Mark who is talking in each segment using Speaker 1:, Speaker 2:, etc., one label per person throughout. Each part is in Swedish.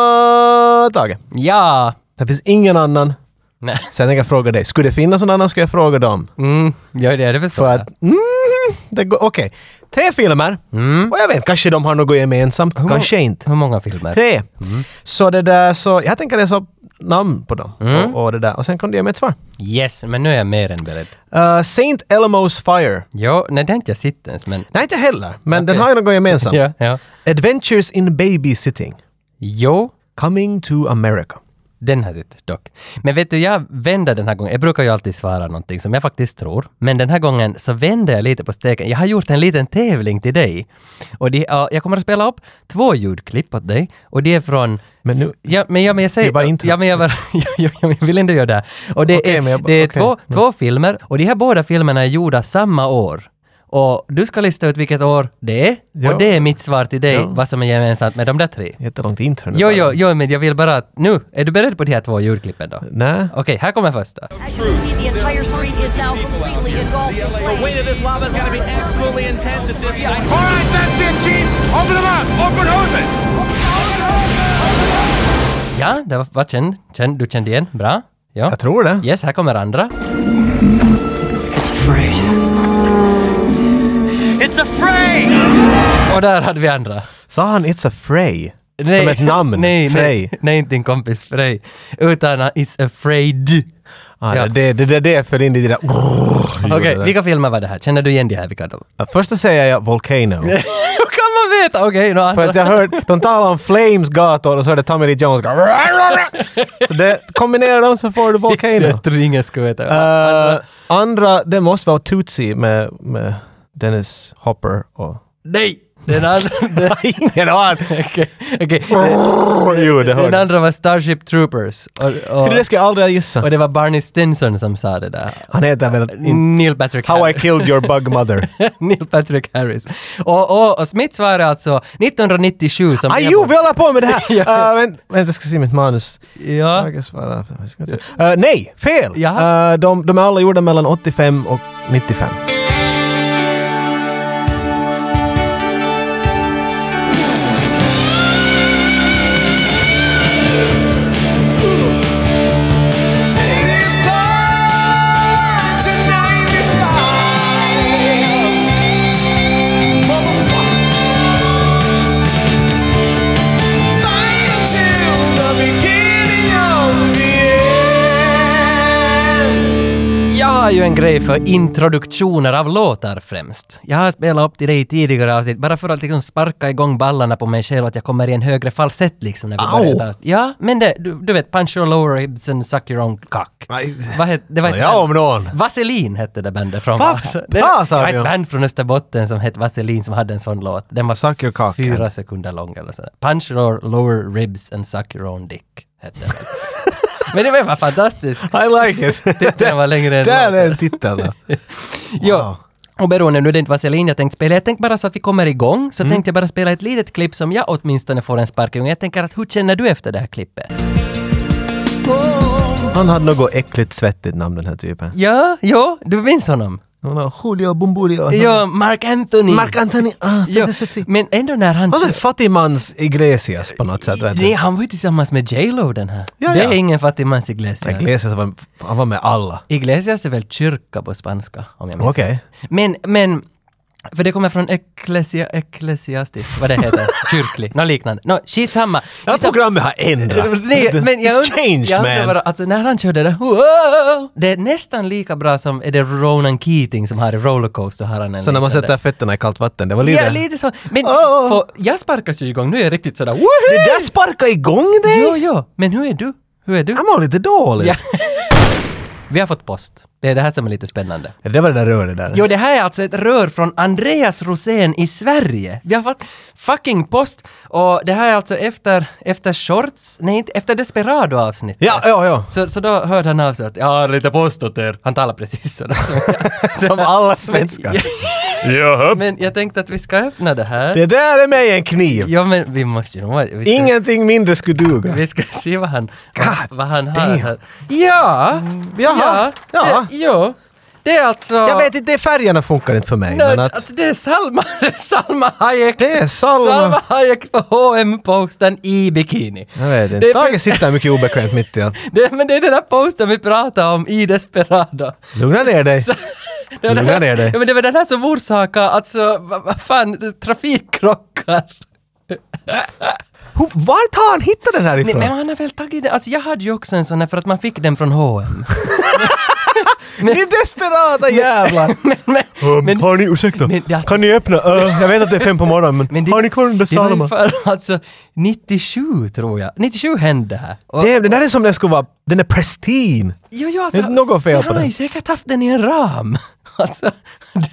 Speaker 1: Ah, Tage.
Speaker 2: Ja!
Speaker 1: Det finns ingen annan.
Speaker 2: Nej.
Speaker 1: Så jag tänker fråga dig. Skulle det finnas någon annan skulle jag fråga dem.
Speaker 2: Mm, ja, det är det förstår
Speaker 1: För
Speaker 2: jag.
Speaker 1: att... Mm, det går- Okej. Tre filmer.
Speaker 2: Mm.
Speaker 1: Och jag vet, kanske de har något gemensamt.
Speaker 2: Hur många- Mm.
Speaker 1: Kanske inte.
Speaker 2: Hur många filmer?
Speaker 1: Tre. Så det där så... Jag tänker läsa upp namn på dem.
Speaker 2: Mm.
Speaker 1: Och, och det där. Och sen kan du ge mig ett svar.
Speaker 2: Yes, men nu är jag mer än beredd.
Speaker 1: Uh, Saint Elmo's Fire.
Speaker 2: Jo, nej det är inte jag sett ens men...
Speaker 1: Nej, inte heller. Men den
Speaker 2: Okej.
Speaker 1: har ju något gemensamt.
Speaker 2: Ja, ja.
Speaker 1: Adventures in Babysitting.
Speaker 2: Jo,
Speaker 1: Coming to America.
Speaker 2: den har jag sett dock. Men vet du, jag vänder den här gången. Jag brukar ju alltid svara någonting som jag faktiskt tror. Men den här gången så vänder jag lite på steken. Jag har gjort en liten tävling till dig. Och det, ja, jag kommer att spela upp två ljudklipp åt dig. Och det är från...
Speaker 1: Men nu...
Speaker 2: Ja, men, ja,
Speaker 1: Det
Speaker 2: men jag
Speaker 1: är
Speaker 2: säger...
Speaker 1: bara intro.
Speaker 2: ja, men jag, bara, ja, ja, ja, men jag vill ändå göra det. här. Och det
Speaker 1: Okej,
Speaker 2: är,
Speaker 1: men jag-
Speaker 2: det är
Speaker 1: okej. Mm.
Speaker 2: två, två filmer och de här båda filmerna är gjorda samma år. Och du ska lista ut vilket år det är.
Speaker 1: Ja.
Speaker 2: Och det är mitt svar till dig,
Speaker 1: Ja.
Speaker 2: vad som är gemensamt med de där tre.
Speaker 1: Jättelångt intro nu.
Speaker 2: Jo,
Speaker 1: bara.
Speaker 2: jo, jo, men jag vill bara att... Nu, är du beredd på de här två ljudklippen då? Okej,
Speaker 1: Nej.
Speaker 2: här kommer första.
Speaker 3: As you can see, the entire street is now completely engulfed in
Speaker 4: The weight
Speaker 3: flames.
Speaker 4: of this lava is going to be absolutely intense at this point.
Speaker 5: All right, that's it, Chief. Open them up. Open Hosen.
Speaker 2: Ja, det var, vad känd, känd, du kände igen? Bra. Ja.
Speaker 1: Jag tror det.
Speaker 2: Yes, här kommer andra.
Speaker 3: It's afraid. It's afraid!
Speaker 2: Och där hade vi andra.
Speaker 1: Sa han It's a Frey? Som ett namn?
Speaker 2: nej,
Speaker 1: Frey.
Speaker 2: nej, nej, inte en kompis Frey. Utan han is afraid.
Speaker 1: Ah,
Speaker 2: Ja.
Speaker 1: Det, det, det, det föll in i det där... Gjorde
Speaker 2: Okej,
Speaker 1: det.
Speaker 2: vilka filmer var det här? Känner du igen de här? Vilka de?
Speaker 1: Ja, Först så säger jag Volcano.
Speaker 2: Hur kan man veta? Okej, okay,
Speaker 1: För att jag hörde, de talar om Flames gator och så hörde Tommy Lee Jones gå... Så det, kombinera dem så får du Volcano.
Speaker 2: Jag tror ingen skulle veta.
Speaker 1: Uh, andra, det måste vara Tootsie med, med Dennis Hopper och...
Speaker 2: nej! Den andra... den-
Speaker 1: Ingen aning!
Speaker 2: Okej, okej.
Speaker 1: Jo, det
Speaker 2: Den
Speaker 1: hörde jag.
Speaker 2: andra var Starship Troopers. Och,
Speaker 1: Så
Speaker 2: och,
Speaker 1: det ska jag aldrig gissa.
Speaker 2: och det var Barney Stinson som sa det där.
Speaker 1: Han heter väl... In,
Speaker 2: Neil Patrick
Speaker 1: How I
Speaker 2: Harris.
Speaker 1: killed your bug mother.
Speaker 2: Neil Patrick Harris. Och, och, och Smiths var alltså 1997 som...
Speaker 1: Ah,
Speaker 2: är
Speaker 1: jo,
Speaker 2: på-
Speaker 1: vi håller på med det här!
Speaker 2: Ja.
Speaker 1: Uh, vänta, jag ska se mitt manus.
Speaker 2: Ja.
Speaker 1: Jag svara. Eh, nej, fel!
Speaker 2: Jaha.
Speaker 1: Eh, de, de är alla gjorda mellan 85 och 95.
Speaker 2: Jag har ju en grej för introduktioner av låtar främst. Jag har spelat upp till dig i tidigare avsnitt bara för att liksom sparka igång ballarna på mig själv att jag kommer i en högre falsett liksom när vi
Speaker 1: Au!
Speaker 2: börjar ta oss- Ja, men det, du, du vet, punch your lower ribs and suck your own cock.
Speaker 1: Nej.
Speaker 2: Vad het, det var ett
Speaker 1: Ja, om någon.
Speaker 2: Vaselin hette det bandet från
Speaker 1: Vad
Speaker 2: Vasa. Det, det
Speaker 1: pratar
Speaker 2: var
Speaker 1: vi om?
Speaker 2: ett band från Österbotten som hette Vaselin som hade en sån låt. Den var
Speaker 1: Suck your cock.
Speaker 2: fyra sekunder lång eller sådär. Punch your lower ribs and suck your own dick hette den. men det var bara fantastiskt.
Speaker 1: I like it.
Speaker 2: Den var längre än
Speaker 1: Där
Speaker 2: låten.
Speaker 1: är en titel. då. Wow.
Speaker 2: Ja. Och beroende nu, det är inte Vaselin jag tänkte spela. Jag tänkte bara så att vi kommer igång,
Speaker 1: Mm.
Speaker 2: så tänkte jag bara spela ett litet klipp som jag åtminstone får en spark igång. Jag tänker att hur känner du efter det här klippet?
Speaker 1: Han hade något äckligt svettigt namn den här typen.
Speaker 2: Ja, ja, du minns honom?
Speaker 1: Han har Julio Bumburio.
Speaker 2: Ja, Mark Anthony.
Speaker 1: Mm. Mark Anthony. Ah,
Speaker 2: ja. Men ändå när han...
Speaker 1: Han är en fattigmans Iglesias på något sätt. Vet
Speaker 2: Nej,
Speaker 1: du.
Speaker 2: han var ju tillsammans med J Lo den här.
Speaker 1: Ja,
Speaker 2: det
Speaker 1: ja.
Speaker 2: är ingen fattigmans Iglesias.
Speaker 1: Iglesias var, han var med alla.
Speaker 2: Iglesias är väl kyrka på spanska, om jag minns
Speaker 1: Okej.
Speaker 2: rätt. Men, men... För det kommer från ecclesia, ecclesiastisk, vad det heter, kyrklig, något liknande. Nå, skitsamma.
Speaker 1: Det här programmet har ändrat.
Speaker 2: Nej, men jag,
Speaker 1: It's
Speaker 2: und-
Speaker 1: changed
Speaker 2: jag undrar
Speaker 1: man.
Speaker 2: bara, alltså när han körde det där, wow, det är nästan lika bra som är det Ronan Keating som har i Rollercoaster har han en
Speaker 1: Så när man
Speaker 2: liknande.
Speaker 1: sätter fötterna i kallt vatten, det var lite...
Speaker 2: Ja, lite så. Men
Speaker 1: Åh.
Speaker 2: för, jag sparkas ju igång, nu är jag riktigt sådär
Speaker 1: Det
Speaker 2: woho!
Speaker 1: där sparkar igång dig!
Speaker 2: Jo, jo, men hur är du? Hur är du?
Speaker 1: Han mår lite dåligt.
Speaker 2: Ja. Vi har fått post. Det är det här som är lite spännande.
Speaker 1: Det var det där röret där.
Speaker 2: Jo, det här är alltså ett rör från Andreas Rosén i Sverige. Vi har fått fucking post och det här är alltså efter, efter Shorts, nej inte, efter Desperado-avsnittet.
Speaker 1: Ja, ja, ja.
Speaker 2: Så, så då hörde han av sig att jag har lite post åt er. Han talar precis sådär som jag.
Speaker 1: Som alla svenskar.
Speaker 2: Men jag tänkte att vi ska öppna det här.
Speaker 1: Det där är mig en kniv.
Speaker 2: Ja, men vi måste ju nog... vara- vi ska-
Speaker 1: Ingenting mindre skulle duga.
Speaker 2: Vi ska se vad han,
Speaker 1: God
Speaker 2: vad han har
Speaker 1: damn.
Speaker 2: här. Ja!
Speaker 1: jaha, ja.
Speaker 2: ja. Jo. Det är alltså...
Speaker 1: Jag vet inte, det färgerna funkar inte för mig.
Speaker 2: Nej,
Speaker 1: men att,
Speaker 2: alltså det är Salma, det är Salma Hayek.
Speaker 1: Det är Salma.
Speaker 2: Salma Hayek på hm posten i bikini.
Speaker 1: jag vet inte.
Speaker 2: Det,
Speaker 1: Tage sitter mycket obekvämt mitt i allt.
Speaker 2: det, men det är den här posten vi pratade om i Desperado.
Speaker 1: Lugna ner dig.
Speaker 2: Så- det var den
Speaker 1: Lugna
Speaker 2: här-
Speaker 1: ner dig.
Speaker 2: Ja, men det var den här som orsakade, alltså, vad vad fan, trafikkrockar.
Speaker 1: Ho- Vart har han hittat den här
Speaker 2: Nej,
Speaker 1: ifrån?
Speaker 2: men han har väl tagit den, alltså jag hade ju också en sån här för att man fick den från H&M.
Speaker 1: Din desperata jävlar!
Speaker 2: Men, men,
Speaker 1: Um,
Speaker 2: men-
Speaker 1: har ni, ursäkta,
Speaker 2: men det är alltså-
Speaker 1: kan ni öppna? Ö, jag vet att det är fem på morgonen, men,
Speaker 2: men det-
Speaker 1: har ni kvar den där
Speaker 2: det var ju
Speaker 1: Salma?
Speaker 2: För, alltså, 97 tror jag. 97 hände det här. Och,
Speaker 1: Det, den där är som den skulle vara, den är pristine.
Speaker 2: Jo, jo,
Speaker 1: Det är inte något fel
Speaker 2: men
Speaker 1: på
Speaker 2: Han har
Speaker 1: den.
Speaker 2: ju säkert haft den i en ram. Alltså,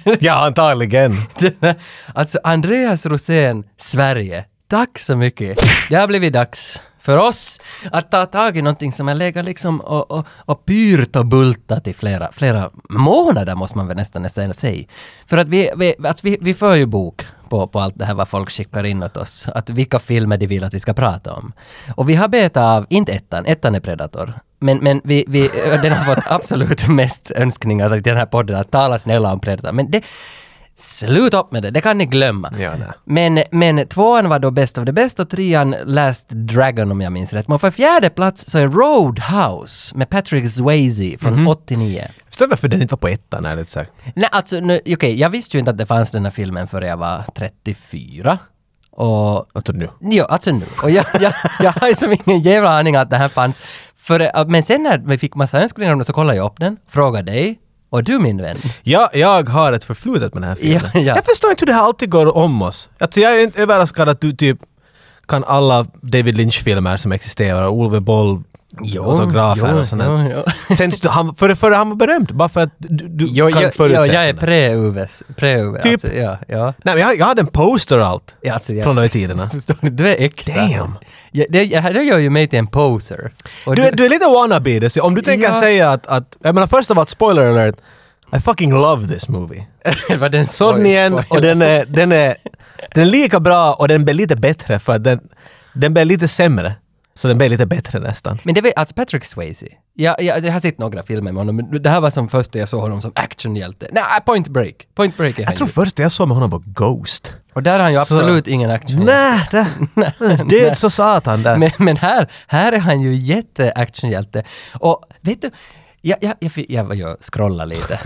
Speaker 2: den-
Speaker 1: Ja, antagligen.
Speaker 2: den- alltså Andreas Rosén, Sverige. Tack så mycket. Det har blivit dags för oss att ta tag i någonting som har legat liksom och, och, och pyrt och bultat i flera, flera månader måste man väl nästan säga- säga. För att vi, vi, alltså vi, vi för ju bok på, på allt det här vad folk skickar in åt oss. Att vilka filmer de vill att vi ska prata om. Och vi har betat av, inte ettan, ettan är Predator. Men, men vi, vi, den har fått absolut mest önskningar till den här podden att tala snälla om Predator. Men det, Slut upp med det, det kan ni glömma.
Speaker 1: Ja, nej.
Speaker 2: men, men tvåan var då Best of the Best och trean Last Dragon om jag minns rätt. Men för fjärde plats så är Roadhouse med Patrick Swayze från
Speaker 1: Mhm.
Speaker 2: 89.
Speaker 1: Jag förstår varför den inte var på ettan ärligt sagt.
Speaker 2: Nej, alltså nu, okej, jag visste ju inte att det fanns den här filmen förrän jag var 34. Och
Speaker 1: Alltså nu.
Speaker 2: Jo, alltså nu. Och jag, jag, jag har ju som ingen jävla aning att det här fanns. För, eh, men sen när vi fick massa önskningar om det så kollade jag upp den, frågade dig och du min vän.
Speaker 1: Jag, jag har ett förflutet med den här filmen.
Speaker 2: Ja, ja.
Speaker 1: Jag förstår inte hur det här alltid går om oss. Alltså, jag är inte överraskad att du typ kan alla David Lynch-filmer som existerar, Ove Boll, autografer och sånt där.
Speaker 2: jo, jo.
Speaker 1: Sen st- han, före, före han var berömd, bara för att du, du
Speaker 2: Jo,
Speaker 1: kan
Speaker 2: jo, jo,
Speaker 1: förutse
Speaker 2: jag är
Speaker 1: sånt där.
Speaker 2: pre-UV. Pre-UV.
Speaker 1: Typ.
Speaker 2: Alltså, ja, ja.
Speaker 1: Nej, men jag, jag hade en poster och allt
Speaker 2: Ja, alltså, ja.
Speaker 1: från de tiderna.
Speaker 2: Förstår ni? Du är äkta.
Speaker 1: Damn.
Speaker 2: Ja, det, det, det gör ju mig till en poser. Och
Speaker 1: Du, du är lite wannabe, det, så om du tänker
Speaker 2: Ja.
Speaker 1: säga att, att... Jag menar, först av allt, spoiler alert, I fucking love this movie.
Speaker 2: det var den
Speaker 1: Såg ni en
Speaker 2: spoil-
Speaker 1: och den är, den, är, den är lika bra och den blir lite bättre för att den, den blir lite sämre. Så den blir lite bättre nästan.
Speaker 2: Men det var alltså Patrick Swayze. Jag, jag, jag har sett några filmer med honom, men det här var som första jag såg honom som actionhjälte. Nej, Point Break. Point Break är han
Speaker 1: Jag tror
Speaker 2: ju.
Speaker 1: först jag såg med honom var Ghost.
Speaker 2: Och där har han ju
Speaker 1: Så-
Speaker 2: absolut ingen actionhjälte.
Speaker 1: Nej, det, död så satan där.
Speaker 2: Men, men här, här är han ju jätteactionhjälte. Och vet du, jag, jag, jag, fick- jag, var ju scrollade lite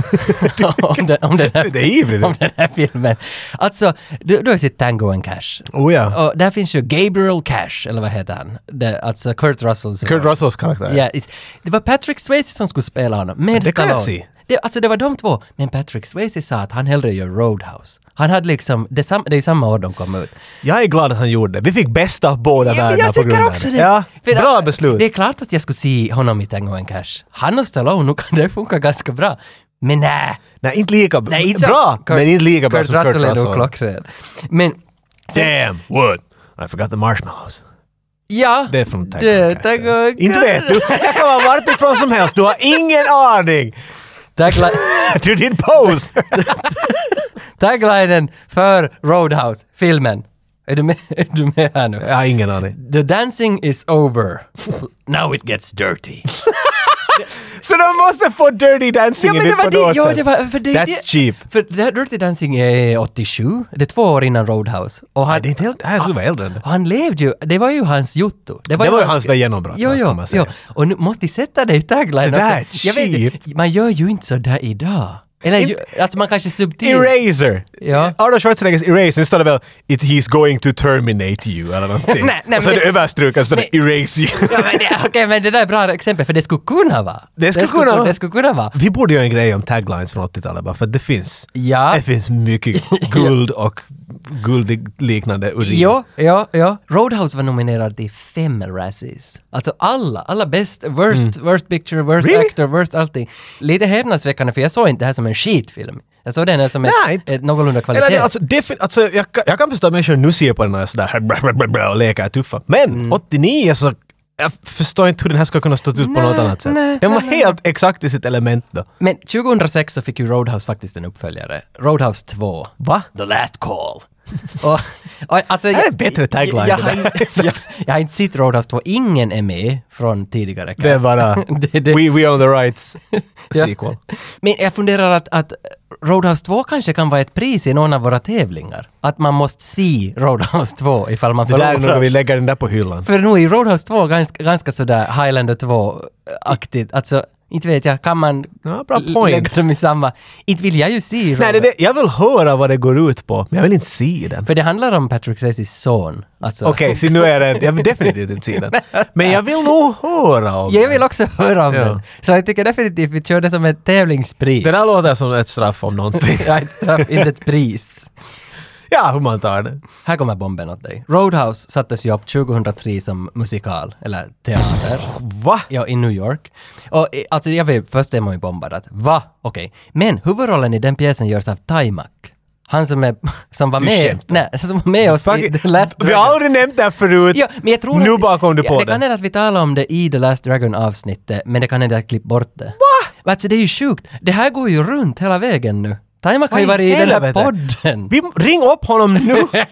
Speaker 2: om, den, om, den
Speaker 1: Det är ivrig
Speaker 2: här,
Speaker 1: du.
Speaker 2: om den här filmen. Alltså, du, du har ju sett Tango and Cash.
Speaker 1: Oh ja.
Speaker 2: Och där finns ju Gabriel Cash, eller vad heter han? Det, alltså Kurt Russells...
Speaker 1: Kurt Russells karaktär.
Speaker 2: Ja, is- det var Patrick Swayze som skulle spela honom, med
Speaker 1: Det kan jag
Speaker 2: Stallone.
Speaker 1: se.
Speaker 2: Det, alltså det var de två, men Patrick Swayze sa att han hellre gör Roadhouse. Han hade liksom, det, sam, det är ju samma år de kom ut.
Speaker 1: Jag är glad att han gjorde det. Vi fick bästa av båda
Speaker 2: Ja, men
Speaker 1: världar
Speaker 2: jag
Speaker 1: på grund
Speaker 2: tycker
Speaker 1: av
Speaker 2: också det.
Speaker 1: det. Ja,
Speaker 2: För
Speaker 1: bra
Speaker 2: att-
Speaker 1: beslut.
Speaker 2: Det är klart att jag skulle se honom i Tango and Cash. Han och Stallone, nog kan det funka ganska bra. Men nej.
Speaker 1: Nej, inte lika
Speaker 2: nej inte så-
Speaker 1: bra, men inte lika bra
Speaker 2: Kurt
Speaker 1: som Kurt
Speaker 2: Russell är nog
Speaker 1: Russell.
Speaker 2: klockren. Men
Speaker 1: Damn, what? I forgot the marshmallows.
Speaker 2: ja,
Speaker 1: Det är från Tango
Speaker 2: det-
Speaker 1: and Cash.
Speaker 2: Tango and
Speaker 1: Inte
Speaker 2: Cash.
Speaker 1: vet du. Det kan vara vart ifrån som helst. Du har ingen aning.
Speaker 2: Tagli-
Speaker 1: Du din pose!
Speaker 2: Taglinen för Roadhouse-filmen. Är du med, är du med här nu?
Speaker 1: Jag har ingen aning.
Speaker 2: The dancing is over. Now it gets dirty.
Speaker 1: Så de måste få Dirty Dancing
Speaker 2: Ja men
Speaker 1: in
Speaker 2: det var
Speaker 1: på
Speaker 2: det,
Speaker 1: något
Speaker 2: ja
Speaker 1: sätt.
Speaker 2: det var, för det,
Speaker 1: That's
Speaker 2: det,
Speaker 1: cheap.
Speaker 2: För det här Dirty Dancing är 87, det är två år innan Roadhouse. Och han,
Speaker 1: Det är inte helt... Jag tror det var äldre än det.
Speaker 2: han levde ju, det var ju hans jotto.
Speaker 1: Det var ju hans där genombrott,
Speaker 2: Jo,
Speaker 1: va, kan
Speaker 2: jo,
Speaker 1: man säga.
Speaker 2: jo. Och nu måste de sätta det i tagline
Speaker 1: Det där
Speaker 2: också.
Speaker 1: är
Speaker 2: Jag vet inte,
Speaker 1: cheap.
Speaker 2: man gör ju inte sådär idag. Eller ju, alltså man kanske subtilt...
Speaker 1: Eraser!
Speaker 2: Ja.
Speaker 1: Arnold Schwarzeneggers Eraser, nu står det väl “It he's going to terminate you” eller någonting.
Speaker 2: Nej, nej,
Speaker 1: och så är
Speaker 2: men
Speaker 1: det
Speaker 2: det-
Speaker 1: överstruket så står det “Erase you”.
Speaker 2: Ja, men det, okej, men det där är bra exempel, för det skulle kunna vara.
Speaker 1: Det skulle kunna vara.
Speaker 2: Det skulle kunna vara.
Speaker 1: Vi borde göra en grej om taglines från 80-talet bara för att det finns.
Speaker 2: Ja.
Speaker 1: Det finns mycket guld och guldliknande urin.
Speaker 2: Ja, ja, ja. Roadhouse var nominerad till fem Razzies. Alltså alla, alla bäst, worst, worst picture, worst
Speaker 1: Mm. Really?
Speaker 2: actor, worst allting. Lite häpnadsväckande för jag såg inte det här som en skitfilm. Jag såg den här som
Speaker 1: Nej,
Speaker 2: ett,
Speaker 1: inte.
Speaker 2: ett någorlunda
Speaker 1: Eller
Speaker 2: kvalitet.
Speaker 1: det, alltså, defin- alltså,
Speaker 2: Mm.
Speaker 1: jag, kan- jag kan förstå att människor nu ser på den och är sådär bra, bra, bra, bra, och lekar tuffa. Men 89 så jag förstår inte hur den här ska kunna stå ut på
Speaker 2: Nej,
Speaker 1: något annat sätt.
Speaker 2: nej,
Speaker 1: den var
Speaker 2: nej, nej.
Speaker 1: helt exakt i sitt element då.
Speaker 2: Men 2006 så fick ju Roadhouse faktiskt en uppföljare. Roadhouse 2.
Speaker 1: Va?
Speaker 2: The last call. och, och, alltså,
Speaker 1: Det här är en bättre tagline,
Speaker 2: Jag, jag,
Speaker 1: det
Speaker 2: har
Speaker 1: där.
Speaker 2: inte- jag, jag har inte sett Roadhouse 2. Ingen är med från tidigare
Speaker 1: Det är
Speaker 2: cast.
Speaker 1: bara
Speaker 2: Det- det-
Speaker 1: We, we own the rights sequel.
Speaker 2: Men jag funderar att, att Roadhouse 2 kanske kan vara ett pris i någon av våra tävlingar. Att man måste se Roadhouse 2 ifall man
Speaker 1: Det där är
Speaker 2: förlorar.
Speaker 1: nog vi lägger den där på hyllan.
Speaker 2: För nog är Roadhouse 2 ganska, ganska sådär Highlander 2-aktigt. eh, Alltså, inte vet jag, kan man
Speaker 1: Ja, bra
Speaker 2: l-
Speaker 1: point.
Speaker 2: lägga dem i samma... Inte vill jag ju se Roadhouse.
Speaker 1: Nej, det, är det, jag vill höra vad det går ut på, men jag vill inte se den.
Speaker 2: För det handlar om Patrick Swayzes son. Alltså,
Speaker 1: Okej, så nu är det... Jag vill definitivt inte se den. Men jag vill nog höra om
Speaker 2: Jag
Speaker 1: den.
Speaker 2: vill också höra om
Speaker 1: Ja.
Speaker 2: den. Så jag tycker definitivt vi kör det som ett tävlingspris.
Speaker 1: Den här låter som ett straff om någonting.
Speaker 2: Ja, ett straff, inte ett pris.
Speaker 1: ja, hur man tar det.
Speaker 2: Här kommer bomben åt dig. Roadhouse sattes ju upp 2003 som musikal, eller teater.
Speaker 1: Va?
Speaker 2: Ja, i New York. Och eh, alltså jag vet, först är man ju bombad att va? Okej. Men huvudrollen i den pjäsen görs av Taimak. Han som, är, som var
Speaker 1: Du
Speaker 2: med...
Speaker 1: skämtar.
Speaker 2: Nej, som var med oss i The Last
Speaker 1: vi har aldrig nämnt det här förut.
Speaker 2: Ja, men jag tror
Speaker 1: nu
Speaker 2: att,
Speaker 1: bara kom du
Speaker 2: ja,
Speaker 1: på
Speaker 2: det. kan hända att vi talar om det i The Last Dragon avsnittet, men det kan hända att jag klippt bort det. Va? Alltså det är ju sjukt. Det här går ju runt hela vägen nu. Taimak har
Speaker 1: Vad
Speaker 2: ju
Speaker 1: i
Speaker 2: varit i den här
Speaker 1: helvete?
Speaker 2: podden.
Speaker 1: Vi, ring upp honom nu!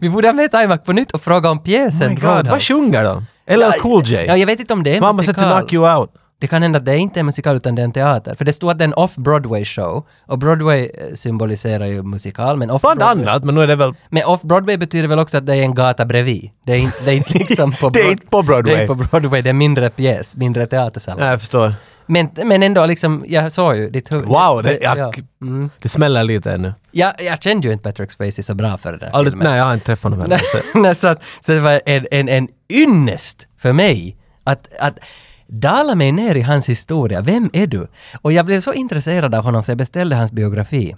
Speaker 2: Vi borde ha med Taimak på nytt och fråga om pjäsen
Speaker 1: Oh My God, vad
Speaker 2: Roadhouse.
Speaker 1: sjunger de? LL Cool J?
Speaker 2: Ja, jag vet inte om det är
Speaker 1: Mamma said to
Speaker 2: musikal.
Speaker 1: knock you out.
Speaker 2: Det kan hända att det inte är en musikal utan det är en teater. För det står att det är en off-Broadway show. Och Broadway eh, symboliserar ju musikal, men
Speaker 1: Bland
Speaker 2: off-Broadway...
Speaker 1: annat, men nu är det väl...
Speaker 2: Men off-Broadway betyder väl också att det är en gata bredvid. Det är inte, det är inte liksom på...
Speaker 1: Det är
Speaker 2: Broad-
Speaker 1: inte på Broadway.
Speaker 2: Det är inte på Broadway, det är mindre pjäs, mindre teatersalon.
Speaker 1: Nej, jag förstår.
Speaker 2: Men, men ändå liksom, jag såg ju ditt huvud.
Speaker 1: Wow, det, jag,
Speaker 2: ja. Mm.
Speaker 1: det smäller lite ännu.
Speaker 2: jag, jag kände ju inte Patrick Swayze så bra för det där
Speaker 1: Aldrig,
Speaker 2: filmen.
Speaker 1: nej, jag har inte träffat honom ännu. så-
Speaker 2: Nej, så, att, så det var en, en, en ynnest för mig att, att dala mig ner i hans historia. Vem är du? Och jag blev så intresserad av honom så jag beställde hans biografi.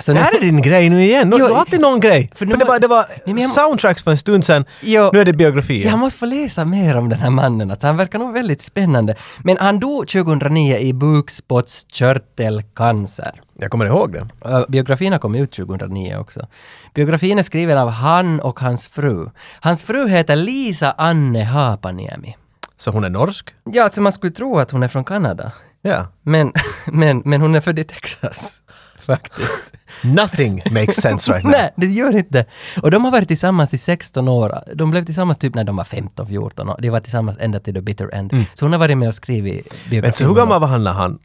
Speaker 2: Så
Speaker 1: Det här är din grej nu igen. Nu,
Speaker 2: Jo,
Speaker 1: du har alltid någon grej.
Speaker 2: för
Speaker 1: För
Speaker 2: nu
Speaker 1: det
Speaker 2: har-
Speaker 1: var, det var
Speaker 2: Nej, men jag-
Speaker 1: soundtracks för en stund sedan.
Speaker 2: Jo.
Speaker 1: nu är det biografier.
Speaker 2: Jag måste få läsa mer om den här mannen. Alltså, han verkar nog väldigt spännande. Men han dog 2009 i bukspottkörtelcancer.
Speaker 1: jag kommer ihåg det.
Speaker 2: Ö, Biografierna kom ut 2009 också. Biografin är skriven av han och hans fru. Hans fru heter Lisa Anne Haapaniemi.
Speaker 1: Så hon är norsk?
Speaker 2: Ja, alltså man skulle tro att hon är från Kanada.
Speaker 1: Ja.
Speaker 2: Men, men, men hon är född i Texas. Faktiskt.
Speaker 1: Nothing makes sense right now.
Speaker 2: Nej, det gör inte. Och de har varit tillsammans i 16 år. De blev tillsammans typ när de var 15-14 år. De var tillsammans ända till the bitter end. Så hon har varit med och skrivit biografin.
Speaker 1: Mm. Men så hur gammal var han när han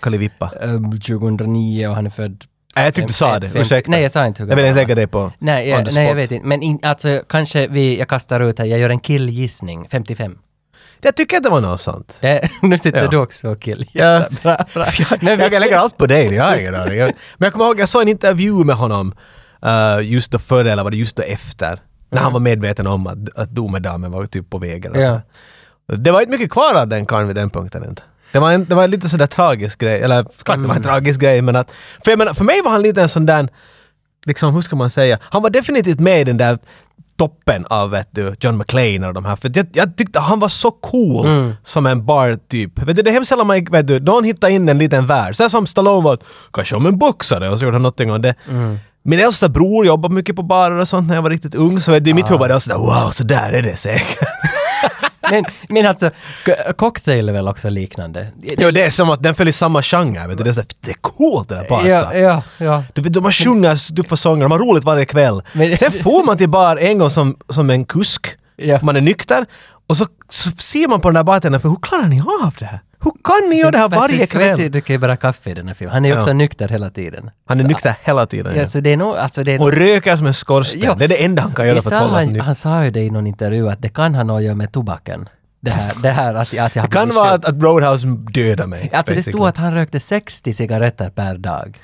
Speaker 1: Kalivippa?
Speaker 2: Öm, 2009 eh, och han är född...
Speaker 1: Nej, jag tyckte du sa det.
Speaker 2: fem-
Speaker 1: Ursäkta.
Speaker 2: Nej, jag sa inte hur
Speaker 1: Jag vill
Speaker 2: gammal
Speaker 1: inte
Speaker 2: han
Speaker 1: lägga dig på
Speaker 2: Nej,
Speaker 1: on
Speaker 2: jag,
Speaker 1: the
Speaker 2: nej, jag
Speaker 1: spot.
Speaker 2: vet inte. Men in, alltså kanske vi, jag kastar ut här, jag gör en killgissning. 55.
Speaker 1: Jag tycker att det var något sånt.
Speaker 2: Det, nu sitter
Speaker 1: Ja.
Speaker 2: du också och killgissar.
Speaker 1: Ja.
Speaker 2: Bra, bra. Men vi-
Speaker 1: jag kan lägga allt på dig, jag har ingen aning. Jag- Men jag kommer ihåg, jag såg en intervju med honom eh, just då före, eller var det just då efter? När han var medveten om att, att domedamen var typ på väg eller
Speaker 2: Mm. Ja.
Speaker 1: ja. Det var inte mycket kvar av den karln vid den punkten inte. Det var, en, det var en lite sådär tragisk grej, eller klart det var
Speaker 2: Mm.
Speaker 1: en tragisk grej men att... För jag menar, för mig var han lite en sån där, liksom hur ska man säga, han var definitivt med i den där toppen av vet du, John McClane och de här. För jag, jag tyckte han var så cool
Speaker 2: Mm.
Speaker 1: som en bar-typ. Vet du, det är hemskt sällan man, vet du, någon hittar in en liten värld. Så här som Stallone var, kanske om en boxare och så gjorde han någonting om det.
Speaker 2: Mm.
Speaker 1: Min äldsta bror jobbade mycket på barer och sånt när jag var riktigt ung, så vet du, i
Speaker 2: Ah.
Speaker 1: mitt huvud var det sådär wow, så där är det säkert.
Speaker 2: men, men alltså, k- cocktail är väl också liknande?
Speaker 1: Jo, det är som att den följer samma genre, vet du. Det är, sådär, det är coolt det där barstuff.
Speaker 2: Ja, ja, ja.
Speaker 1: Du vet, de sjunger stuffa sånger, de har roligt varje kväll.
Speaker 2: Men-
Speaker 1: Sen får man till bar en gång som, som en kusk,
Speaker 2: Ja.
Speaker 1: man är nykter, och så, så ser man på den där bartendern, för hur klarar ni av det här? Hur kan ni göra det här varje
Speaker 2: Patrick Swayze
Speaker 1: kväll?
Speaker 2: dricker ju bara kaffe i den här filmen. Han är ju också
Speaker 1: Ja.
Speaker 2: nykter hela tiden.
Speaker 1: Han är nykter hela tiden.
Speaker 2: Ja,
Speaker 1: Ja.
Speaker 2: så det är nog, alltså det är
Speaker 1: Och
Speaker 2: nog,
Speaker 1: röker som en skorsten.
Speaker 2: Ja.
Speaker 1: Det är det enda han kan göra
Speaker 2: Vi
Speaker 1: för
Speaker 2: sa
Speaker 1: att hålla sig
Speaker 2: han,
Speaker 1: nykter.
Speaker 2: han sa ju det i någon intervju att det kan ha något att göra med tobaken. Det här, det här att, jag- att jag har
Speaker 1: Det kan
Speaker 2: blivit
Speaker 1: vara
Speaker 2: sjuk.
Speaker 1: att, att Roadhouse dödar mig.
Speaker 2: Alltså det stod
Speaker 1: basically.
Speaker 2: att han rökte 60 cigaretter per dag.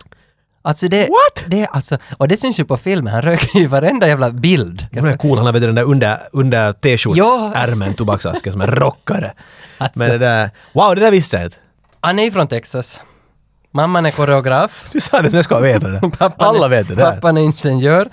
Speaker 2: Alltså det...
Speaker 1: What?
Speaker 2: Det, är alltså, och det syns ju på filmen, han röker ju varenda jävla bild.
Speaker 1: Jag tror den är cool, han har vet du, den där under, under
Speaker 2: Ja.
Speaker 1: t-shirts-ärmen, tobaksasken som en rockare.
Speaker 2: Alltså.
Speaker 1: Men det där, wow det där visste jag inte.
Speaker 2: Han är ju från Texas. Mamman är koreograf.
Speaker 1: Du sa det som jag ska veta det.
Speaker 2: Pappan
Speaker 1: Alla
Speaker 2: är,
Speaker 1: vet det där.
Speaker 2: Pappan är ingenjör.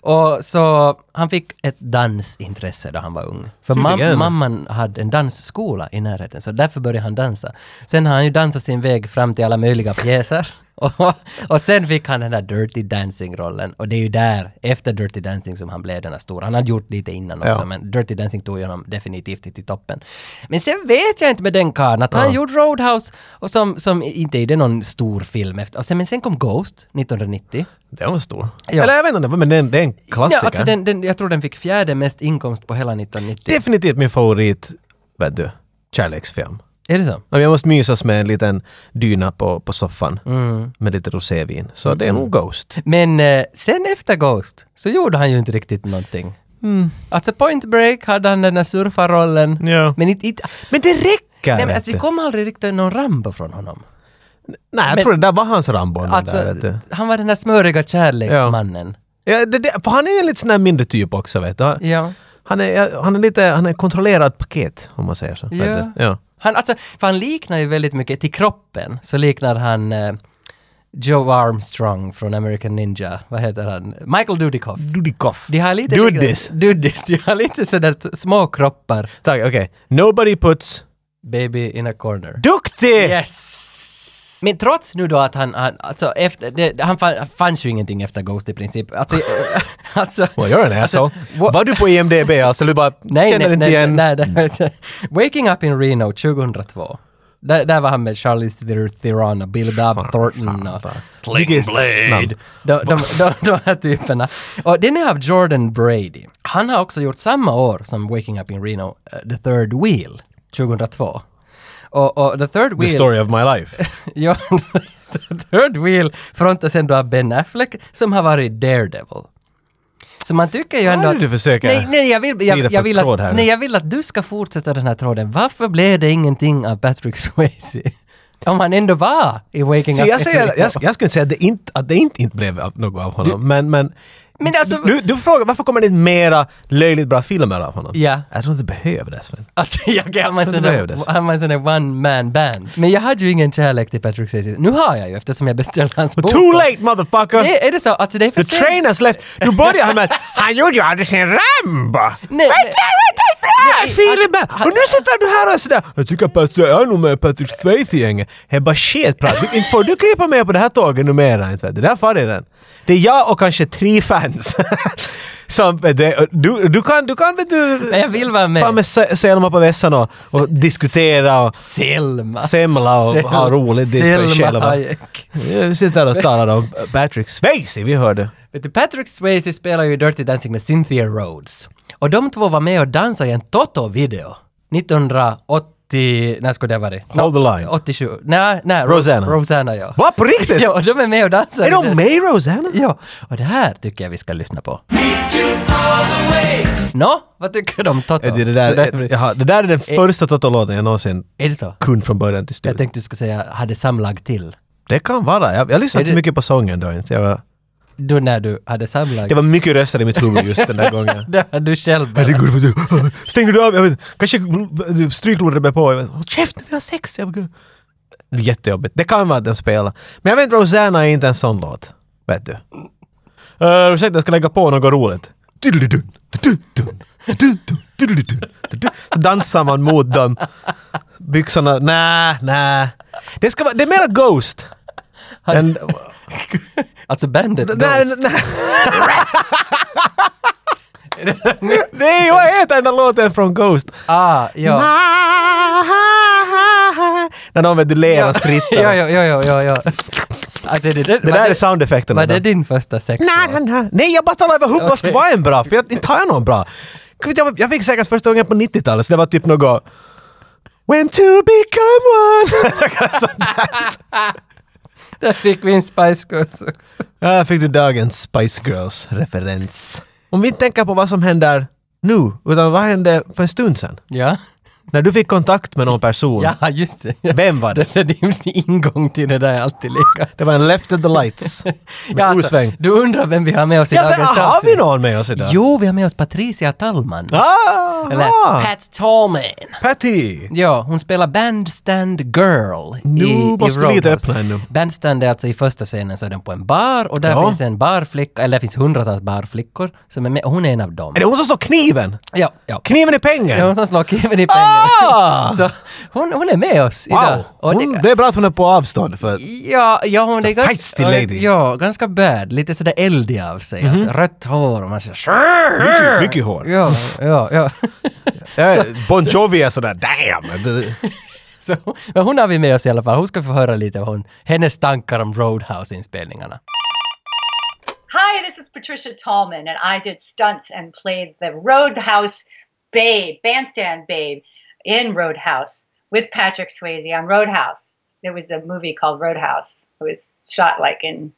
Speaker 2: Och så han fick ett dansintresse då han var ung. För mam-
Speaker 1: Tydligen.
Speaker 2: mamman hade en dansskola i närheten, så därför började han dansa. Sen har han ju dansat sin väg fram till alla möjliga pjäser. Och, och sen fick han den där Dirty Dancing-rollen och det är ju där, efter Dirty Dancing, som han blev den här stora. Han hade gjort lite innan också,
Speaker 1: Ja.
Speaker 2: men Dirty Dancing tog ju honom definitivt till toppen. Men sen vet jag inte med den karln, att han gjorde Roadhouse, och som, som inte är det någon stor film efter. Och sen, men sen kom Ghost 1990.
Speaker 1: Den var stor.
Speaker 2: Ja.
Speaker 1: Eller jag vet inte, om det var, men den, det är en klassiker.
Speaker 2: Ja, alltså den, den, jag tror den fick fjärde mest inkomst på hela 1990.
Speaker 1: Definitivt min favorit, vet du, kärleksfilm.
Speaker 2: Är det så?
Speaker 1: Om Jag måste mysas med en liten dyna på, på soffan med lite rosévin. Så det är nog Ghost.
Speaker 2: Men eh, sen efter Ghost så gjorde han ju inte riktigt någonting. Alltså Point Break hade han den där surfarrollen.
Speaker 1: Mm. Ja.
Speaker 2: Men inte... inte
Speaker 1: Men det räcker!
Speaker 2: nej men
Speaker 1: vet
Speaker 2: alltså, vi
Speaker 1: du.
Speaker 2: kom aldrig riktigt någon Rambo från honom.
Speaker 1: Nej, jag
Speaker 2: men-
Speaker 1: tror det där var hans Rambo. den
Speaker 2: Alltså,
Speaker 1: där, vet du.
Speaker 2: han var den där smöriga kärleksmannen.
Speaker 1: Ja, det, det, för han är ju en lite sån där mindre typ också, vet du. Han-
Speaker 2: Ja.
Speaker 1: Han är, ja, han är lite, han är kontrollerat paket, om man säger så. vet
Speaker 2: Ja.
Speaker 1: du. Ja.
Speaker 2: Han, alltså, för han liknar ju väldigt mycket, till kroppen så liknar han eh, Joe Armstrong från American Ninja. Vad heter han? Michael Dudikoff.
Speaker 1: Dudikoff.
Speaker 2: De har lite...
Speaker 1: Dudis!
Speaker 2: Dudis. De har lite sådär t- små kroppar.
Speaker 1: Tack, okej. Nobody puts...
Speaker 2: Baby in a corner.
Speaker 1: Duktig!
Speaker 2: Yes! Men trots nu då att han, han alltså efter, det, han fann, fanns ju ingenting efter Ghost i princip. Alltså, eh, alltså
Speaker 1: Well, you're an asshole.
Speaker 2: what-
Speaker 1: Var du på IMDB alltså? Du bara
Speaker 2: nej,
Speaker 1: känner
Speaker 2: nej,
Speaker 1: inte
Speaker 2: nej,
Speaker 1: igen...
Speaker 2: nej, nej, nej. Waking Up in Reno 2002. Där, där var han med Charlize Ther- Theron och Bill Bob Thornton och
Speaker 1: Sling Ah, Blade!
Speaker 2: de, de, de, de här typerna. Och den är av Jordan Brady. Han har också gjort samma år som Waking Up in Reno, eh, The Third Wheel 2002. Och, och The Third Wheel...
Speaker 1: The story of my life.
Speaker 2: Ja, Third Wheel frontas ändå av Ben Affleck som har varit Daredevil. Så man tycker ju ändå...
Speaker 1: är
Speaker 2: att-
Speaker 1: det du försöker
Speaker 2: nej, nej, jag vill, jag,
Speaker 1: glida
Speaker 2: jag,
Speaker 1: för
Speaker 2: vill att,
Speaker 1: tråd här nu?
Speaker 2: nej, jag vill att du ska fortsätta den här tråden. Varför blev det ingenting av Patrick Swayze? Om han ändå var i Waking
Speaker 1: Så
Speaker 2: Up.
Speaker 1: jag, säger,
Speaker 2: Eric.
Speaker 1: jag, sk- jag skulle säga att det inte, att det inte, inte blev av- något av honom, men... men
Speaker 2: Men alltså-
Speaker 1: du, du frågar varför kommer det inte mera löjligt bra filmer av honom?
Speaker 2: Ja.
Speaker 1: Jag tror inte det behövdes. Men.
Speaker 2: Att jag kan man
Speaker 1: Det
Speaker 2: sån
Speaker 1: behövdes.
Speaker 2: där, han var en sån där one man band. Men jag hade ju ingen kärlek till Patrick Swayze. Nu har jag ju eftersom jag beställde hans bok.
Speaker 1: Too late motherfucker!
Speaker 2: Det, är det så? Alltså det är för
Speaker 1: The train has left! Du börjar här med att han gjorde ju aldrig sin Rambo!
Speaker 2: Nej,
Speaker 1: Vänta,
Speaker 2: nej.
Speaker 1: vänta,
Speaker 2: Nej,
Speaker 1: nej, Filip!
Speaker 2: han-
Speaker 1: Och nu sitter du här och är sådär “Jag tycker Patrick, jag är nog med Patrick Swayze i gänget”. Det är bara skitprat. Du- Inte får du krypa med på det här tåget numera inte vet du. Där far det den. Det är jag och kanske tre fans. Som, vet du, du, du kan, du kan vet du...
Speaker 2: Men jag vill vara med.
Speaker 1: Fan med sä- Selma på vässan och, och diskutera och
Speaker 2: Selma.
Speaker 1: semla och ha roligt. Det är
Speaker 2: Selma
Speaker 1: själva.
Speaker 2: Hayek.
Speaker 1: Vi sitter här och talar om Patrick Swayze, vi hörde.
Speaker 2: Vet du, Patrick Swayze spelar ju Dirty Dancing med Cynthia Rhodes. Och de två var med och dansade i en Toto-video. 1980... När skulle det ha varit?
Speaker 1: Hold the line.
Speaker 2: 87. Nej, nej. Ro-
Speaker 1: Rosanna.
Speaker 2: Rosanna, ja.
Speaker 1: Va, på riktigt?
Speaker 2: Ja, och de är med och dansar.
Speaker 1: Är de med i Rosanna?
Speaker 2: Ja, och det här tycker jag vi ska lyssna på. Nå, vad tycker du om Toto?
Speaker 1: Det, det,
Speaker 2: Så
Speaker 1: där, jaha, det där är den första Toto-låten jag någonsin
Speaker 2: är det så?
Speaker 1: kunde från början till
Speaker 2: Jag
Speaker 1: slut.
Speaker 2: tänkte du skulle säga, hade samlag till.
Speaker 1: Det kan vara. Jag, jag lyssnade
Speaker 2: Är
Speaker 1: inte
Speaker 2: det-
Speaker 1: så mycket på sången då inte. Jag var,
Speaker 2: Då när du hade samlag.
Speaker 1: det var mycket röster i mitt huvud just den där gången.
Speaker 2: Det var du själv. bara.
Speaker 1: Herregud, vad du... Stängde du av? Jag vet, kanske du- stryklodret blev på. Jag vet, Håll käften, vi har sex! Jag bara, Jättejobbigt. Det kan vara att den spelar. Men jag vet, Rosanna är inte en sån låt. Vet du. Uh, ursäkta, jag ska lägga på något roligt. Tuddelidun, tuddelidun, tuddelidun, tuddelidun, tuddelidun. Så dansar man mot dem. Byxorna, nä, nä. Det, ska vara, det är mera Ghost. Än,
Speaker 2: Alltså bandet
Speaker 1: nä,
Speaker 2: Ghost.
Speaker 1: nä. Det är ju, vad heter den där låten från Ghost?
Speaker 2: Ah, ja.
Speaker 1: När någon vet du ler och
Speaker 2: Ja,
Speaker 1: strittar.
Speaker 2: ja, ja, ja, ja. ja. Ah, det, det, det,
Speaker 1: Det där är soundeffekterna.
Speaker 2: Var det
Speaker 1: då.
Speaker 2: din första sexlåt?
Speaker 1: Nej, nej, nej. Nej, jag bara talar över huvudet. Vad ska
Speaker 2: Okej.
Speaker 1: vara en bra? För jag, inte har jag någon bra. Jag vet, Jag, jag fick säkert första gången på 90-talet, så det var typ något... When to become one.
Speaker 2: Där fick vi en Spice Girls också.
Speaker 1: Här fick du dagens Spice Girls-referens. Om vi inte tänker på vad som händer nu, utan vad hände för en stund sedan?
Speaker 2: Ja,
Speaker 1: När du fick kontakt med någon person.
Speaker 2: ja just det. Ja.
Speaker 1: Vem var det?
Speaker 2: Det är din ingång till det där är alltid lika.
Speaker 1: Det var en Left at the Lights. Med osväng.
Speaker 2: du undrar vem vi har med oss i
Speaker 1: Ja, men,
Speaker 2: dagens
Speaker 1: har vi
Speaker 2: avsnitt.
Speaker 1: någon med oss idag?
Speaker 2: Jo, vi har med oss Patricia Tallman.
Speaker 1: Ah,
Speaker 2: Eller
Speaker 1: ah,
Speaker 2: Pat Tallman.
Speaker 1: Patty!
Speaker 2: Ja, hon spelar Bandstand Girl
Speaker 1: Nu
Speaker 2: i, i
Speaker 1: måste vi lite
Speaker 2: Roadhouse.
Speaker 1: öppna henne.
Speaker 2: Bandstand är alltså i första scenen så är den på en bar och där
Speaker 1: Ja.
Speaker 2: finns en barflicka, eller det finns hundratals barflickor som är med och hon är en av dem.
Speaker 1: Är det hon som står kniven?
Speaker 2: Ja, ja.
Speaker 1: Kniven i pengen!
Speaker 2: Det är hon som slår kniven i pengen.
Speaker 1: Ah!
Speaker 2: Så hon, hon är med oss idag.
Speaker 1: Wow!
Speaker 2: Och
Speaker 1: Hon,
Speaker 2: det-
Speaker 1: det är bra att hon är på avstånd för...
Speaker 2: Ja, ja hon är ganska...
Speaker 1: feisty lady.
Speaker 2: Ja, ganska bad. Lite sådär eldig av sig. Alltså, rött hår och man säger...
Speaker 1: Mycket, mycket hår.
Speaker 2: Ja, ja, ja.
Speaker 1: Ja, Bon Jovi är sådär damn! Det-
Speaker 2: Så, men hon har vi med oss i alla fall. Hon ska få höra lite vad hon, hennes tankar om Roadhouse-inspelningarna.
Speaker 6: Hi, this is Patricia Tallman, and I did stunts and played the Roadhouse Babe, Bandstand Babe, in Roadhouse with Patrick Swayze on Roadhouse. There was a movie called Roadhouse. It was shot like in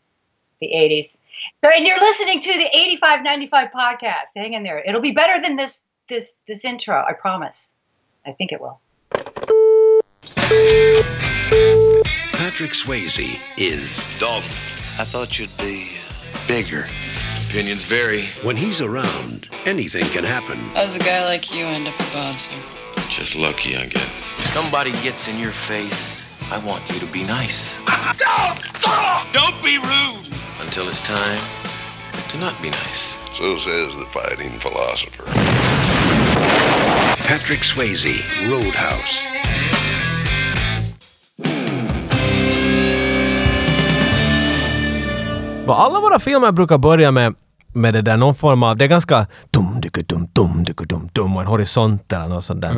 Speaker 6: the 80s. So, and you're listening to the 8595 podcast. Hang in there. It'll be better than this this this intro. I promise. I think it will.
Speaker 7: Patrick Swayze is.
Speaker 8: Dalton, I thought you'd be bigger.
Speaker 9: Opinions vary.
Speaker 7: When he's around, anything can happen.
Speaker 10: How's a guy like you end up a bouncer?
Speaker 9: Just lucky, I guess.
Speaker 8: If somebody gets in your face, I want you to be nice.
Speaker 5: Don't be rude.
Speaker 9: Until it's time to not be nice.
Speaker 10: So says the fighting philosopher.
Speaker 7: Patrick Swayze, Roadhouse.
Speaker 1: Och alla våra filmer brukar börja med, med det där, någon form av, det är ganska dum dum dum dum dum dum och en horisont eller något sånt där.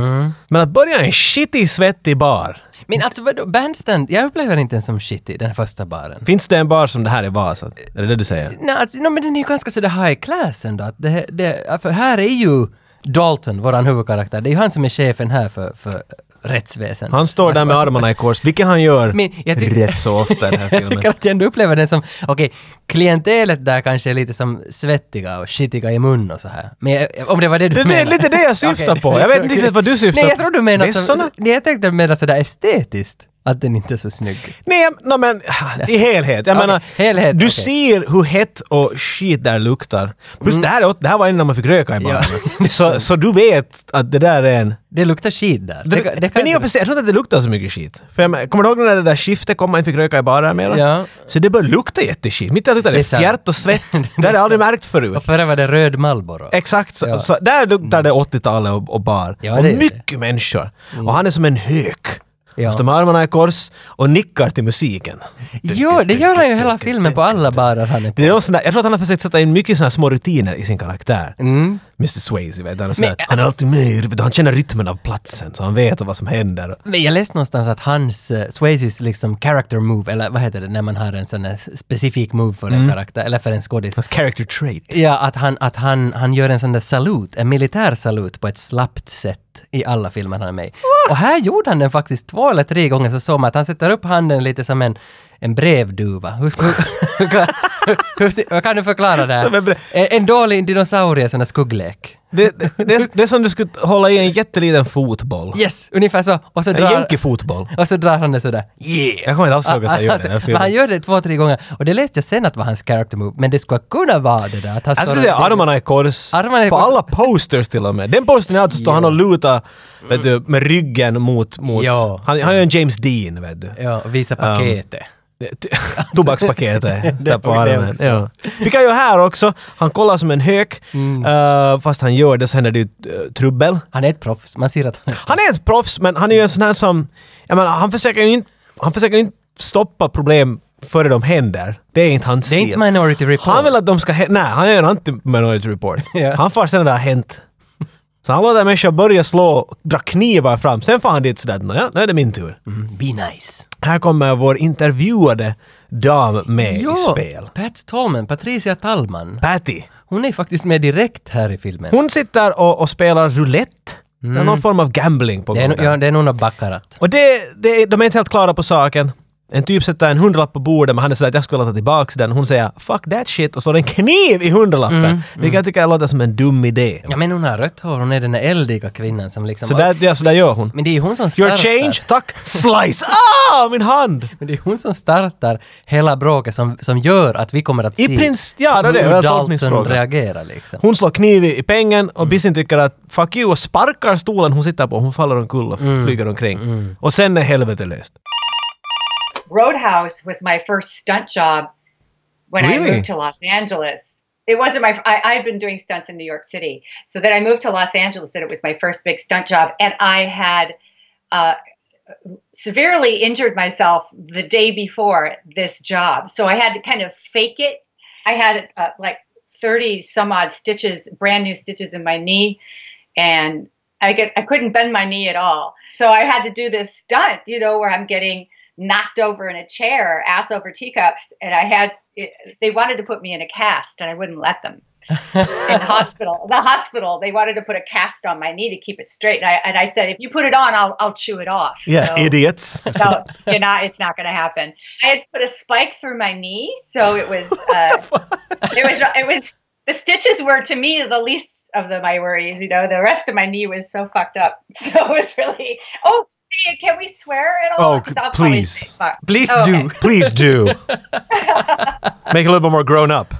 Speaker 1: Men att börja i en skitig, svettig bar.
Speaker 2: Men alltså vadå, bandstand, jag upplever inte den som shitty, den första baren.
Speaker 1: Finns det en bar som det här i Vasa? Är det det du säger?
Speaker 2: Nej, alltså, no, men den är ju ganska sådär high class ändå. att Det, det, för här är ju Dalton, våran huvudkaraktär, det är ju han som är chefen här för, för rättsväsendet.
Speaker 1: Han står där med armarna i kors, vilket han gör
Speaker 2: Men jag tycker-
Speaker 1: rätt så ofta i den här
Speaker 2: Jag tycker
Speaker 1: filmen.
Speaker 2: att jag ändå upplever den som, okej, klientelet där kanske är lite som svettiga och skitiga i mun och så här. Men jag, om det var det du
Speaker 1: Det- det är
Speaker 2: menade.
Speaker 1: lite det jag syftar på. Jag vet inte riktigt vad du syftar
Speaker 2: Nej, jag tror du menar
Speaker 1: Det är
Speaker 2: som,
Speaker 1: såna-
Speaker 2: nej, jag tänkte mena sådär estetiskt. Att den inte är så snygg.
Speaker 1: Nej, no, men i helhet. Jag
Speaker 2: Okej,
Speaker 1: menar,
Speaker 2: helhet,
Speaker 1: du
Speaker 2: okej.
Speaker 1: ser hur hett och skit där luktar. Plus
Speaker 2: Mm.
Speaker 1: det, här, är åt- det här var innan man fick röka i baren. så, så du vet att det där är en...
Speaker 2: Det luktar skit där. Det, det
Speaker 1: men i och för sig, jag tror inte att det luktar så mycket skit. För jag, men- kommer du ihåg när det där skiftet kom, man inte fick röka i barer mera?
Speaker 2: Ja.
Speaker 1: Så det började lukta jätteskit. Mitt i allt luktade
Speaker 2: Det
Speaker 1: det
Speaker 2: är sant.
Speaker 1: fjärt och svett. det hade jag aldrig märkt förut.
Speaker 2: och förra var det röd Marlboro.
Speaker 1: Exakt så. så där luktar det 80-talet och, och bar.
Speaker 2: Mm. Ja,
Speaker 1: och
Speaker 2: det är det.
Speaker 1: mycket människor. Och han är som en hök.
Speaker 2: Ja.
Speaker 1: Han står med armarna i kors och nickar till musiken.
Speaker 2: Jo, det gör han ju hela filmen på alla barer han är på.
Speaker 1: Det är någon sån där, jag tror att han har försökt sätta in mycket såna här små rutiner i sin karaktär. Mr Swayze, vet du. Han är, sån här,
Speaker 2: Mm. Men-
Speaker 1: han är alltid med, vet du, han känner rytmen av platsen så han vet vad som händer.
Speaker 2: Men jag läste någonstans att hans, uh, Swayzes liksom character move, eller vad heter det när man har en sån här specifik move för
Speaker 1: Mm.
Speaker 2: en karaktär, eller för en skådis.
Speaker 1: Hans character trait.
Speaker 2: Ja, att han, att han, han gör en sån där salut, en militär salut på ett slappt sätt i alla filmer han är med i. Och här gjorde han den faktiskt två eller tre gånger så såg man att han sätter upp handen lite som en, en brevduva. Hur, ska- hur, kan- hur, hur kan du förklara det
Speaker 1: Som en
Speaker 2: här?
Speaker 1: brev-
Speaker 2: En, en dålig dinosaurie, sån där skugglek.
Speaker 1: Det, det, det, är- det är som du skulle hålla i en jätteliten fotboll.
Speaker 2: Yes, ungefär så. Och så
Speaker 1: En
Speaker 2: drar,
Speaker 1: jänkefotboll.
Speaker 2: och så drar han den sådär. Yeah!
Speaker 1: Jag kommer inte alls ihåg att han gör det i
Speaker 2: Alltså,
Speaker 1: den här
Speaker 2: men han
Speaker 1: filmen.
Speaker 2: gör det två, tre gånger. Och det läste jag sen att var hans character move, men det skulle kunna vara det där. Att han
Speaker 1: Jag
Speaker 2: står
Speaker 1: skulle
Speaker 2: och-
Speaker 1: säga armarna i kors.
Speaker 2: Armarna i
Speaker 1: på
Speaker 2: kors.
Speaker 1: alla posters till och med. Den postern jag hade så står han och lutar vet du, med ryggen mot... mot
Speaker 2: Mm. Ja.
Speaker 1: han, han är en James Dean, vet du.
Speaker 2: Ja, och visa paketet.
Speaker 1: T- Tobakspaketet där
Speaker 2: Det
Speaker 1: på
Speaker 2: var det
Speaker 1: armen.
Speaker 2: också.
Speaker 1: Ja. Vi kan ju här också, han kollar som en hök.
Speaker 2: Mm.
Speaker 1: eh, fast han gör det så händer det ju eh, trubbel.
Speaker 2: Han är ett proffs, man ser att han
Speaker 1: Han är ett proffs, men han är ju en sån här som... Jag menar, han försöker ju inte, han försöker ju inte stoppa problem före de händer. Det är inte hans
Speaker 2: Det är
Speaker 1: stil.
Speaker 2: inte Minority Report.
Speaker 1: Han vill att de ska hä- Nej, han är en anti-minority report.
Speaker 2: Ja.
Speaker 1: Han far sen när det har hänt. Så han låter människor börja slå, dra knivar fram. Sen får han dit sådär att "Nåja, nu är det min tur.
Speaker 2: Be nice.
Speaker 1: Här kommer vår intervjuade dam med i
Speaker 2: Ja,
Speaker 1: spel.
Speaker 2: Pat Tallman, Patricia Tallman.
Speaker 1: Patty.
Speaker 2: Hon är faktiskt med direkt här i filmen.
Speaker 1: Hon sitter och, och spelar roulette. Det är någon form av gambling på
Speaker 2: Mm. det,
Speaker 1: gång.
Speaker 2: är,
Speaker 1: där.
Speaker 2: no- ja, det är någon av Baccarat.
Speaker 1: Och det, det, de är inte helt klara på saken. En typ sätter en hundralapp på bordet men han är sådär att jag skulle ta tillbaka den. Hon säger “fuck that shit” och så har den kniv i hundralappen. Vilket jag tycker låter som en dum idé.
Speaker 2: Mm, Ja, men hon har rött hår, hon är den där eldiga kvinnan som liksom...
Speaker 1: Så där, ja, så där gör hon.
Speaker 2: men det är ju hon som
Speaker 1: Your
Speaker 2: startar...
Speaker 1: change, tack! Slice! Ah, min hand!
Speaker 2: Men det är hon som startar hela bråket som, som gör att vi kommer att
Speaker 1: I
Speaker 2: se
Speaker 1: prins- ja, det är det, det är
Speaker 2: hur Dalton
Speaker 1: tolkningsfråga.
Speaker 2: reagerar liksom.
Speaker 1: Hon slår kniv i i pengen och Bissin tycker att “fuck you” och sparkar stolen hon sitter på. Hon faller omkull och flyger omkring. Och sen är helvetet löst.
Speaker 6: Roadhouse was my first stunt job when
Speaker 1: Really?
Speaker 6: I moved to Los Angeles. it wasn't my I, i'd been doing stunts in new york city so then i moved to los angeles and it was my first big stunt job and i had uh, severely injured myself the day before this job so i had to kind of fake it i had uh, like 30 some odd stitches brand new stitches in my knee and I get I couldn't bend my knee at all. So I had to do this stunt, you know, where I'm getting knocked over in a chair, ass over teacups, and I had it, they wanted to put me in a cast, and I wouldn't let them. in the hospital, the hospital, they wanted to put a cast on my knee to keep it straight, and I, and I said, if you put it on, I'll I'll chew it off.
Speaker 1: Yeah,
Speaker 6: So-
Speaker 1: idiots.
Speaker 6: so you know it's not going to happen. I had put a spike through my knee, so it was uh, it was it was the stitches were to me the least of the my worries. You know, the rest of my knee was so fucked up, so it was really. Oh, hey, can we swear at all?
Speaker 1: Oh,
Speaker 6: 'Cause I'll probably
Speaker 1: please.
Speaker 6: say fuck.
Speaker 2: Please
Speaker 6: Oh, okay.
Speaker 2: do.
Speaker 1: Please do. Make it a little bit more grown up.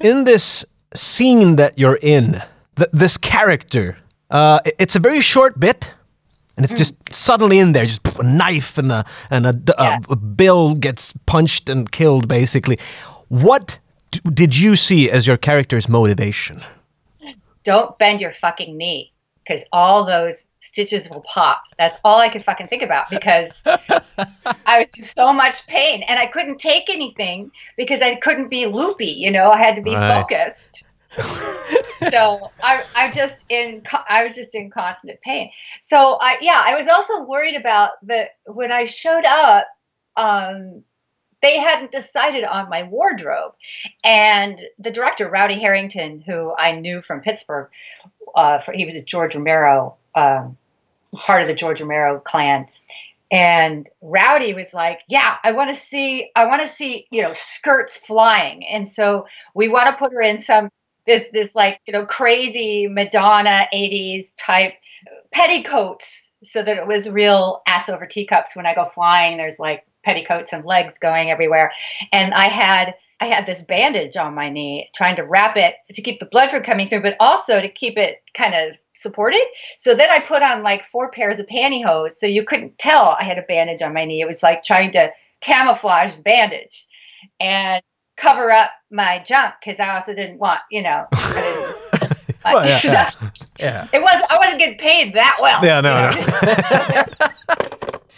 Speaker 1: In this scene that you're in, th- this character, uh, i- it's a very short bit, and
Speaker 6: Hmm.
Speaker 1: it's just suddenly in there, just pff, a knife and a and a, d- a-
Speaker 6: Yeah.
Speaker 1: a bill gets punched and killed, basically. What d- did you see as your character's motivation?
Speaker 6: Don't bend your fucking knee because all those stitches will pop. That's all I could fucking think about because I was in so much pain and I couldn't take anything because I couldn't be loopy. You know, I had to be
Speaker 1: Right.
Speaker 6: focused. so I, I just in co- I was just in constant pain. So I yeah, I was also worried about the when I showed up. Um, they hadn't decided on my wardrobe, and the director Rowdy Harrington, who I knew from Pittsburgh, uh, for, he was a George Romero, um, part of the George Romero clan, and Rowdy was like, "Yeah, I want to see, I want to see, you know, skirts flying." And so we want to put her in some this this like you know crazy Madonna '80s type petticoats, so that it was real ass over teacups. When I go flying, there's like petticoats and legs going everywhere, and I had. I had this bandage on my knee, trying to wrap it to keep the blood from coming through, but also to keep it kind of supported. So then I put on like four pairs of pantyhose, so you couldn't tell I had a bandage on my knee. It was like trying to camouflage the bandage and cover up my junk because I also didn't want, you know, I didn't,
Speaker 1: Well, yeah, yeah.
Speaker 2: Yeah.
Speaker 6: it was I wasn't getting paid that well.
Speaker 1: Yeah, no,
Speaker 6: you know?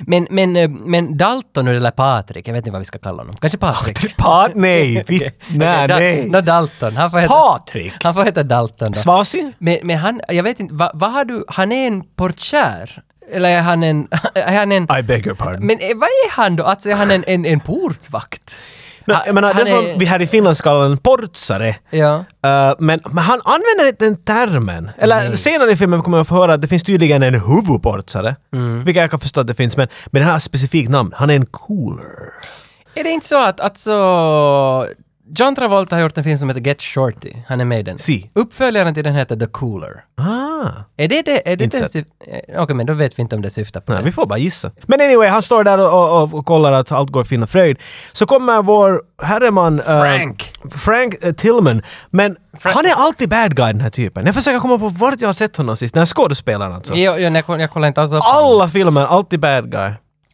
Speaker 2: Men, men, eh, men Dalton nu, eller Patrik, jag vet inte vad vi ska kalla honom. Kanske Patrik?
Speaker 1: Pat, nej. Vi- Nej,
Speaker 2: Dal-
Speaker 1: nej.
Speaker 2: Nå, Dalton. Han får heta,
Speaker 1: Patrik.
Speaker 2: han får heta Dalton då.
Speaker 1: Svasi?
Speaker 2: Men, men han, jag vet inte, vad vad har du, han är en portier? Eller är han en, är han en...
Speaker 1: I beg your pardon.
Speaker 2: Men eh, vad är han då? Alltså är han en, en, en portvakt?
Speaker 1: No,
Speaker 2: Ha-
Speaker 1: jag menar,
Speaker 2: han
Speaker 1: det som
Speaker 2: är-
Speaker 1: vi här i Finland kallar en portsare.
Speaker 2: Ja.
Speaker 1: Eh, men, men han använder inte den termen. Eller senare i filmen kommer jag få höra att det finns tydligen en huvudportsare.
Speaker 2: Mm.
Speaker 1: Vilket jag kan förstå att det finns, men, men han har ett specifikt namn. Han är en cooler.
Speaker 2: Är det inte så att alltså... John Travolta har gjort en film som heter Get Shorty. Han är med i den.
Speaker 1: Si.
Speaker 2: Uppföljaren till den heter The Cooler.
Speaker 1: Ah.
Speaker 2: Är det det? Är det
Speaker 1: Inte
Speaker 2: det
Speaker 1: sett.
Speaker 2: syf- eh, Okej, men då vet vi inte om det syftar på
Speaker 1: Nej,
Speaker 2: det.
Speaker 1: vi får bara gissa. Men anyway, han står där och, och, och kollar att allt går fin och fröjd. Så kommer vår herreman... eh,
Speaker 2: Frank.
Speaker 1: Frank eh, Tillman. Men han är alltid bad guy den här typen. Jag försöker komma på vart jag har sett honom sist. Den här skådespelaren alltså.
Speaker 2: Jo, jo, jag, koll- jag kollar inte alls upp honom.
Speaker 1: Alla filmer, alltid bad guy.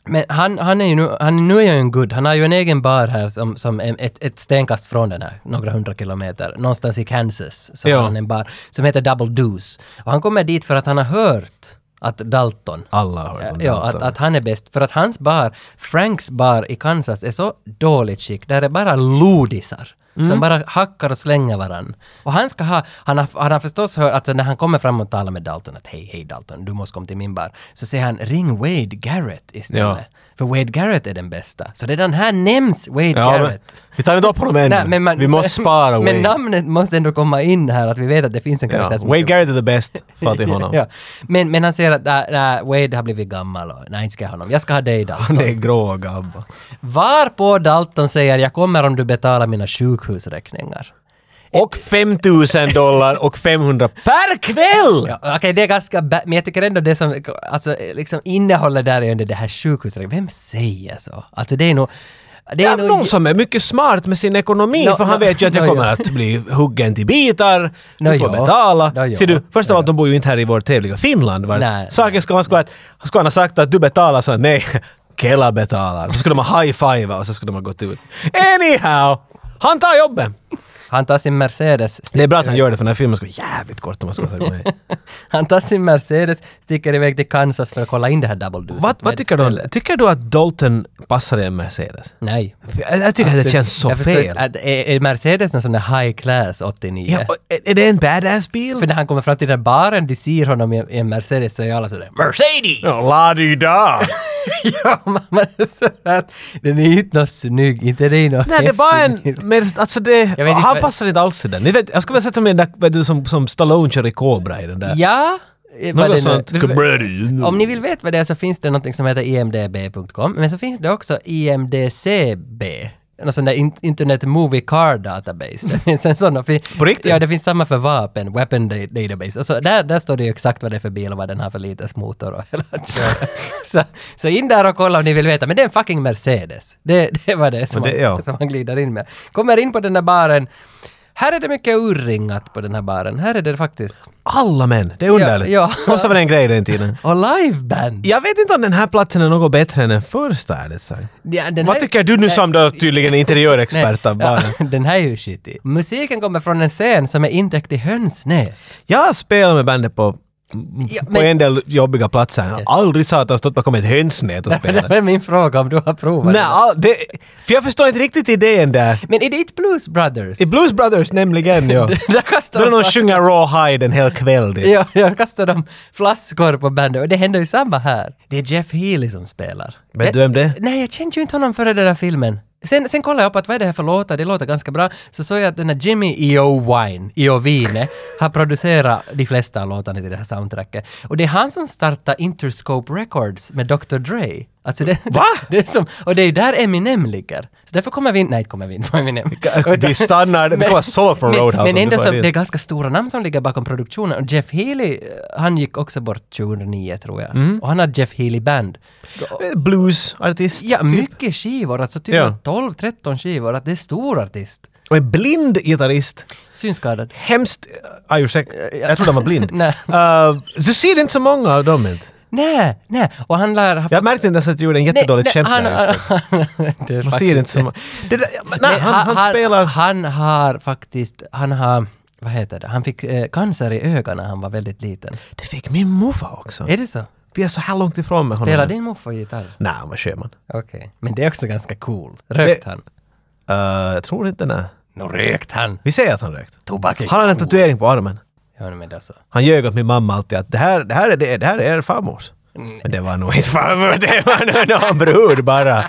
Speaker 2: Men han, han är ju nu, han, nu är jag ju en good. Han har ju en egen bar här som, som är ett, ett stenkast från den här, några hundra kilometer. Någonstans i Kansas så
Speaker 1: Ja.
Speaker 2: har han en bar som heter Double Deuce. Och han kommer dit för att han har hört att Dalton
Speaker 1: Alla har hört om
Speaker 2: Ja,
Speaker 1: Dalton.
Speaker 2: att, att han är bäst. För att hans bar, Franks bar i Kansas, är så dåligt skick. Där är bara lodisar.
Speaker 1: Mm.
Speaker 2: Som bara hackar och slänger varann. Och han ska ha, han har, han har förstås hört, alltså när han kommer fram och talar med Dalton att hej, hej Dalton, du måste komma till min bar. Så säger han ring Wade Garrett istället.
Speaker 1: Ja.
Speaker 2: För Wade Garrett är den bästa. Så redan här nämns Wade
Speaker 1: Ja, men,
Speaker 2: Garrett.
Speaker 1: vi tar inte upp honom ännu.
Speaker 2: Nej, men man-
Speaker 1: vi måste spara
Speaker 2: Men
Speaker 1: Wade.
Speaker 2: namnet måste ändå komma in här, att vi vet att det finns en
Speaker 1: Ja,
Speaker 2: karaktär som
Speaker 1: Wade
Speaker 2: heter-
Speaker 1: Garrett är the best. Fattig honom.
Speaker 2: Ja. Men, men han säger att nej, nej, Wade har blivit gammal och nej, inte ska jag ha honom. Jag ska ha dig Dalton.
Speaker 1: Han är grå gabba.
Speaker 2: Varpå Dalton säger jag kommer om du betalar mina sjukhusräkningar.
Speaker 1: Och 5000 dollar och 500 per kväll!
Speaker 2: Ja, Okej, det är ganska ba- men jag tycker ändå det som, alltså liksom innehållet där är under det här sjukhusräkningen. Vem säger så? Alltså det är nog... Det är
Speaker 1: Ja,
Speaker 2: nog
Speaker 1: någon som är mycket smart med sin ekonomi,
Speaker 2: Nå,
Speaker 1: för han
Speaker 2: nå,
Speaker 1: vet ju att jag
Speaker 2: nå,
Speaker 1: kommer
Speaker 2: ja.
Speaker 1: att bli huggen till bitar,
Speaker 2: Nå,
Speaker 1: du får
Speaker 2: ja.
Speaker 1: betala.
Speaker 2: Nå, ja.
Speaker 1: Ser du, först av
Speaker 2: Ja,
Speaker 1: allt, de bor ju inte här i vårt trevliga Finland. Va?
Speaker 2: Nej.
Speaker 1: Saken ska, ska, att, ska han ha sagt att du betalar, så nej, Kela betalar. Så skulle de ha high-fiva och så skulle de ha gått ut. Anyhow! Han tar jobben!
Speaker 2: Han tar sin Mercedes,
Speaker 1: Det är bra att han gör det för den här filmen ska vara jävligt kort om man ska sätta igång.
Speaker 2: han tar sin Mercedes, sticker iväg till Kansas för att kolla in det här double duset.
Speaker 1: Vad,
Speaker 2: med
Speaker 1: vad tycker du?
Speaker 2: stället.
Speaker 1: Tycker du att Dalton passar i en Mercedes?
Speaker 2: Nej.
Speaker 1: Jag, jag tycker att det känns så
Speaker 2: jag förstår
Speaker 1: fel.
Speaker 2: inte, att- Är, är Mercedes en sån där high class 89?
Speaker 1: Ja, och är- är det en badass-bil?
Speaker 2: För när han kommer fram till den här baren, de ser honom i i en Mercedes, så är alla sådär ”Mercedes!”
Speaker 1: La-di-da!
Speaker 2: Ja, men man är så att den är inte något snygg, inte det är något
Speaker 1: Nej, det var en... Men, alltså det,
Speaker 2: Jag vet inte
Speaker 1: han
Speaker 2: vad-
Speaker 1: passar inte alls i den. Ni vet, jag skulle vilja sätta mig i den där, vet du, som, som Stallone kör i Cobra i den där.
Speaker 2: Ja! vad
Speaker 1: Något
Speaker 2: det nu-
Speaker 1: sånt. Cabretti.
Speaker 2: Om ni vill veta vad det är så finns det något som heter imdb.com, men så finns det också imdcb. Någon sån där in- Internet Movie Car Database. Det finns en sån. och fin-
Speaker 1: På riktigt?
Speaker 2: Ja, det finns samma för vapen, Weapon da- Database. Och så där, där står det ju exakt vad det är för bil och vad den har för liters-motor och hela att köra. så, så in där och kolla om ni vill veta. Men det är en fucking Mercedes. Det, det var det som,
Speaker 1: Och det-
Speaker 2: han,
Speaker 1: ja.
Speaker 2: som han glider in med. Kommer in på den här baren. Här är det mycket urringat på den här baren. Här är det faktiskt.
Speaker 1: Alla män! Det är underligt.
Speaker 2: ja.
Speaker 1: Måste vara en grej den tiden.
Speaker 2: Och liveband!
Speaker 1: Jag vet inte om den här platsen är något bättre än den första, ärligt sagt.
Speaker 2: Ja, den
Speaker 1: Vad
Speaker 2: här-
Speaker 1: tycker du nu
Speaker 2: Nej,
Speaker 1: som då tydligen är
Speaker 2: nej.
Speaker 1: interiörexpert av barnen?
Speaker 2: Ja, den här är ju shitty. Musiken kommer från en scen som är intäckt i hönsnät.
Speaker 1: Jag spelar med bandet på,
Speaker 2: Ja,
Speaker 1: på
Speaker 2: men-
Speaker 1: en del jobbiga platser. Jag har Aldrig satan stått bakom ett hönsnät och
Speaker 2: Det
Speaker 1: spelat.
Speaker 2: var min fråga om du har provat
Speaker 1: Nej,
Speaker 2: det.
Speaker 1: all, det, för jag förstår inte riktigt idén där.
Speaker 2: Men är det inte Blues Brothers?
Speaker 1: I Blues Brothers nämligen, ja.
Speaker 2: där kastar
Speaker 1: Då är det
Speaker 2: de
Speaker 1: någon
Speaker 2: flaskor.
Speaker 1: sjunga Raw Hide en hel kväll. Det.
Speaker 2: Alltså. Ja, jag kastar de flaskor på bandet och det händer ju samma här. Det är Jeff Healy som spelar.
Speaker 1: Vet du vem det är?
Speaker 2: Nej, jag kände ju inte honom före den där filmen. Sen, sen kollade jag upp att vad är det här för låtar, det låter ganska bra. Så såg jag att den här Jimmy E Iovine, Iovine, har producerat de flesta av låtarna till det här soundtracket. Och det är han som startade Interscope Records med Dr. Dre. Alltså det, Va? Det, är som, och det är där Eminem ligger. Så därför kommer vi in, nej inte kommer vi in på Eminem.
Speaker 1: Vi stannar, vi
Speaker 2: Men-
Speaker 1: kommer solo från
Speaker 2: men-
Speaker 1: Roadhouse. om
Speaker 2: Men
Speaker 1: du
Speaker 2: ändå
Speaker 1: får
Speaker 2: så,
Speaker 1: det.
Speaker 2: det är ganska stora namn som ligger bakom produktionen. Och Jeff Healy, eh, han gick också bort 2009 tror jag.
Speaker 1: Mm.
Speaker 2: Och han hade Jeff Healy Band.
Speaker 1: Bluesartist.
Speaker 2: Eh, Ja,
Speaker 1: typ.
Speaker 2: mycket skivor. Alltså typ
Speaker 1: Ja.
Speaker 2: 12-13 skivor. Att det är stor artist.
Speaker 1: Och en blind gitarrist.
Speaker 2: Synskadad.
Speaker 1: Hemskt... Ah, ursäkta. Jag trodde han var blind.
Speaker 2: Nej.
Speaker 1: Eh, du ser inte så många av dem inte.
Speaker 2: Nej, nej. Och han lär ha...
Speaker 1: Jag märkte inte ens att du gjorde en jättedåligt skämt
Speaker 2: han,
Speaker 1: där just nu.
Speaker 2: det är
Speaker 1: Man
Speaker 2: faktiskt-
Speaker 1: ser inte så många. Det där- ja, men Nej,
Speaker 2: Nej,
Speaker 1: han, han, spelar...
Speaker 2: Han har faktiskt... Han har... Vad heter det? Han fick eh, cancer i ögonen när han var väldigt liten.
Speaker 1: Det fick min morfar också.
Speaker 2: Är det så?
Speaker 1: Vi är så här långt ifrån med
Speaker 2: Spelar
Speaker 1: honom.
Speaker 2: din morfar gitarr?
Speaker 1: Nej, han var sjöman.
Speaker 2: Okej. Men det är också ganska cool. Rökt
Speaker 1: Det-
Speaker 2: han?
Speaker 1: Eh, jag tror inte nej.
Speaker 2: Nå rökt han!
Speaker 1: Vi säger att han rökt.
Speaker 2: Tobak är
Speaker 1: Han har en
Speaker 2: cool.
Speaker 1: tatuering på armen.
Speaker 2: Ja, men alltså.
Speaker 1: Han ljög åt min mamma alltid att det här, det här, är, det, det här är er farmors.
Speaker 2: Mm.
Speaker 1: Men det var nog inte farmor, det var nog någon brud bara.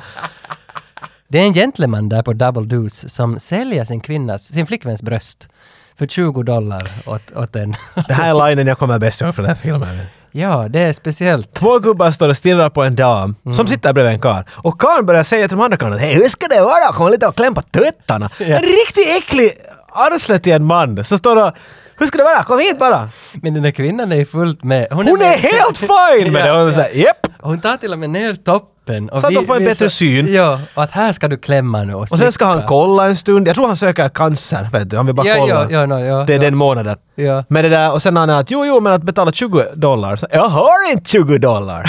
Speaker 2: Det är en gentleman där på Double Deuce som säljer sin kvinnas, sin flickväns bröst för 20 dollar åt, åt en.
Speaker 1: Det här är linen jag kommer bäst ihåg från den här filmen.
Speaker 2: ja, det är speciellt.
Speaker 1: Två gubbar står och stirrar på en dam
Speaker 2: Mm.
Speaker 1: som sitter bredvid en karl. Och karln börjar säga till de andra karlarna hej hur ska det vara? Kommer lite och kläm på tuttarna. En riktigt äcklig arsle till en man som står och hur ska det vara? Kom hit bara!
Speaker 2: Men den här kvinnan är ju fullt med.
Speaker 1: Hon är
Speaker 2: med-
Speaker 1: helt fine med det! Hon säger japp!
Speaker 2: Hon tar till och med ner toppen. Och
Speaker 1: Så att de får en bättre
Speaker 2: så-
Speaker 1: syn.
Speaker 2: Ja, och att här ska du klämma nu och,
Speaker 1: Och sen ska han
Speaker 2: slicka.
Speaker 1: kolla en stund. Jag tror han söker cancer, vet du. Han vill bara
Speaker 2: Ja, ja,
Speaker 1: kolla.
Speaker 2: ja, no, ja,
Speaker 1: det är
Speaker 2: ja.
Speaker 1: den månaden.
Speaker 2: Ja.
Speaker 1: Men det där, och sen han är att jo, jo, men att betala 20 dollar. Så, jag har inte 20 dollar!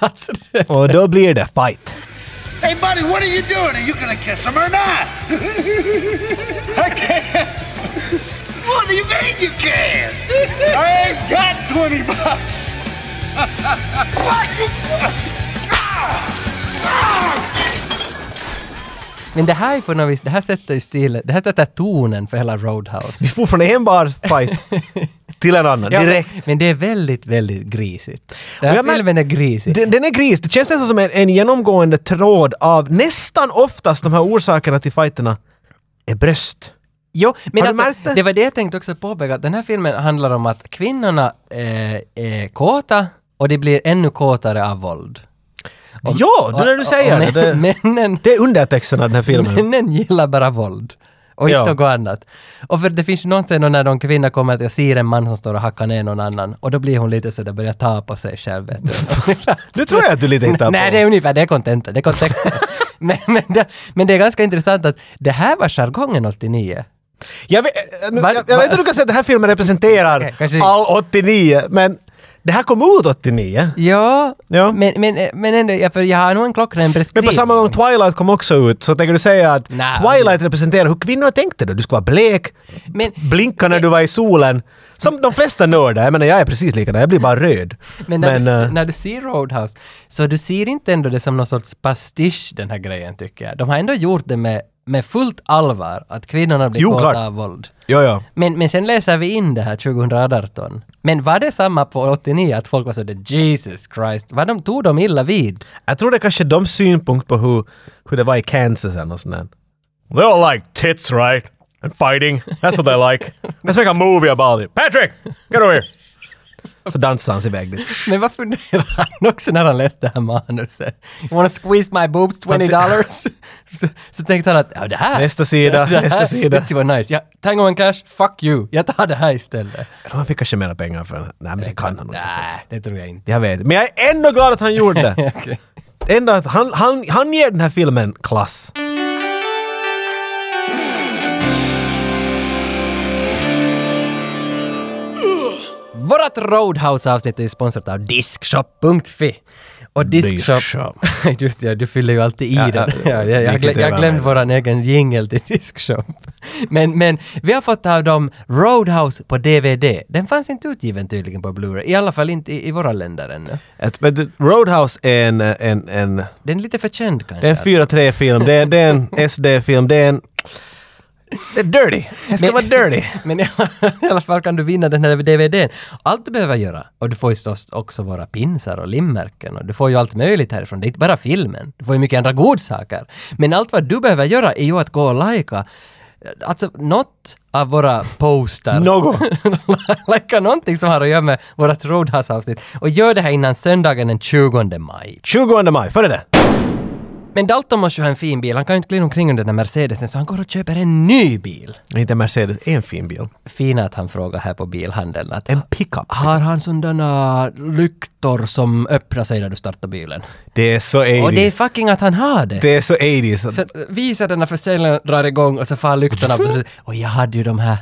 Speaker 2: Alltså, det-
Speaker 1: och då blir det fight.
Speaker 5: Hey, buddy, what are you doing? Are you gonna kiss him or not? I can't. What do you mean you can't? I ain't got 20 bucks. what?
Speaker 2: Men det här är på något vis, det här sätter ju stilen, det här sätter tonen för hela Roadhouse.
Speaker 1: Vi får från en bar fight till en annan,
Speaker 2: Ja,
Speaker 1: direkt.
Speaker 2: Men det är väldigt, väldigt grisigt. Den
Speaker 1: Och
Speaker 2: här
Speaker 1: jag mär-
Speaker 2: filmen är grisig.
Speaker 1: Den, den är gris. Det känns nästan som en, en genomgående tråd av nästan oftast de här orsakerna till fighterna är bröst.
Speaker 2: Jo, men
Speaker 1: Har du
Speaker 2: alltså,
Speaker 1: märkt det?
Speaker 2: det var det jag tänkte också påpeka, att den här filmen handlar om att kvinnorna eh, är kåta och de blir ännu kåtare av våld.
Speaker 1: ja, det är det du
Speaker 2: Och-
Speaker 1: säger.
Speaker 2: och
Speaker 1: det, det,
Speaker 2: män- männen,
Speaker 1: det är undertexten av den här filmen.
Speaker 2: männen gillar bara våld. Och
Speaker 1: Ja.
Speaker 2: inte något annat. Och för det finns ju någon scen då när någon kvinna kommer att jag ser en man som står och hackar ner någon annan och då blir hon lite sådär, börjar ta på sig själv. Vet du.
Speaker 1: Nu tror jag att du lite hittar på.
Speaker 2: Nej, det är ungefär det är kontenten, det är kontexten. men, men, det, men det är ganska intressant att det här var jargongen 89.
Speaker 1: Jag vet, jag, jag,
Speaker 2: Va-
Speaker 1: jag vet inte
Speaker 2: va-
Speaker 1: om du kan säga att den här filmen representerar
Speaker 2: Okej, kanske-
Speaker 1: all 89, men Det här kom ut 89.
Speaker 2: Ja,
Speaker 1: Ja.
Speaker 2: Men, men, men ändå, ja, för jag har nog en klockren
Speaker 1: Men
Speaker 2: beskrivning.
Speaker 1: på samma gång Twilight kom också ut, så tänker du säga att
Speaker 2: Nej.
Speaker 1: Twilight representerar hur kvinnor tänkte då? Du skulle vara blek,
Speaker 2: Men-
Speaker 1: blinka när du var i solen. Som de flesta nördar, jag menar jag är precis likadan, jag blir bara röd.
Speaker 2: Men när, du,
Speaker 1: eh,
Speaker 2: när du ser Roadhouse, så du ser inte ändå det som någon sorts pastisch, den här grejen tycker jag. De har ändå gjort det med, med fullt allvar, att kvinnorna blir
Speaker 1: Jo, klart.
Speaker 2: kåta av våld.
Speaker 1: ja, ja.
Speaker 2: Men, men sen läser vi in det här 2018. Men var det samma på 89, att folk var sådär Jesus Christ, var de, tog de illa vid?
Speaker 1: Jag tror det kanske är de synpunkt på hur, hur det var i Kansas eller något sånt där. They all like tits right? And fighting. That's what they like. Let's make a movie about it. Patrick! Get over here! Så dansar han sig iväg dit.
Speaker 2: Men vad funderar han också när han läste det här manuset? You wanna squeeze my boobs 20 dollars? så, så tänkte han att, ja det här...
Speaker 1: Nästa sida,
Speaker 2: det här,
Speaker 1: nästa sida.
Speaker 2: Det var nice. Ja, Tango and Cash, fuck you. Jag tar det här istället.
Speaker 1: Jag tror han fick kanske mera pengar för den. Nej men det kan han nog inte.
Speaker 2: Nej, det tror jag inte.
Speaker 1: Jag vet. Men jag är ändå glad att han gjorde det.
Speaker 2: Okej.
Speaker 1: Ändå att han, han, han ger den här filmen klass.
Speaker 2: Vårat Roadhouse-avsnitt är ju sponsrat av Diskshop.fi. Och Diskshop...
Speaker 1: Diskshop.
Speaker 2: Just det, du fyller ju alltid i
Speaker 1: Ja,
Speaker 2: den.
Speaker 1: ja,
Speaker 2: Ja, ja, jag,
Speaker 1: vilket
Speaker 2: glö- jag
Speaker 1: jävla
Speaker 2: glömde
Speaker 1: märke.
Speaker 2: vår egen jingle till Diskshop. Men, men vi har fått av dem Roadhouse på DVD. Den fanns inte utgiven tydligen på Blu-ray. I alla fall inte i, i våra länder ännu.
Speaker 1: Ett- men det- Roadhouse är en, en, en,
Speaker 2: Den är lite för känd kanske. alltså.
Speaker 1: det är en 4-3-film. Det, är- det är en SD-film. Det är en... Det är dirty. Det ska vara dirty.
Speaker 2: Men i alla, i alla fall kan du vinna den här DVDn. Allt du behöver göra, och du får ju förstås också våra pinsar och limmärken och du får ju allt möjligt härifrån. Det är inte bara filmen. Du får ju mycket andra godsaker. Men allt vad du behöver göra är ju att gå och lajka Alltså något av våra poster.
Speaker 1: Något.
Speaker 2: Lajka någonting som har att göra med vårat Roadhouse-avsnitt. Och gör det här innan söndagen den 20 maj.
Speaker 1: 20 maj, före det.
Speaker 2: Men Dalton måste ju ha en fin bil. Han kan ju inte glida omkring under den här Mercedesen så han går och köper en ny bil.
Speaker 1: Inte en Mercedes, en fin bil.
Speaker 2: Fina att han frågar här på bilhandeln att
Speaker 1: En pickup.
Speaker 2: Har han sådana lyktor som öppnar sig när du startar bilen?
Speaker 1: Det är så 80s.
Speaker 2: Och det
Speaker 1: det,
Speaker 2: är
Speaker 1: är...
Speaker 2: fucking att han har det!
Speaker 1: så 80s.
Speaker 2: Så äh, visa den när försäljaren drar igång och så far lyktorna av. Så- Och jag hade ju de här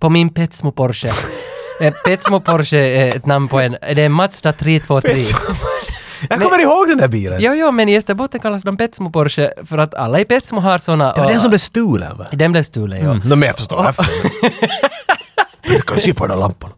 Speaker 2: på min Petsmo Porsche. Eh, Petsmo Porsche är ett namn på en, det är en Mazda 323.
Speaker 1: Jag kommer ihåg den där bilen.
Speaker 2: Jo, jo, men i Österbotten kallas de Petsmo Porsche för att alla i Petsmo har såna.
Speaker 1: Det var den
Speaker 2: och-
Speaker 1: som blev stulen va?
Speaker 2: Den blev stulen, ja.
Speaker 1: Mm. No, men jag förstår varför. Du kan ju se på den där lampan.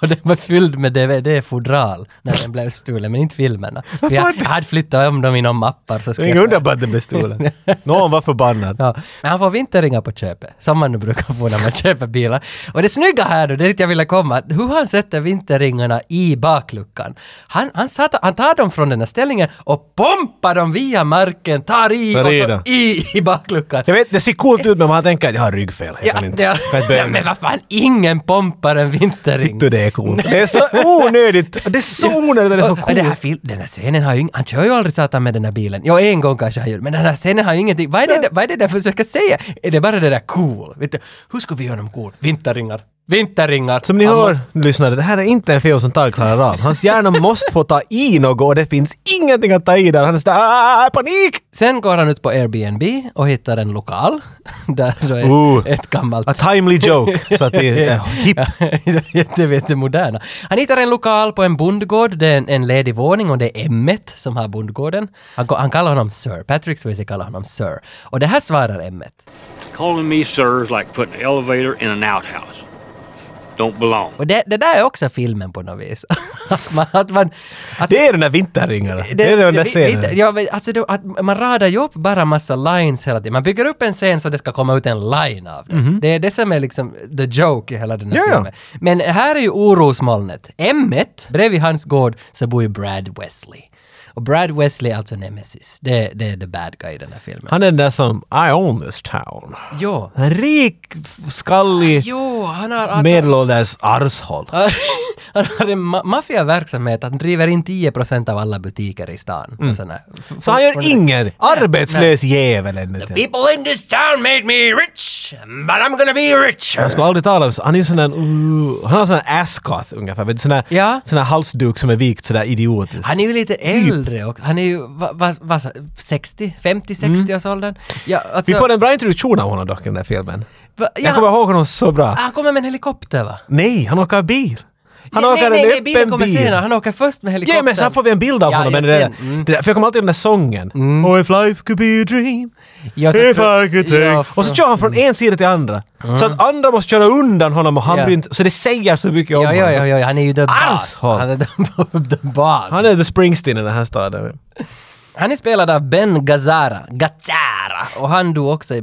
Speaker 2: Och den var fylld med DVD-fodral när den blev stulen, men inte filmerna. För jag, jag hade flyttat om dem i några mappar så
Speaker 1: Det
Speaker 2: skrev
Speaker 1: är inget
Speaker 2: jag...
Speaker 1: undra på att den blev stulen. Någon var förbannad.
Speaker 2: Ja. Men han får vinterringar på köpet, som man nu brukar få när man köper bilar. Och det snygga här nu, det är dit jag ville komma, att hur han sätter vinterringarna i bakluckan. Han, han, satt, han tar dem från den här ställningen och pumpar dem via marken, tar i
Speaker 1: Tar
Speaker 2: och
Speaker 1: i
Speaker 2: så
Speaker 1: dem.
Speaker 2: i, i bakluckan.
Speaker 1: Jag vet, det ser coolt ut men man tänker att jag har ryggfel. Jag
Speaker 2: Ja,
Speaker 1: kan inte.
Speaker 2: det,
Speaker 1: kan inte
Speaker 2: ja,
Speaker 1: böja
Speaker 2: men
Speaker 1: mig.
Speaker 2: vad fan, ingen pumpar en vinterring.
Speaker 1: Du, det är coolt. Det är så onödigt. Det är så onödigt att det är så
Speaker 2: Och- och
Speaker 1: coolt.
Speaker 2: det här fil- den här scenen har ju ing- han kör ju aldrig satan med den här bilen. Jo, en gång kanske han gör men den här scenen har ju ingenting. Vad är det, vad är det den försöker säga? Är det bara det där cool? Vet du, hur ska vi göra dem cool? Vinterringar. Vinterringar.
Speaker 1: Som ni
Speaker 2: Han
Speaker 1: hör,
Speaker 2: må-
Speaker 1: lyssnare, det här är inte en film som Tag klarar av. Hans hjärna måste få ta i något och det finns ingenting att ta i där. Han är sådär "Ah, panik!
Speaker 2: Sen går han ut på Airbnb och hittar en lokal. Där då är
Speaker 1: Ooh.
Speaker 2: ett gammalt...
Speaker 1: A timely joke, så att det är hipp.
Speaker 2: det vet det moderna. Han hittar en lokal på en bondgård, det är en, en ledig våning och det är Emmet som har bondgården. Han, ko- han kallar honom Sir, Patrick Swayze kallar honom Sir. Och det här svarar Emmet.
Speaker 11: Calling me sirs like putting an elevator in an outhouse. Don't belong.
Speaker 2: Och det, det där är också filmen på något vis. att man, att man, att
Speaker 1: Det är den där vinterringarna. Det är den där
Speaker 2: vi- vi-
Speaker 1: scenen.
Speaker 2: ja, men alltså det, att man radar ju upp bara massa lines hela tiden. Man bygger upp en scen så det ska komma ut en line av den. Det är det som är liksom the joke i hela den här
Speaker 1: Mhm. Ja, ja.
Speaker 2: filmen. Men här är ju orosmolnet. Emmet, bredvid hans gård, så bor ju Brad Wesley. Och Brad Wesley är alltså Nemesis. Det, det är the bad guy i den här filmen.
Speaker 1: Han är den där som I own this town.
Speaker 2: jo.
Speaker 1: En rik, skallig,
Speaker 2: Jo, han har alltså...
Speaker 1: medelålders arshåll.
Speaker 2: han har en ma- maffiaverksamhet, han driver in 10% av alla butiker i stan. Och såna, f-
Speaker 1: Så Mm. han gör
Speaker 2: f-
Speaker 1: inget. Arbetslös jävel ännu till.
Speaker 2: People in this town made me rich, but I'm gonna be richer.
Speaker 1: Jag skulle aldrig tala om så. Han är ju sån där... Uh, han har sån där ascot ungefär. Vet du, sån där,
Speaker 2: Ja.
Speaker 1: sån där halsduk som är vikt sådär idiotiskt.
Speaker 2: Han är ju lite
Speaker 1: Typ.
Speaker 2: äldre också. Han är ju, vad, va, va, 60? 50, 60 års åldern? Ja, alltså,
Speaker 1: Mm. Vi får en bra introduktion av honom dock i den där filmen.
Speaker 2: va, ja, Ah.
Speaker 1: Jag kommer ihåg honom så bra.
Speaker 2: Han kommer med en helikopter va?
Speaker 1: Nej, han åker bil. Han
Speaker 2: nej,
Speaker 1: åker
Speaker 2: nej,
Speaker 1: en
Speaker 2: nej,
Speaker 1: öppen
Speaker 2: bilen kommer
Speaker 1: bil.
Speaker 2: senare. Han åker först med
Speaker 1: Ja,
Speaker 2: helikoptern.
Speaker 1: men sen får vi en bild av
Speaker 2: Ja,
Speaker 1: honom.
Speaker 2: ja,
Speaker 1: men det där,
Speaker 2: sen, mm.
Speaker 1: det där, för jag kommer alltid ihåg den där sången. Oh, if life could be a dream.
Speaker 2: Ja, så
Speaker 1: if
Speaker 2: tror-
Speaker 1: I could take.
Speaker 2: Alltså, ja,
Speaker 1: och så
Speaker 2: för- Mm.
Speaker 1: kör han från en sida till andra. Så att andra måste köra undan honom och han
Speaker 2: Ja.
Speaker 1: blir inte... Så det säger så mycket om
Speaker 2: Ja, ja,
Speaker 1: honom.
Speaker 2: ja, ja, han är ju the boss.
Speaker 1: Arshåll.
Speaker 2: Han är the, the boss.
Speaker 1: Han är the Springsteen i den här staden.
Speaker 2: Han är spelad av Ben Gazzara. Gazzara! Och han dog också i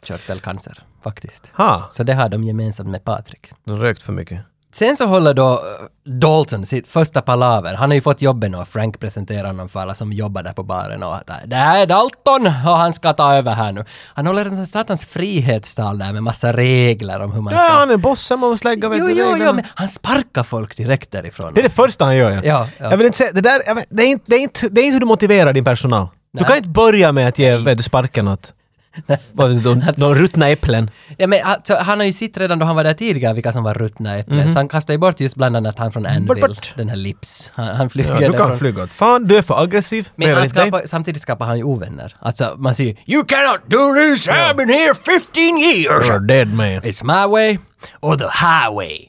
Speaker 2: bukspottkörtelcancer, faktiskt.
Speaker 1: Ha.
Speaker 2: Så det har de gemensamt med Patrik.
Speaker 1: De har rökt för mycket.
Speaker 2: Sen så håller då eh, Dalton sitt första palaver. Han har ju fått jobben och Frank presenterar honom för alla som jobbar där på baren och att eh, det här är Dalton och han ska ta över här nu. Han håller en sån satans frihetstal där med massa regler om hur man
Speaker 1: Ja,
Speaker 2: ska...
Speaker 1: han är bossen, man måste lägga vet
Speaker 2: jo,
Speaker 1: du,
Speaker 2: jo, jo,
Speaker 1: reglerna.
Speaker 2: men han sparkar folk direkt därifrån.
Speaker 1: Det är det första han gör ja.
Speaker 2: Ja, ja.
Speaker 1: Jag vill inte säga, det där, jag vet- det är inte, det är inte, det är inte hur du motiverar din personal. Du kan inte börja med att ge vet du, sparken åt vad vet du, de, de ruttna äpplen.
Speaker 2: Ja, men, alltså, han har ju sett redan då han var där tidigare vilka som var ruttna äpplen, så han kastar ju bort just bland annat han från Anvil,
Speaker 1: Mhm. bort.
Speaker 2: den här Lips. Han, han flyger
Speaker 1: Ja, du kan
Speaker 2: därifrån.
Speaker 1: flyga åt fan, du är för aggressiv.
Speaker 2: Men
Speaker 1: behöver
Speaker 2: han
Speaker 1: inte dig.
Speaker 2: skapar, samtidigt skapar han ju ovänner. Alltså man ser ju “You cannot do this, I've been here 15 years!”
Speaker 1: You're dead man.
Speaker 2: It's my way or the highway.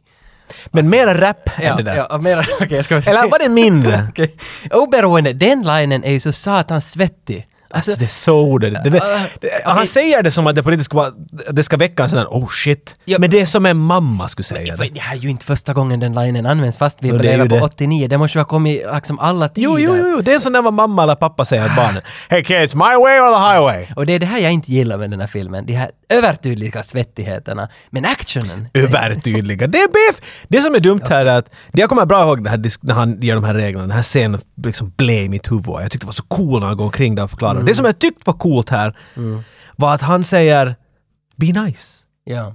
Speaker 1: Men mera rap än det där.
Speaker 2: Ja, och mera, okej, jag ska
Speaker 1: Eller var det mindre?
Speaker 2: okay. Oberoende, den linen är ju så satans svettig. Alltså,
Speaker 1: Alltså det är så ordet. Det, det, det, han säger det som att det på riktigt ska vara, det ska väcka en sån där oh shit.
Speaker 2: Ja.
Speaker 1: Men det är som en mamma skulle säga.
Speaker 2: för
Speaker 1: Det.
Speaker 2: det här är ju inte första gången den linen används fast vi
Speaker 1: Jo, det är
Speaker 2: lever
Speaker 1: ju
Speaker 2: på
Speaker 1: det.
Speaker 2: 89. Det måste ju ha kommit liksom alla tider.
Speaker 1: Jo, jo, jo, jo, det är som när mamma eller pappa säger till barnen. Hey kids, my way or the highway?
Speaker 2: Och det är det här jag inte gillar med den här filmen. De här övertydliga svettigheterna. Men actionen!
Speaker 1: övertydliga. Det är beef! Det som är dumt här är att, det jag kommer bra ihåg det här, disk- när han ger de här reglerna, den här scenen liksom blev i mitt huvud. Jag tyckte det var så cool när han går omkring där och förklarar. Det som jag tyckte var coolt här var att han säger “Be nice”.
Speaker 2: Ja.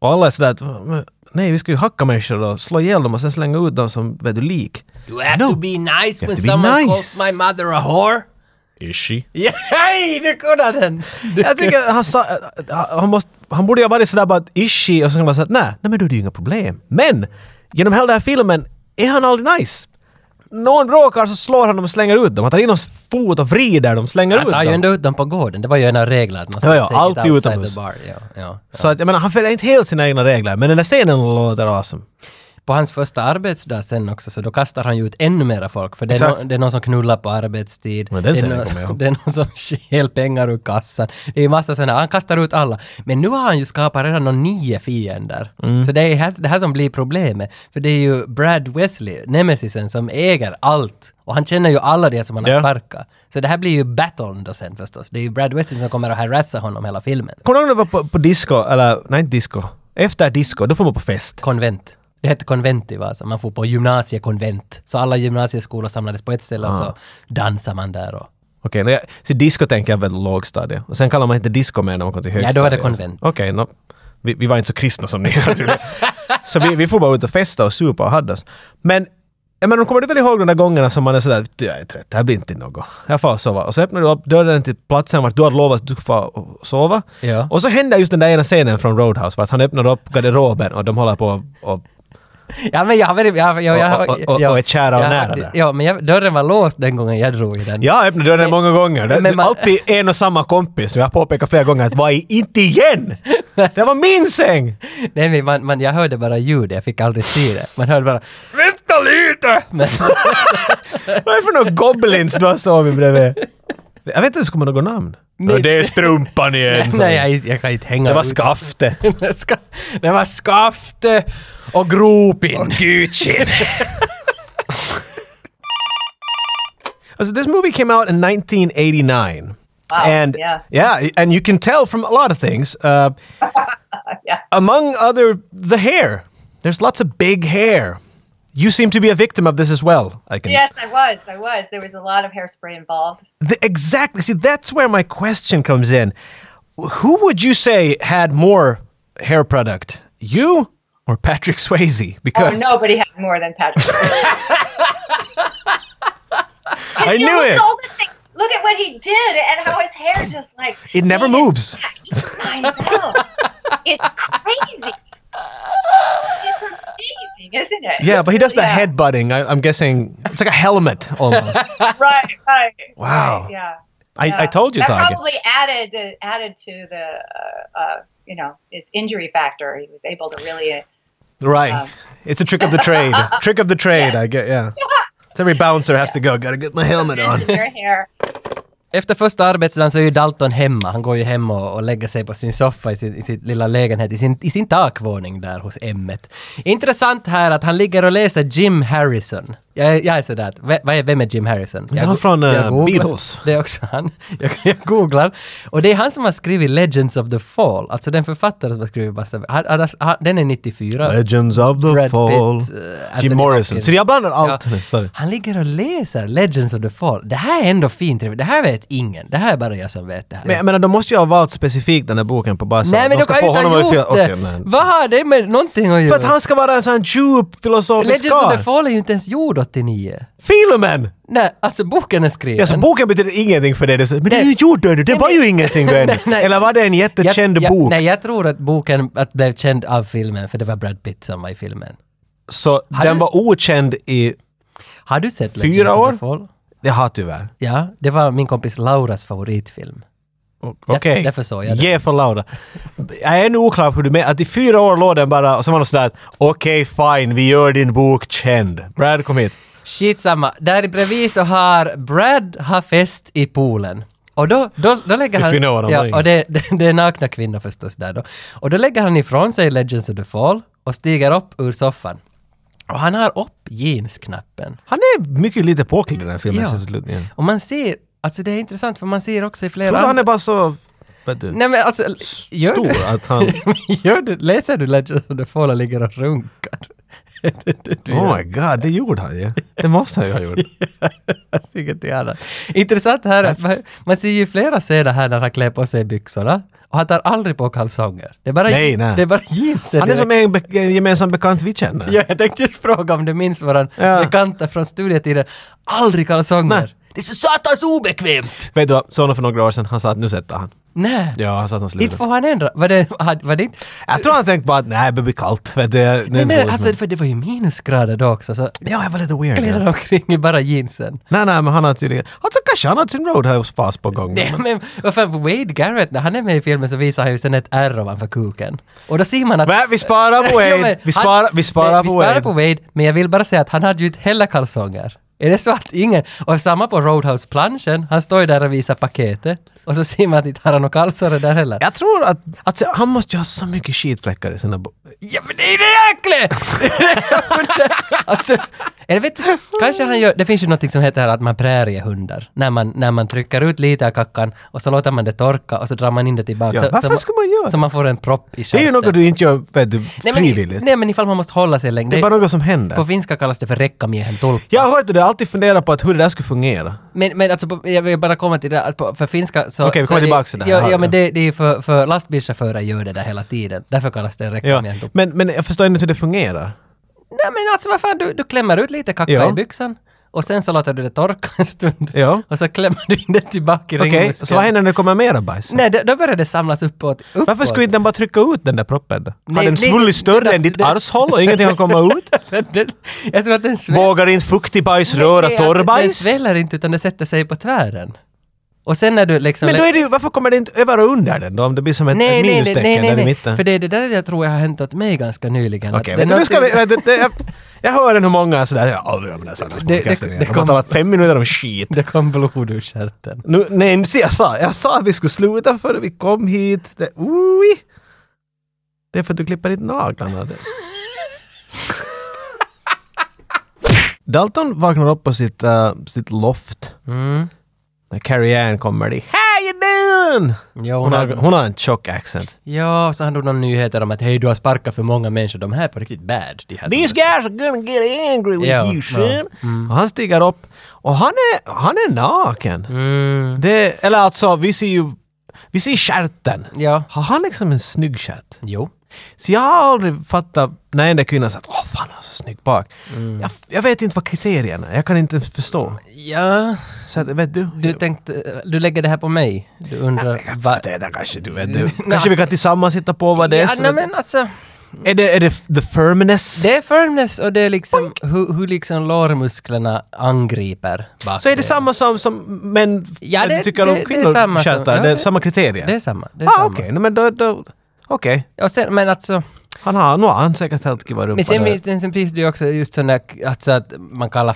Speaker 1: Och alla är sådär att "Men, “Nej, vi ska ju hacka människor och slå ihjäl dem och sen slänga ut dem som vet du lik”.
Speaker 2: You have
Speaker 1: No.
Speaker 2: to be nice
Speaker 1: You have
Speaker 2: when
Speaker 1: to be
Speaker 2: someone
Speaker 1: nice.
Speaker 2: calls my mother a whore.
Speaker 1: Is she?
Speaker 2: Ja, Hej, du kunde den! Du
Speaker 1: Jag tycker att han sa, att han, måste, han borde ju ha varit sådär bara att ishi och så kan man säga att nej, nej men då är det ju inga problem. Men genom hela den här filmen är han aldrig nice. Någon råkar så slår han dem och slänger ut dem. Han tar in hans fot och vrider dem, slänger
Speaker 2: Han tar ju
Speaker 1: ut
Speaker 2: ändå
Speaker 1: dem.
Speaker 2: ut dem på gården. Det var ju en av reglerna att man ska
Speaker 1: Ja, ja,
Speaker 2: take it
Speaker 1: alltid
Speaker 2: outside
Speaker 1: utomhus.
Speaker 2: the bar. Ja, ja.
Speaker 1: Så att jag menar, han följer inte helt sina egna regler. Men den där scenen låter awesome.
Speaker 2: På hans första arbetsdag sen också, så då kastar han ju ut ännu mera folk. För det är,
Speaker 1: Exakt.
Speaker 2: nå- det är någon som knullar på arbetstid.
Speaker 1: Men den
Speaker 2: det, är
Speaker 1: scenen
Speaker 2: någon,
Speaker 1: kommer jag ihåg.
Speaker 2: det är någon som stjäl pengar ur kassan. Det är ju massa sådana. Han kastar ut alla. Men nu har han ju skapat redan någon nio fiender.
Speaker 1: Mm.
Speaker 2: Så det är här, det här som blir problemet. För det är ju Brad Wesley, nemesisen, som äger allt. Och han känner ju alla det som han har
Speaker 1: Ja.
Speaker 2: sparkat. Så det här blir ju battlen då sen förstås. Det är ju Brad Wesley som kommer att harassa honom hela filmen.
Speaker 1: Kommer du ihåg när du var på, på disco, eller nej inte disco. Efter disco, då får man på fest.
Speaker 2: konvent. Det hette konvent i Vasa. Man får på gymnasiekonvent. Så alla gymnasieskolor samlades på ett ställe och
Speaker 1: Ah.
Speaker 2: så dansar man där. Och...
Speaker 1: Okej, okay, så disco tänker jag väl lågstadiet. Och sen kallar man inte disco mer när man kommer till högstadiet.
Speaker 2: då var det konvent.
Speaker 1: Okej, nå. vi, vi var inte så kristna som ni är. tydligen. så vi, vi får bara ut och festa och supa och hade oss. Men, jag menar, kommer du väl ihåg de där gångerna som man är sådär, jag är trött, det här blir inte något. Jag får sova. Och så öppnar du upp dörren till platsen vart du hade lovat att du får och sova.
Speaker 2: Ja.
Speaker 1: Och så händer just den där ena scenen från Roadhouse, vart han öppnar upp garderoben och de håller på och, och
Speaker 2: Ja, men jag har varit... Jag, jag, jag,
Speaker 1: Och- och- och-
Speaker 2: jag-
Speaker 1: och är kära och
Speaker 2: jag-
Speaker 1: nära där.
Speaker 2: Ja, men jag, dörren var låst den gången jag drog i den.
Speaker 1: Jag har öppnat dörren många gånger. Det,
Speaker 2: men man-
Speaker 1: Alltid en och samma kompis. Jag har påpekat flera gånger att var i- inte igen! Det var min säng!
Speaker 2: Nej, men man, man, jag hörde bara ljudet. Jag fick aldrig se det. Man hörde bara... Vänta lite! Men,
Speaker 1: Vad är det för några goblins du har sovit bredvid? Jag vet inte ens om man har något namn.
Speaker 2: Nej.
Speaker 1: det är strumpan igen! sa
Speaker 2: nej,
Speaker 1: jag.
Speaker 2: jag, jag kan inte hänga
Speaker 1: det var
Speaker 2: ut.
Speaker 1: skaftet.
Speaker 2: Det ska- det var skafte och gropin.
Speaker 1: Gucci! Oh, so this movie came out in 1989.
Speaker 6: Wow,
Speaker 1: and
Speaker 6: yeah.
Speaker 1: yeah, and you can tell from a lot of things. Uh, Among other, the hair. There's lots of big hair. You seem to be a victim of this as well. I can
Speaker 6: Yes, I was. I was. There was a lot of hairspray involved.
Speaker 1: The- exactly. See, that's where my question comes in. Who would you say had more hair product, you or Patrick Swayze?
Speaker 6: Oh,
Speaker 1: Because
Speaker 6: nobody had more than Patrick.
Speaker 1: I
Speaker 6: You
Speaker 1: knew
Speaker 6: look
Speaker 1: it.
Speaker 6: At all the things, look at what he did and how his hair just like
Speaker 1: It never
Speaker 6: stays
Speaker 1: moves.
Speaker 6: back. I know. it's crazy. It's amazing, isn't it?
Speaker 1: Yeah, but he does the
Speaker 6: Yeah.
Speaker 1: head butting. I, I'm guessing it's like a helmet almost.
Speaker 6: Right, right.
Speaker 1: Wow.
Speaker 6: right, yeah.
Speaker 1: I,
Speaker 6: yeah.
Speaker 1: I told you,
Speaker 6: that
Speaker 1: Tage.
Speaker 6: probably added uh, added to the uh, uh, you know his injury factor. He was able to really uh,
Speaker 1: Right. it's a trick of the trade. trick of the trade, I get, yeah. It's every bouncer has to go, gotta get my helmet on.
Speaker 6: in your hair.
Speaker 2: Efter första arbetsdagen så är ju Dalton hemma. Han går ju hem och, och lägger sig på sin soffa i sin, i sin lilla lägenhet, i sin, i sin takvåning där hos Emmet. Intressant här att han ligger och läser Jim Harrison. Jag, är- jag är sådär, att, "Ve- vad är, vem är Jim Harrison? Jag
Speaker 1: han
Speaker 2: go-
Speaker 1: från, eh,
Speaker 2: jag googlar.
Speaker 1: Beatles.
Speaker 2: Det är också han. Jag, jag googlar. Och det är han som har skrivit Legends of the Fall, alltså den författare som har skrivit massa... Han, han, han, den är 94.
Speaker 1: Legends of the
Speaker 2: Brad Pitt,
Speaker 1: Fall.
Speaker 2: eh, Anthony
Speaker 1: Jim Morrison.
Speaker 2: Hopkins.
Speaker 1: Så jag blandar allt
Speaker 2: Ja.
Speaker 1: nu, sorry.
Speaker 2: Han ligger och läser Legends of the Fall. Det här är ändå fint. Det här vet ingen. Det här är bara jag som vet det här.
Speaker 1: Men jag menar, de måste ju ha valt specifikt den här boken på basen.
Speaker 2: nej men
Speaker 1: de
Speaker 2: du
Speaker 1: ska
Speaker 2: kan ju
Speaker 1: få
Speaker 2: inte
Speaker 1: honom
Speaker 2: ha
Speaker 1: att
Speaker 2: gjort
Speaker 1: fylla-
Speaker 2: det!
Speaker 1: Okej, men-
Speaker 2: Vad har det med någonting att göra?
Speaker 1: För att han ska vara en sån här djup filosofisk
Speaker 2: Legends of the
Speaker 1: karl.
Speaker 2: Fall är ju inte ens gjord 89.
Speaker 1: Filmen!
Speaker 2: Nej, alltså boken är skriven.
Speaker 1: Ja, så boken betyder ingenting för dig. Det är så- Men den är ju gjord ännu, det var ju ingenting då ännu.
Speaker 2: Nej, nej.
Speaker 1: Eller var det en
Speaker 2: Jag-
Speaker 1: jättekänd
Speaker 2: jag,
Speaker 1: bok?
Speaker 2: Nej, jag tror att boken att blev känd av filmen, för det var Brad Pitt som var i filmen.
Speaker 1: Så
Speaker 2: Har
Speaker 1: den
Speaker 2: du-
Speaker 1: var okänd i...
Speaker 2: Har du sett
Speaker 1: Fyra
Speaker 2: Legends of
Speaker 1: år?
Speaker 2: the Fall?
Speaker 1: Det har tyvärr.
Speaker 2: Ja, det var min kompis Lauras favoritfilm.
Speaker 1: Okej.
Speaker 2: Därför- därför såg jag det.
Speaker 1: Ge för Laura. Jag är ännu oklar på hur du menar. Att i fyra år låg den bara och så var det sådär att okej fine, vi gör din bok känd. Brad kom hit.
Speaker 2: Skitsamma. Där bredvid så har Brad har fest i poolen. Och då, då, då lägger
Speaker 1: If
Speaker 2: han...
Speaker 1: you know what I'm
Speaker 2: ja,
Speaker 1: doing.
Speaker 2: och det, det, det är nakna kvinnor förstås där då. Och då lägger han ifrån sig Legends of the Fall och stiger upp ur soffan. Och han har upp jeansknappen.
Speaker 1: Han är mycket lite påklädd i den här filmen.
Speaker 2: Ja.
Speaker 1: Ja. Slutligen.
Speaker 2: Och man ser... Alltså det är intressant för man ser också i flera...
Speaker 1: Tror du han
Speaker 2: andra-
Speaker 1: är bara så... Vet du,
Speaker 2: Nej men alltså... Gör
Speaker 1: stor
Speaker 2: du,
Speaker 1: att han...
Speaker 2: gör du, läser du Legends of the Fall och ligger och runkar? Det- det du gör.
Speaker 1: Oh my god, det gjorde han ju. Det måste han ju ha gjort.
Speaker 2: Alltså, ingenting annat. Intressant här är att man, man ser ju flera scener här när han klär på sig byxorna och han tar aldrig på kalsonger. Det är bara,
Speaker 1: Nej, nej.
Speaker 2: Det är bara jeansen.
Speaker 1: Han är
Speaker 2: direkt.
Speaker 1: som en be- gemensam bekant vi känner.
Speaker 2: ja, jag tänkte just fråga om du minns våran
Speaker 1: Ja.
Speaker 2: bekanta från studietiden. Aldrig kalsonger.
Speaker 1: Nej.
Speaker 2: Det är så satans obekvämt!
Speaker 1: Vet du vad, sonen för några år sedan, han sa att nu sätter han.
Speaker 2: Nej.
Speaker 1: Ja, han sa att han skulle
Speaker 2: Inte
Speaker 1: sluta.
Speaker 2: får han ändra. Var det, had- var det inte?
Speaker 1: Jag tror han tänkte bara att nej, det blir kallt. Vet du, jag- nu är
Speaker 2: Nej,
Speaker 1: det
Speaker 2: men
Speaker 1: roligt,
Speaker 2: alltså,
Speaker 1: men-
Speaker 2: för det var ju minusgrader då också, så
Speaker 1: Ja, jag var lite weird.
Speaker 2: kläder
Speaker 1: Ja.
Speaker 2: omkring i bara jeansen.
Speaker 1: Nej, nej, men han har tydligen... Alltså kanske han har sin Roadhouse-fas på gång.
Speaker 2: Nej, men vad fan, Wade Garrett, när han är med i filmen så visar han ju sen ett ärr ovanför kuken. Och då ser man att...
Speaker 1: Va? Vi sparar på
Speaker 2: Ja, men
Speaker 1: Wade! Vi
Speaker 2: han-
Speaker 1: sparar, vi sparar
Speaker 2: Nej,
Speaker 1: på
Speaker 2: Vi sparar
Speaker 1: Wade!
Speaker 2: på Wade, men jag vill bara säga att han hade ju inte heller kalsonger. Är det så att ingen... Och samma på Roadhouse-planschen, han står ju där och visar paketet. Och så ser man att inte har han några kalsonger där heller.
Speaker 1: Jag tror att... Alltså, han måste ju ha så mycket skitfläckar i sina... bo-
Speaker 2: Ja men det är det jäkla! alltså, eller vet du, kanske han gör, det finns ju något som heter här att man präriehundar. När man, när man trycker ut lite av kackan och så låter man det torka och så drar man in det tillbaka.
Speaker 1: Ja,
Speaker 2: så,
Speaker 1: varför
Speaker 2: så,
Speaker 1: ska man göra
Speaker 2: Så man får en propp
Speaker 1: Det
Speaker 2: i
Speaker 1: är ju
Speaker 2: stjärten.
Speaker 1: något du inte gör vet du,
Speaker 2: nej, men,
Speaker 1: frivilligt.
Speaker 2: Nej men ifall man måste hålla sig länge.
Speaker 1: det är bara något som
Speaker 2: på
Speaker 1: händer.
Speaker 2: finska kallas det för räckamiehen tolka.
Speaker 1: Jag har hört det, jag har alltid funderat på att hur det där skulle fungera.
Speaker 2: Men, men alltså, på- jag vill bara komma till det, att på- för finska så...
Speaker 1: Okej, vi
Speaker 2: så
Speaker 1: kommer
Speaker 2: är det-
Speaker 1: tillbaka till det här.
Speaker 2: Ja,
Speaker 1: Ja,
Speaker 2: ja men
Speaker 1: ja.
Speaker 2: det, det är för, för lastbilschaufförer gör det där hela tiden. Därför kallas det
Speaker 1: Ja.
Speaker 2: räckamiehen tolka.
Speaker 1: Men, men jag förstår inte hur det fungerar.
Speaker 2: Nej men alltså vad fan, du, du klämmer ut lite kacka
Speaker 1: Ja.
Speaker 2: i byxan och sen så låter du det torka en stund
Speaker 1: Ja.
Speaker 2: och så klämmer du in det tillbaka i
Speaker 1: Okej,
Speaker 2: ringmuskeln.
Speaker 1: så vad händer när det kommer mera bajs?
Speaker 2: Nej, då, då börjar det samlas uppåt. uppåt.
Speaker 1: Varför skulle inte den bara trycka ut den där proppen då?
Speaker 2: Nej,
Speaker 1: har den
Speaker 2: nej,
Speaker 1: svullit större
Speaker 2: det-
Speaker 1: än ditt
Speaker 2: det-
Speaker 1: arshåll och ingenting har kommit ut?
Speaker 2: Den- Jag tror att den sväller.
Speaker 1: Vågar inte fuktig bajs röra
Speaker 2: alltså, Den
Speaker 1: torrbajs?
Speaker 2: sväller inte utan den sätter sig på tvären. Och sen när du liksom...
Speaker 1: Men då är det ju, varför kommer det inte över och under den då? Om det blir som ett,
Speaker 2: Nej,
Speaker 1: ett
Speaker 2: nej, nej,
Speaker 1: minustecken
Speaker 2: nej, nej,
Speaker 1: där i
Speaker 2: nej.
Speaker 1: mitten?
Speaker 2: För det är det där jag tror jag har hänt åt mig ganska nyligen. att
Speaker 1: Okej,
Speaker 2: det är
Speaker 1: vänta nu ska vi...
Speaker 2: någonting-
Speaker 1: Vänta, det, jag, jag hör en hur många sådär... Jag har aldrig hört om den här satans
Speaker 2: Det- det-
Speaker 1: podcasten igen.
Speaker 2: det
Speaker 1: De har
Speaker 2: kommer-
Speaker 1: talat fem minuter om skit.
Speaker 2: Det kom blod ur stjärten.
Speaker 1: Nu, nej, nu ser jag sa, jag sa att vi skulle sluta före vi kom hit. Det, ui. det är för att du klipper ditt naglarna. Det. Dalton vaknar upp på sitt, eh, sitt loft.
Speaker 2: Mm.
Speaker 1: När Carrie Ann kommer dit. How you doing?
Speaker 2: Ja,
Speaker 1: Hon har, hon har en tjock accent.
Speaker 2: Ja, så han drog några nyheter om att hej, du har sparkat för många människor. De här är på riktigt bad. De här som-
Speaker 1: These guys are gonna get angry with
Speaker 2: Ja,
Speaker 1: you
Speaker 2: ja.
Speaker 1: son. Mm. Och han stiger upp och han är, han är naken.
Speaker 2: Mm.
Speaker 1: Det, eller alltså, vi ser ju... Vi ser stjärten.
Speaker 2: Ja.
Speaker 1: Har han liksom en snygg stjärt?
Speaker 2: Jo.
Speaker 1: Så jag har aldrig fattat när en enda kvinna sa att åh fan han är så snygg bak. Jag, jag vet inte vad kriterierna är, jag kan inte ens förstå.
Speaker 2: Ja,
Speaker 1: Så att, vet du?
Speaker 2: du tänkte... Du lägger det här på mig? Du undrar...
Speaker 1: jag
Speaker 2: va-
Speaker 1: fattar det där kanske du vet du. Kanske vi kan tillsammans hitta på vad det är.
Speaker 2: Ja,
Speaker 1: som-
Speaker 2: nej, men alltså...
Speaker 1: Är det, är det f- the firmness?
Speaker 2: Det är firmness och det är liksom hur, hur liksom lårmusklerna angriper bakdelen.
Speaker 1: så är det samma som, som män f-
Speaker 2: Ja,
Speaker 1: att
Speaker 2: det-
Speaker 1: du tycker
Speaker 2: det-
Speaker 1: om
Speaker 2: det är
Speaker 1: kvinnor
Speaker 2: samma som-
Speaker 1: stjärtar?
Speaker 2: ja,
Speaker 1: det är
Speaker 2: det-
Speaker 1: samma kriterier?
Speaker 2: Det är samma. Det är
Speaker 1: ah,
Speaker 2: samma.
Speaker 1: okej, no, men då... då Okej.
Speaker 2: Och sen, men alltså...
Speaker 1: Han har, nog har han säkert helt kiva rumpa
Speaker 2: Men sen
Speaker 1: där.
Speaker 2: finns, det, sen finns det ju också just sådana, alltså att man kallar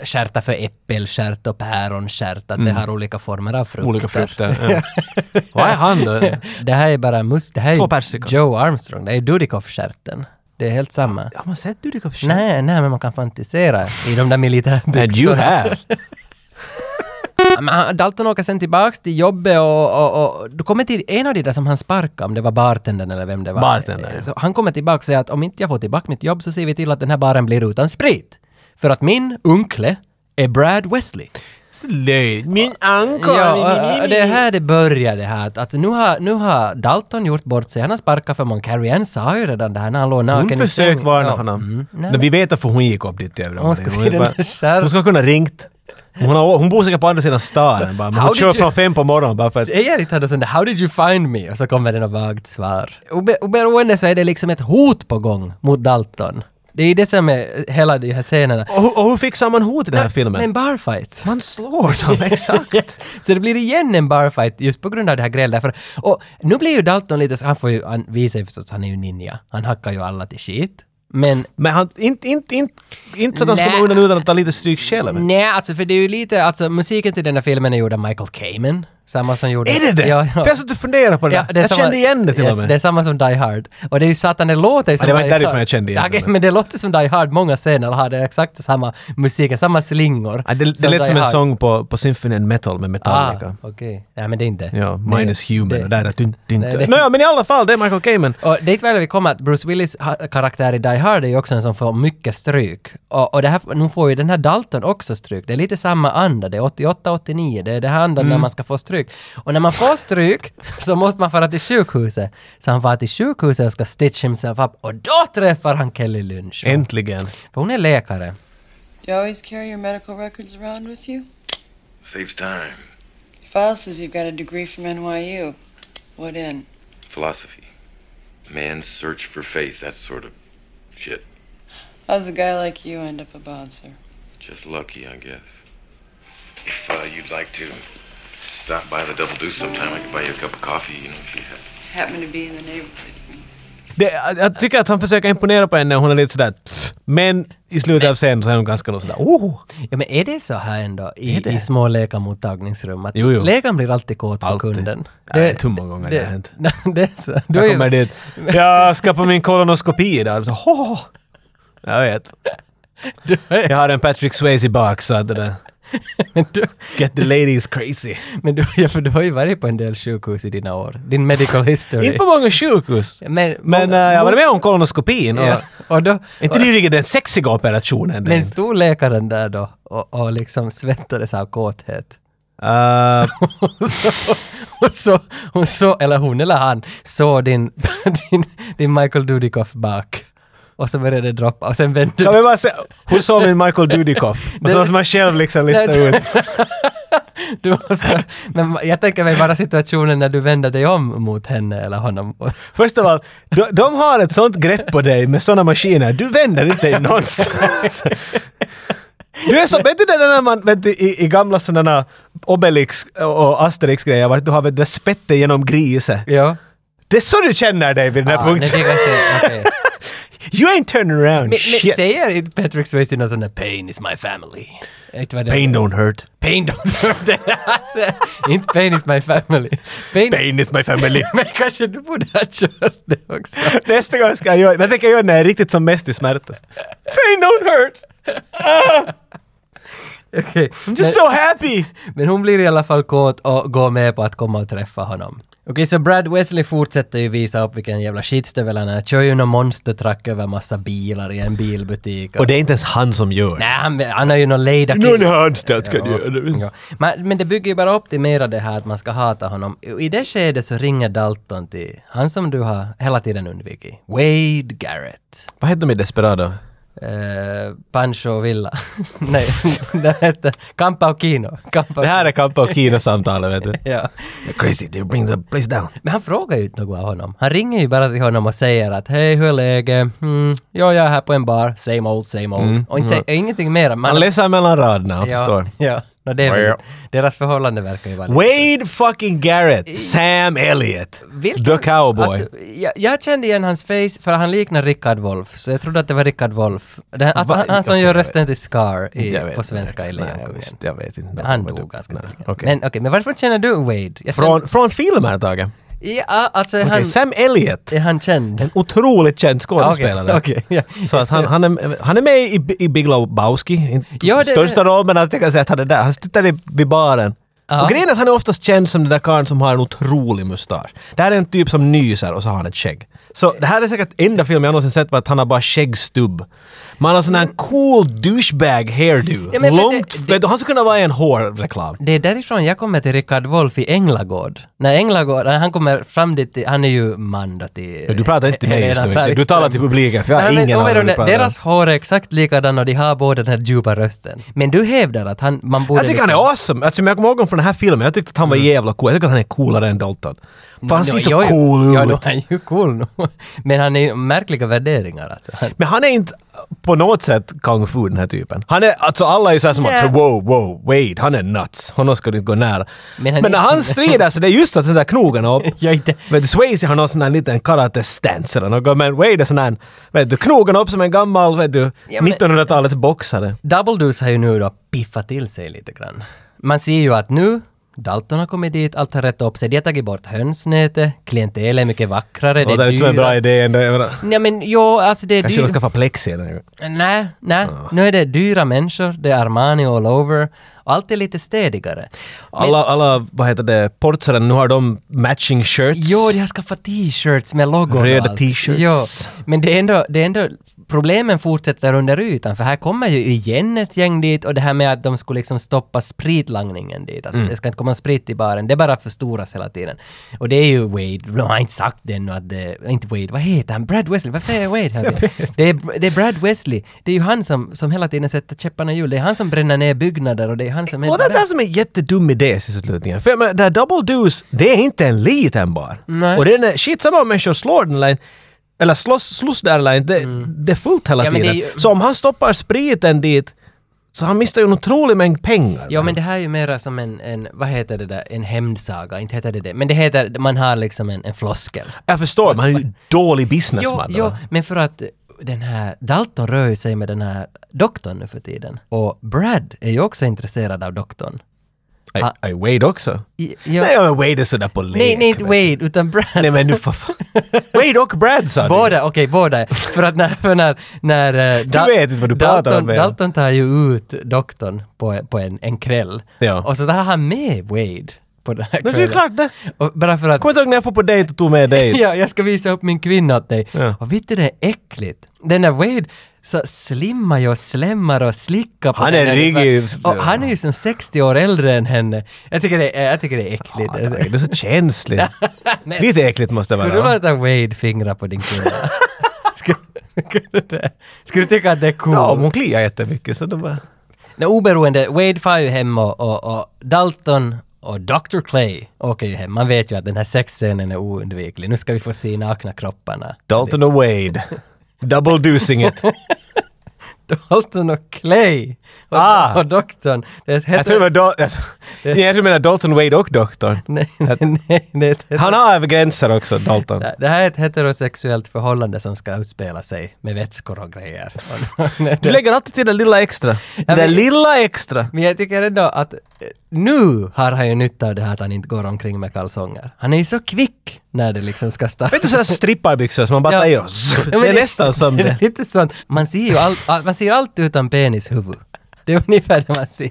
Speaker 2: eh, stjärta för äppelstjärt och päronstjärt, att
Speaker 1: Mm.
Speaker 2: det har olika former av frukter.
Speaker 1: Olika frukter. Ja. Vad är han då?
Speaker 2: det här är bara mus, det här
Speaker 1: Två
Speaker 2: är
Speaker 1: persikor.
Speaker 2: Joe Armstrong, det är Dudikoff-stjärten. Det är helt samma.
Speaker 1: Har man sett Dudikoff-stjärt?
Speaker 2: Nej, nej, men man kan fantisera i de där militärbyxorna.
Speaker 1: And you have.
Speaker 2: Men han- Dalton åker sen tillbaks till jobbet och, och, och du kommer till en av de där som han sparkade, om det var bartendern eller vem det var.
Speaker 1: Bartendern, ja.
Speaker 2: Så han kommer tillbaka och säger att om inte jag får tillbaka mitt jobb så ser vi till att den här baren blir utan sprit. För att min unkle är Brad Wesley.
Speaker 1: Slöjd. Min anka.
Speaker 2: Ja, och- och det är här det börjar det här. Att, att nu, har, nu har Dalton gjort bort sig. Han har sparkat för mån. Carrie Ann sa ju redan det här när han låg naken
Speaker 1: Hon
Speaker 2: i sängen.
Speaker 1: försökte varna
Speaker 2: Ja,
Speaker 1: honom.
Speaker 2: mm. Nej,
Speaker 1: men vi vet varför hon gick upp dit till övre
Speaker 2: Hon ska
Speaker 1: våningen.
Speaker 2: se den
Speaker 1: bara-
Speaker 2: där skärmen.
Speaker 1: Hon ska kunna ringt. Hon, har, hon bor säkert på andra sidan staden bara, men
Speaker 2: How
Speaker 1: hon
Speaker 2: did
Speaker 1: kör
Speaker 2: you-
Speaker 1: från fem på morgonen bara för att...
Speaker 2: Säger inte han sån där “How did you find me?” och så kommer det något vagt svar. Obe- Oberoende så är det liksom ett hot på gång mot Dalton. Det är det som är hela de här scenerna.
Speaker 1: Och, hur- och hur fixar man hot i den här filmen?
Speaker 2: En barfight.
Speaker 1: Man slår dem, exakt.
Speaker 2: Yes. Så det blir igen en barfight just på grund av det här grälet. Därför, och nu blir ju Dalton lite så, han får ju, han visar ju förstås, han är ju ninja. Han hackar ju alla till shit. Men
Speaker 1: Men han, inte, inte, inte, inte så att han
Speaker 2: Nä.
Speaker 1: skulle komma undan utan att ta lite stryk själv.
Speaker 2: nej, alltså för det är ju lite, alltså musiken till den här filmen är gjord av Michael Kamen. Samma som gjorde...
Speaker 1: Är det det?
Speaker 2: Ja, ja.
Speaker 1: För jag satt och funderade på det, där. Jag
Speaker 2: samma-
Speaker 1: kände igen det till
Speaker 2: yes,
Speaker 1: och med.
Speaker 2: Det är samma som Die Hard. Och det är ju satan, det låter ju som
Speaker 1: det var
Speaker 2: Die
Speaker 1: därifrån
Speaker 2: Hard.
Speaker 1: jag kände igen
Speaker 2: Ja,
Speaker 1: det.
Speaker 2: men det låter som Die Hard. Många scener har det exakt samma musik, samma slingor.
Speaker 1: Ja, det, det lät som en sång på, på Symphony and Metal med
Speaker 2: Ah,
Speaker 1: Metallica.
Speaker 2: okej. Nej, men det är inte.
Speaker 1: Ja,
Speaker 2: Nej.
Speaker 1: Minus Human
Speaker 2: Det-
Speaker 1: och där... där dun, dun,
Speaker 2: Nej, det-
Speaker 1: dun. Nåja, men i alla fall, det är Michael Kamen.
Speaker 2: Och dit väl vi kommer att Bruce Willis ha- karaktär i Die Hard är ju också en som får mycket stryk. Och, och det här, nu får ju den här Dalton också stryk. Det är lite samma anda, det är 88-89, det är det här andra
Speaker 1: Mm.
Speaker 2: när man ska få stryk. Och när man får stryk så måste man föra till sjukhuset. Så han far till sjukhuset och ska stitch himself up och då träffar han Kelly Lynch.
Speaker 1: Äntligen.
Speaker 2: För hon är läkare.
Speaker 10: Do you always carry your medical records around with you?
Speaker 9: Saves time.
Speaker 10: File says you've got a degree from NYU. What in?
Speaker 9: Philosophy. Man's search for faith, that sort of shit.
Speaker 10: How's a guy like you end up a bouncer?
Speaker 9: Just lucky, I guess. If uh, you'd like to stop by the Double Deuce sometime, I could buy you a cup of coffee, you know, if you have.
Speaker 10: Happen to be in the neighborhood.
Speaker 1: Det, jag- jag tycker att han försöker imponera på henne och hon är lite sådär... Pff, men i slutet av scenen så är hon ganska nog sådär... Oh!
Speaker 2: Ja, men är det så här ändå
Speaker 1: Är det?
Speaker 2: i, i små läkarmottagningsrum? Att
Speaker 1: Jo, jo.
Speaker 2: läkaren blir alltid kåt på
Speaker 1: Alltid.
Speaker 2: kunden?
Speaker 1: Jag vet hur många gånger det har hänt.
Speaker 2: det är så. Du är
Speaker 1: Jag
Speaker 2: ju-
Speaker 1: kommer dit. Jag ska på min kolonoskopi idag. Så, "Hå!" Jag vet.
Speaker 2: du är-
Speaker 1: Jag har en Patrick Swayze bak så att det där...
Speaker 2: Men du,
Speaker 1: Get the ladies crazy.
Speaker 2: men du, ja, för du har ju varit på en del sjukhus i dina år. Din medical history.
Speaker 1: Inte på många sjukhus.
Speaker 2: men
Speaker 1: Men äh, jag var med om kolonoskopin och...
Speaker 2: Ja, och då,
Speaker 1: Inte det riktigt den sexiga operationen? det är
Speaker 2: men
Speaker 1: inte.
Speaker 2: stod läkaren där då och, och liksom svettades av kåthet?
Speaker 1: Äh,
Speaker 2: Och så, och så, hon så, eller hon eller han, såg din, din, din Michael Dudikoff bak. Och så började det droppa och sen vände
Speaker 1: Kan vi bara säga, hon såg min Michael Dudikoff. Och så måste man själv liksom lista
Speaker 2: Nej,
Speaker 1: ut.
Speaker 2: du måste, Men jag tänker mig bara situationen när du vänder dig om mot henne eller honom. Och,
Speaker 1: Först av allt, de, de har ett sånt grepp på dig med såna maskiner. Du vänder inte dig någonstans. Du är så, vet du det där när man, vet du, i, i gamla sådana Obelix och Asterix-grejer, vart du har vet du, spettet genom griset.
Speaker 2: ja.
Speaker 1: Det är så du känner dig vid den här
Speaker 2: Ja, nu
Speaker 1: punkten.
Speaker 2: fick jag se, okej.
Speaker 1: You ain't turning around,
Speaker 2: Men, men
Speaker 1: shit.
Speaker 2: säger inte Patrick Swayze någon sån där “Pain is my family”? Inte vad det-
Speaker 1: Pain don't hurt.
Speaker 2: Pain don't hurt. det. Alltså, inte “Pain is my family”. Pain,
Speaker 1: Pain is my family.
Speaker 2: Men kanske du borde ha kört det också.
Speaker 1: Nästa gång ska jag göra, jag tänker göra när jag är riktigt som mest i smärta. Pain don't hurt!
Speaker 2: Okej.
Speaker 1: I'm just so happy!
Speaker 2: Men hon blir i alla fall kåt och går med på att komma och träffa honom. Okej, så Brad Wesley fortsätter ju visa upp vilken jävla skitstövel han är. Kör ju någon monstertruck över massa bilar i en bilbutik.
Speaker 1: Och det är inte ens han som gör det.
Speaker 2: Nej, han, han har ju någon lejda
Speaker 1: Någon har anställt ska göra det.
Speaker 2: Ja. Men, men det bygger ju bara upp till mera det här att man ska hata honom. I det skedet så ringer Dalton till han som du har hela tiden undvikit. Wade Garrett.
Speaker 1: Vad heter de i Desperado?
Speaker 2: Eh, Pancho Villa. Nej, den hette Campauchino. Campau-
Speaker 1: Det här är Kampa och Kino-samtalet vet du.
Speaker 2: Ja.
Speaker 1: Crazy, they bring the place down.
Speaker 2: Men han frågar ju inte något av honom. Han ringer ju bara till honom och säger att hej, hur är läget? Mm, ja,
Speaker 1: Mm.
Speaker 2: jag är här på en bar. Same old, same old. Och inte, säger ingenting mer. Man,
Speaker 1: Han läser mellan raderna, han
Speaker 2: ja,
Speaker 1: förstår.
Speaker 2: Ja. No, det är väl, deras förhållande verkar ju vara...
Speaker 1: Wade fucking Garrett, Sam Elliot,
Speaker 2: Vilken-
Speaker 1: the cowboy.
Speaker 2: Alltså, jag, jag kände igen hans face för han liknar Rickard Wolff, så jag trodde att det var Rickard Wolff. Det, alltså,
Speaker 1: Va?
Speaker 2: han som
Speaker 1: Okej,
Speaker 2: gör
Speaker 1: jag vet.
Speaker 2: rösten till Scar
Speaker 1: Jag
Speaker 2: i,
Speaker 1: vet
Speaker 2: på
Speaker 1: inte.
Speaker 2: svenska i
Speaker 1: Nej,
Speaker 2: Lejonkungen.
Speaker 1: visst, Jag vet inte.
Speaker 2: Han
Speaker 1: Vad du-
Speaker 2: dog ganska
Speaker 1: Nej,
Speaker 2: nyligen.
Speaker 1: okej.
Speaker 2: Men okej, men varför känner du Wade? Jag känner-
Speaker 1: Från, från filmer, Tage?
Speaker 2: Ja, alltså är
Speaker 1: Okej,
Speaker 2: han,
Speaker 1: Sam Elliot.
Speaker 2: är han känd?
Speaker 1: En otroligt känd skådespelare.
Speaker 2: Ja, okej, okej, ja.
Speaker 1: Så att han, han, är, han är med i, B- i Big Lebowski. Inte
Speaker 2: Ja, det-
Speaker 1: största roll, men att jag kan säga att han är där. Han sitter i- vid baren.
Speaker 2: Ja.
Speaker 1: Och grejen är att han är oftast känd som den där karln som har en otrolig mustasch. Det här är en typ som nyser och så har han ett skägg. Så det här är säkert enda film jag någonsin sett på att han har bara skäggstubb. Man har sån här cool douchebag hairdo.
Speaker 2: Ja, men för
Speaker 1: Långt,
Speaker 2: det-
Speaker 1: han skulle kunna vara i en hårreklam.
Speaker 2: Det är därifrån jag kommer till Rickard Wolff i Änglagård. När Änglagård, när han kommer fram dit, till- han är ju man då till...
Speaker 1: Men du pratar inte till mig just
Speaker 2: Helena
Speaker 1: nu. Du
Speaker 2: Bergström.
Speaker 1: talar till publiken för jag har
Speaker 2: Nej, men
Speaker 1: ingen aning om vad du
Speaker 2: oberoende,
Speaker 1: pratar om.
Speaker 2: Deras hår är exakt likadana och de har båda den här djupa rösten. Men du hävdar att han, man borde... liksom-
Speaker 1: Jag tycker han är awesome! Alltså, men jag kommer ihåg honom från den här filmen, jag tyckte att han var jävla cool. Jag tycker att han är coolare än Dalton. För han ser så cool
Speaker 2: Mm. Ja,
Speaker 1: ut!
Speaker 2: då är han ju cool nu. Men han är ju märkliga värderingar alltså. Han,
Speaker 1: men han är inte på något sätt kung fu den här typen. Han är, alltså alla är ju såhär som
Speaker 2: Nej.
Speaker 1: att wow, wow, wait, han är nuts. Honom ska du inte gå nära. Men,
Speaker 2: Men han är
Speaker 1: när han
Speaker 2: inte-
Speaker 1: strider så det är just att den där knogen är upp.
Speaker 2: Jag är inte-
Speaker 1: Vet du, Swayze har någon sån här liten karate-stance eller något, men Wade är sån här, vet du, knogen upp som en gammal, vet du,
Speaker 2: Ja, men-
Speaker 1: 1900-talets boxare.
Speaker 2: Double Deuce har ju nu då piffat till sig lite grann. Man ser ju att nu, Dalton har kommit dit, allt har rätt upp sig. De har tagit bort hönsnätet, klientelet är mycket vackrare, det
Speaker 1: Låter
Speaker 2: är
Speaker 1: inte som liksom en bra
Speaker 2: dyra.
Speaker 1: idé ändå. jag menar.
Speaker 2: Nej men jo, alltså det är
Speaker 1: Kanske de
Speaker 2: dyrt.
Speaker 1: ska få plexi eller något.
Speaker 2: Nej, nej. Nu är det dyra människor, det är Armani all over. Allt är lite städigare.
Speaker 1: Alla, alla, vad heter det, portsare, nu har de matching shirts.
Speaker 2: Jo, de har skaffat t-shirts med loggor och
Speaker 1: Röda
Speaker 2: allt.
Speaker 1: t-shirts.
Speaker 2: Jo, men det är, ändå, det är ändå... Problemen fortsätter under ytan, för här kommer ju igen ett gäng dit och det här med att de skulle liksom stoppa spritlangningen dit, att
Speaker 1: Mm.
Speaker 2: det ska inte komma sprit i baren, det bara förstoras hela tiden. Och det är ju Wade, de har inte sagt det ännu att det... Inte Wade, vad heter han? Brad Wesley? Varför säger jag Wade? hela tiden? Det är, det är Brad Wesley. Det är ju han som, som hela tiden sätter käpparna i hjulet. Det är han som bränner ner byggnader och det är han som...
Speaker 1: Och det är det som är en jättedum idé i slutningen. För jag menar, det här Double Deuce, det är inte en liten bar.
Speaker 2: Nej.
Speaker 1: Och den är, shit samma om människor slår den eller inte, eller slåss, slåss där eller inte, det, det är fullt hela
Speaker 2: Mm. Ja, men det är
Speaker 1: tiden.
Speaker 2: ju-
Speaker 1: Så om han stoppar spriten dit, så han mister ju en otrolig mängd pengar.
Speaker 2: Ja men det här är ju mera som en, en vad heter det där, en hämndsaga, inte heter det det, men det heter, man har liksom en, en floskel.
Speaker 1: Jag förstår, man är ju en dålig
Speaker 2: Jo,
Speaker 1: businessman.
Speaker 2: jo,
Speaker 1: va?
Speaker 2: men för att den här Dalton rör ju sig med den här doktorn nu för tiden. Och Brad är ju också intresserad av doktorn. Ah.
Speaker 1: I, I Wade också.
Speaker 2: I- ja-
Speaker 1: Nej men Wade är sådär på lek.
Speaker 2: nej, nej, inte
Speaker 1: vet
Speaker 2: Wade, utan Brad.
Speaker 1: du. Nej men nu för fan. Wade och Brad sa du
Speaker 2: Båda,
Speaker 1: just.
Speaker 2: okej, båda. För att när, för när, när eh, Dal-
Speaker 1: vet inte vad du pratar
Speaker 2: Dalton,
Speaker 1: om, men-
Speaker 2: Dalton tar ju ut doktorn på, på en, en kväll.
Speaker 1: Ja.
Speaker 2: Och så tar han med Wade på den här
Speaker 1: Men
Speaker 2: kvällen.
Speaker 1: det är ju klart det.
Speaker 2: Och bara för att...
Speaker 1: Kommer du ihåg när jag får på dejt och tog med dig?
Speaker 2: Ja, jag ska visa upp min kvinna åt dig.
Speaker 1: Ja.
Speaker 2: Och vet du, det är äckligt. Den där Wade så slimmar ju och slämmar och slickar på
Speaker 1: Han
Speaker 2: henne.
Speaker 1: är riggig.
Speaker 2: Och han är ju som 60 år äldre än henne. Jag tycker det är, jag tycker det är äckligt.
Speaker 1: Ah, Tage, det är så känsligt.
Speaker 2: Men-
Speaker 1: Lite äckligt måste det
Speaker 2: Skulle du
Speaker 1: vara.
Speaker 2: låta Wade fingra på din kvinna? skulle, skulle, det, skulle du tycka att det är coolt?
Speaker 1: Ja, om hon kliar jättemycket så då bara...
Speaker 2: Nej, oberoende, Wade far ju hem och, och, och Dalton och Dr. Clay åker ju hem. Man vet ju att den här sexscenen är oundviklig. Nu ska vi få se nakna kropparna.
Speaker 1: Dalton och Wade. Double deucing it.
Speaker 2: Dalton och Clay och,
Speaker 1: Ah.
Speaker 2: och doktorn. Det
Speaker 1: Jag tror det var Dal- jag tror- Nej, jag tror du menar Dalton Wade och doktorn.
Speaker 2: Nej, nej, nej, det, är ett heter-
Speaker 1: Han har gränser också, Dalton.
Speaker 2: det här är ett heterosexuellt förhållande som ska utspela sig med vätskor och grejer. Och- nej,
Speaker 1: Du
Speaker 2: det-
Speaker 1: lägger alltid till det lilla extra. Det där
Speaker 2: men-
Speaker 1: lilla extra.
Speaker 2: Men jag tycker ändå att eh, nu har han ju nytta av det här att han inte går omkring med kalsonger. Han är ju så kvick när det liksom ska starta.
Speaker 1: Vet du sådana stripparbyxor som man bara
Speaker 2: Ja.
Speaker 1: tar i
Speaker 2: Ja, men
Speaker 1: Det är nästan som
Speaker 2: det.
Speaker 1: det.
Speaker 2: är lite sånt. Man ser ju allt, all, man ser allt utan penishuvud. Det är ungefär det man ser.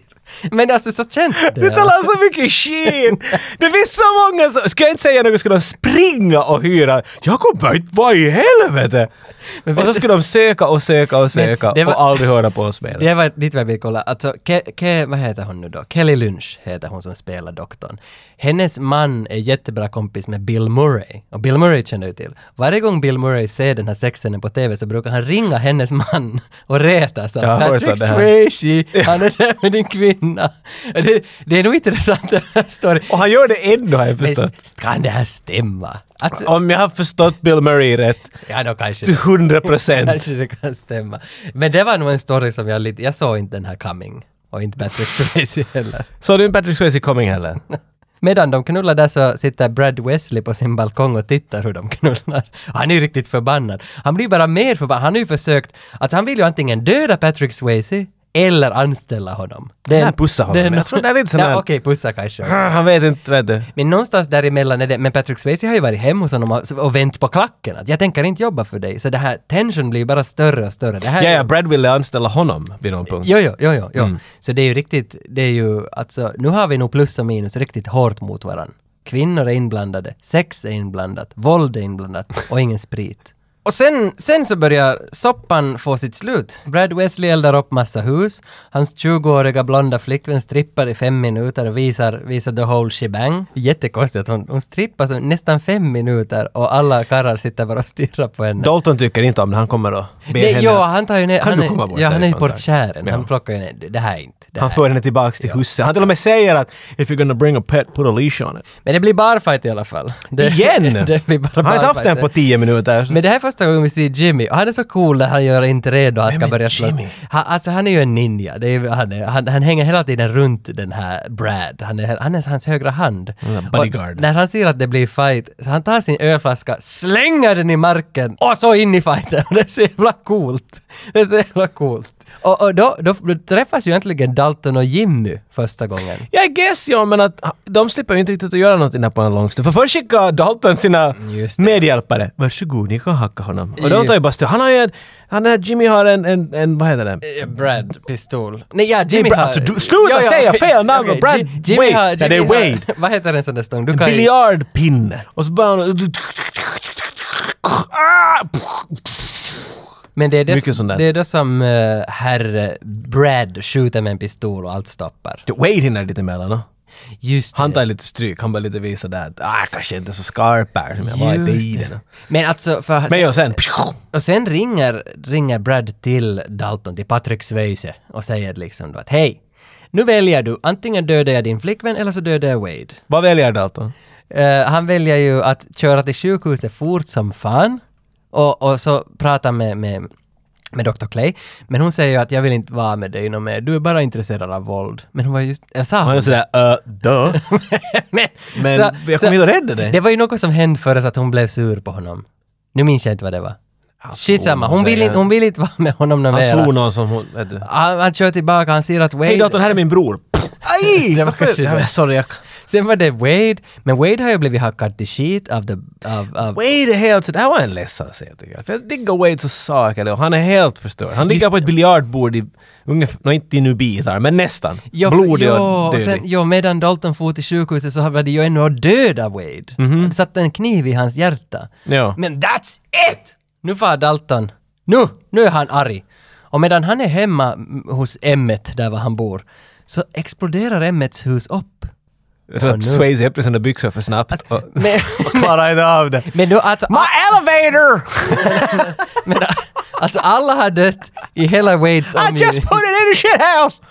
Speaker 2: Men alltså så känns det.
Speaker 1: Du talar så mycket skit! Det finns så många som... Ska jag inte säga något skulle de springa och hyra. Jag kommer inte... Vad i helvete? Och så skulle de söka och söka och söka
Speaker 2: det var-
Speaker 1: och aldrig höra på oss mer.
Speaker 2: Det var dit jag vill kolla. Alltså, Ke- Ke- vad heter hon nu då? Kelly Lynch heter hon som spelar doktorn. Hennes man är jättebra kompis med Bill Murray. Och Bill Murray känner du till. Varje gång Bill Murray ser den här sexscenen på TV så brukar han ringa hennes man och retas.
Speaker 1: Jag har
Speaker 2: att
Speaker 1: hört om
Speaker 2: Patrick
Speaker 1: det här."
Speaker 2: Swayze, han är där med din kvinna. Det, det är nog intressant den här storyn.
Speaker 1: Och han gör det ändå har jag
Speaker 2: Men
Speaker 1: förstått.
Speaker 2: s- Kan det här stämma? Alltså,
Speaker 1: Om jag har förstått Bill Murray rätt,
Speaker 2: ja, då kanske
Speaker 1: till 100 procent.
Speaker 2: Alltså- Kanske det kan stämma. Men det var nog en story som jag lite, jag såg inte den här coming. Och inte Patrick Swayze heller.
Speaker 1: Så du inte Patrick Swayze coming heller?
Speaker 2: Medan de knullar där så sitter Brad Wesley på sin balkong och tittar hur de knullar. Han är ju riktigt förbannad. Han blir bara mer förbannad. Han har ju försökt... Alltså han vill ju antingen döda Patrick Swayze eller anställa honom. Det
Speaker 1: Nej, pussa honom. Jag tror det är lite sån
Speaker 2: Ja,
Speaker 1: här-
Speaker 2: Okej, pussa kanske. också.
Speaker 1: Ah, Han vet inte, vet du.
Speaker 2: Men någonstans däremellan är det, men Patrick Swayze har ju varit hemma hos honom och, och vänt på klacken. Att jag tänker inte jobba för dig. Så det här tension blir ju bara större och större. Det här
Speaker 1: Ja,
Speaker 2: är-
Speaker 1: ja, Brad ville anställa honom vid någon punkt.
Speaker 2: Jo, jo, jo, jo. jo. Så det är ju riktigt, det är ju alltså, nu har vi nog plus och minus riktigt hårt mot varandra. Kvinnor är inblandade, sex är inblandat, våld är inblandat och ingen sprit. Och sen, sen så börjar soppan få sitt slut. Brad Wesley eldar upp massa hus. Hans 20-åriga blonda flickvän strippar i fem minuter och visar, visar the whole shebang. Jättekonstigt att hon, hon strippar så nästan fem minuter och alla karlar sitter bara och stirrar på henne.
Speaker 1: Dalton tycker inte om det, han kommer att be
Speaker 2: Nej,
Speaker 1: henne
Speaker 2: jo,
Speaker 1: att-
Speaker 2: han tar ju ner...
Speaker 1: Kan
Speaker 2: han
Speaker 1: du
Speaker 2: är-
Speaker 1: komma bort
Speaker 2: Ja, han är ju
Speaker 1: därifrån, tack?
Speaker 2: portkären. Han
Speaker 1: Ja.
Speaker 2: plockar ju ner... Det här är inte... Det
Speaker 1: Han
Speaker 2: här.
Speaker 1: för henne tillbaks till huset. Han till och med säger att if you're gonna bring a pet, put a leash on it.
Speaker 2: Men det blir barfight i alla fall. Det,
Speaker 1: Igen!
Speaker 2: det blir bara
Speaker 1: han har inte haft
Speaker 2: barfight.
Speaker 1: den på tio minuter.
Speaker 2: Men det här är första gången vi ser Jimmy och han är så cool när han gör inte redo och han
Speaker 1: Vem
Speaker 2: ska
Speaker 1: är
Speaker 2: börja slåss.
Speaker 1: Jimmy?
Speaker 2: Han, alltså han är ju en ninja. Det är, han, är, han, han hänger hela tiden runt den här Brad. Han är, han är hans högra hand.
Speaker 1: Mm, bodyguard.
Speaker 2: Och när han ser att det blir fight, så han tar sin ölflaska, slänger den i marken och så in i fighten. Det är så jävla coolt. Det är så jävla coolt. Och, och då, då, då träffas ju egentligen Dalton och Jimmy första gången.
Speaker 1: Jag guess ja, men att de slipper ju inte riktigt att göra någonting här på en lång stund. För först skickar Dalton sina
Speaker 2: Just det.
Speaker 1: medhjälpare. Varsågod, ni kan hacka honom. Och de
Speaker 2: Just-
Speaker 1: tar ju bara stöd. Han har ju en... Han här Jimmy har en, en, en vad heter det?
Speaker 2: Ja, Brad pistol. Nej, ja, Jimmy
Speaker 1: Brad-
Speaker 2: har...
Speaker 1: alltså, du- sluta säga fel namn,
Speaker 2: Okej,
Speaker 1: Brad
Speaker 2: Ji- Jimmy
Speaker 1: Wade.
Speaker 2: Har,
Speaker 1: Nej, det är
Speaker 2: Jimmy har-
Speaker 1: Wade.
Speaker 2: vad heter en sån där stång? Du
Speaker 1: En
Speaker 2: kan ju-
Speaker 1: biljardpinne. Och så bara han... Ah!
Speaker 2: Men det är det,
Speaker 1: Mycket sånt där.
Speaker 2: det är det som uh, herr Brad skjuter med en pistol och allt stoppar.
Speaker 1: Wade hinner lite emellan. no?
Speaker 2: Just
Speaker 1: Han
Speaker 2: det.
Speaker 1: tar lite stryk. Han bara lite visar där att ah, kanske inte så skarp här som jag var i
Speaker 2: Just
Speaker 1: tiden.
Speaker 2: det. Men alltså, för,
Speaker 1: Men jag sen...
Speaker 2: och sen ringer, ringer Brad till Dalton, till Patrick Swayze och säger liksom då att hej, nu väljer du, antingen dödar jag din flickvän eller så dödar jag Wade.
Speaker 1: Vad väljer Dalton?
Speaker 2: Eh, han väljer ju att köra till sjukhuset fort som fan och, och så prata med, med, med Dr. Clay. Men hon säger ju att jag vill inte vara med dig någon mer, du är bara intresserad av våld. Men hon var just, jag sa
Speaker 1: Han är
Speaker 2: hon.
Speaker 1: sådär, uh, duh.
Speaker 2: men
Speaker 1: Men jag kommer inte att rädda dig.
Speaker 2: Det var ju något som hände före så att hon blev sur på honom. Nu minns jag inte vad det var.
Speaker 1: Alltså,
Speaker 2: Skitsamma, hon vill, inte, hon vill inte vara med honom någon
Speaker 1: Han
Speaker 2: mer.
Speaker 1: slog någon som hon... Vet du.
Speaker 2: Han, han kör tillbaka, han ser att Wade...
Speaker 1: Hej datorn, här är min bror! Aj!
Speaker 2: Det var
Speaker 1: Varför-
Speaker 2: kanske
Speaker 1: Ja,
Speaker 2: det.
Speaker 1: men Sorry, jag...
Speaker 2: Sen var det Wade, men Wade har ju blivit hackad till shit av... The, av, av
Speaker 1: Wade är helt... så- Det här var en ledsen scen tycker jag. För jag diggar Wade så saklig och han är helt förstörd. Han ligger på ett biljardbord i... Ungefär... Nå, inte i nu bitar, men nästan.
Speaker 2: Ja, för-
Speaker 1: Blodig
Speaker 2: ja,
Speaker 1: och
Speaker 2: sen,
Speaker 1: dödig.
Speaker 2: ja, medan Dalton for till sjukhuset så hade ju ännu att döda Wade.
Speaker 1: Mhm.
Speaker 2: Han satte en kniv i hans hjärta.
Speaker 1: Ja.
Speaker 2: Men that's it! Nu far Dalton. Nu! Nu är han arg. Och medan han är hemma m- hos Emmet, där var han bor, så exploderar Emmets hus upp.
Speaker 1: Så
Speaker 2: nu- Alltså,
Speaker 1: att Swayze öppnar sina byxor för snabbt och
Speaker 2: Men,
Speaker 1: och klarar inte av det.
Speaker 2: men då alltså...
Speaker 1: My elevator!
Speaker 2: Men, alltså alla har dött i hela Wades
Speaker 1: I just put it in a shit house!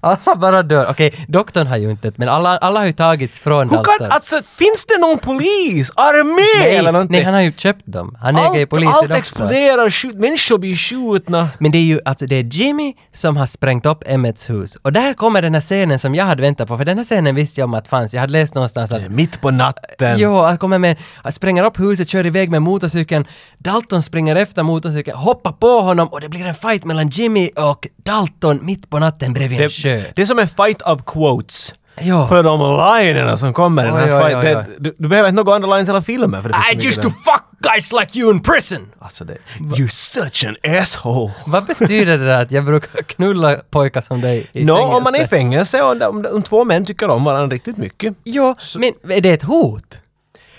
Speaker 2: Alla bara dör. Okej, doktorn har ju inte dött, men alla, alla har ju tagits från
Speaker 1: Who
Speaker 2: Dalton.
Speaker 1: got, alltså, finns det någon polis? Armé eller
Speaker 2: Nej,
Speaker 1: någonting?
Speaker 2: nej, han har ju köpt dem. Han äger ju
Speaker 1: allt
Speaker 2: polisen
Speaker 1: allt
Speaker 2: också.
Speaker 1: exploderar, skjut, människor blir skjutna.
Speaker 2: Men det är ju alltså det är Jimmy som har sprängt upp Emmets hus. Och där kommer den här scenen som jag hade väntat på, för den här scenen visste jag om att fanns. Jag hade läst någonstans att
Speaker 1: Mitt på natten.
Speaker 2: Jo, han kommer med, han spränger upp huset, kör iväg med motorcykeln. Dalton springer efter motorcykeln, hoppar på honom och det blir en fight mellan Jimmy och Dalton mitt på natten bredvid en sjö.
Speaker 1: Det, det är som en fight of quotes.
Speaker 2: Ja.
Speaker 1: För de linerna som kommer i den
Speaker 2: Oj,
Speaker 1: här
Speaker 2: oj,
Speaker 1: fight.
Speaker 2: oj, oj.
Speaker 1: Det, du, du behöver inte några andra lines i hela filmen för det finns så
Speaker 2: I
Speaker 1: mycket
Speaker 2: just
Speaker 1: där.
Speaker 2: to fuck guys like you in prison!
Speaker 1: Alltså det, you're such an asshole!
Speaker 2: Vad betyder det där att jag brukar knulla pojkar som dig i
Speaker 1: Nå,
Speaker 2: fängelse?
Speaker 1: om man är i fängelse och om, om två män tycker om varandra riktigt mycket.
Speaker 2: Jo, men är det ett hot?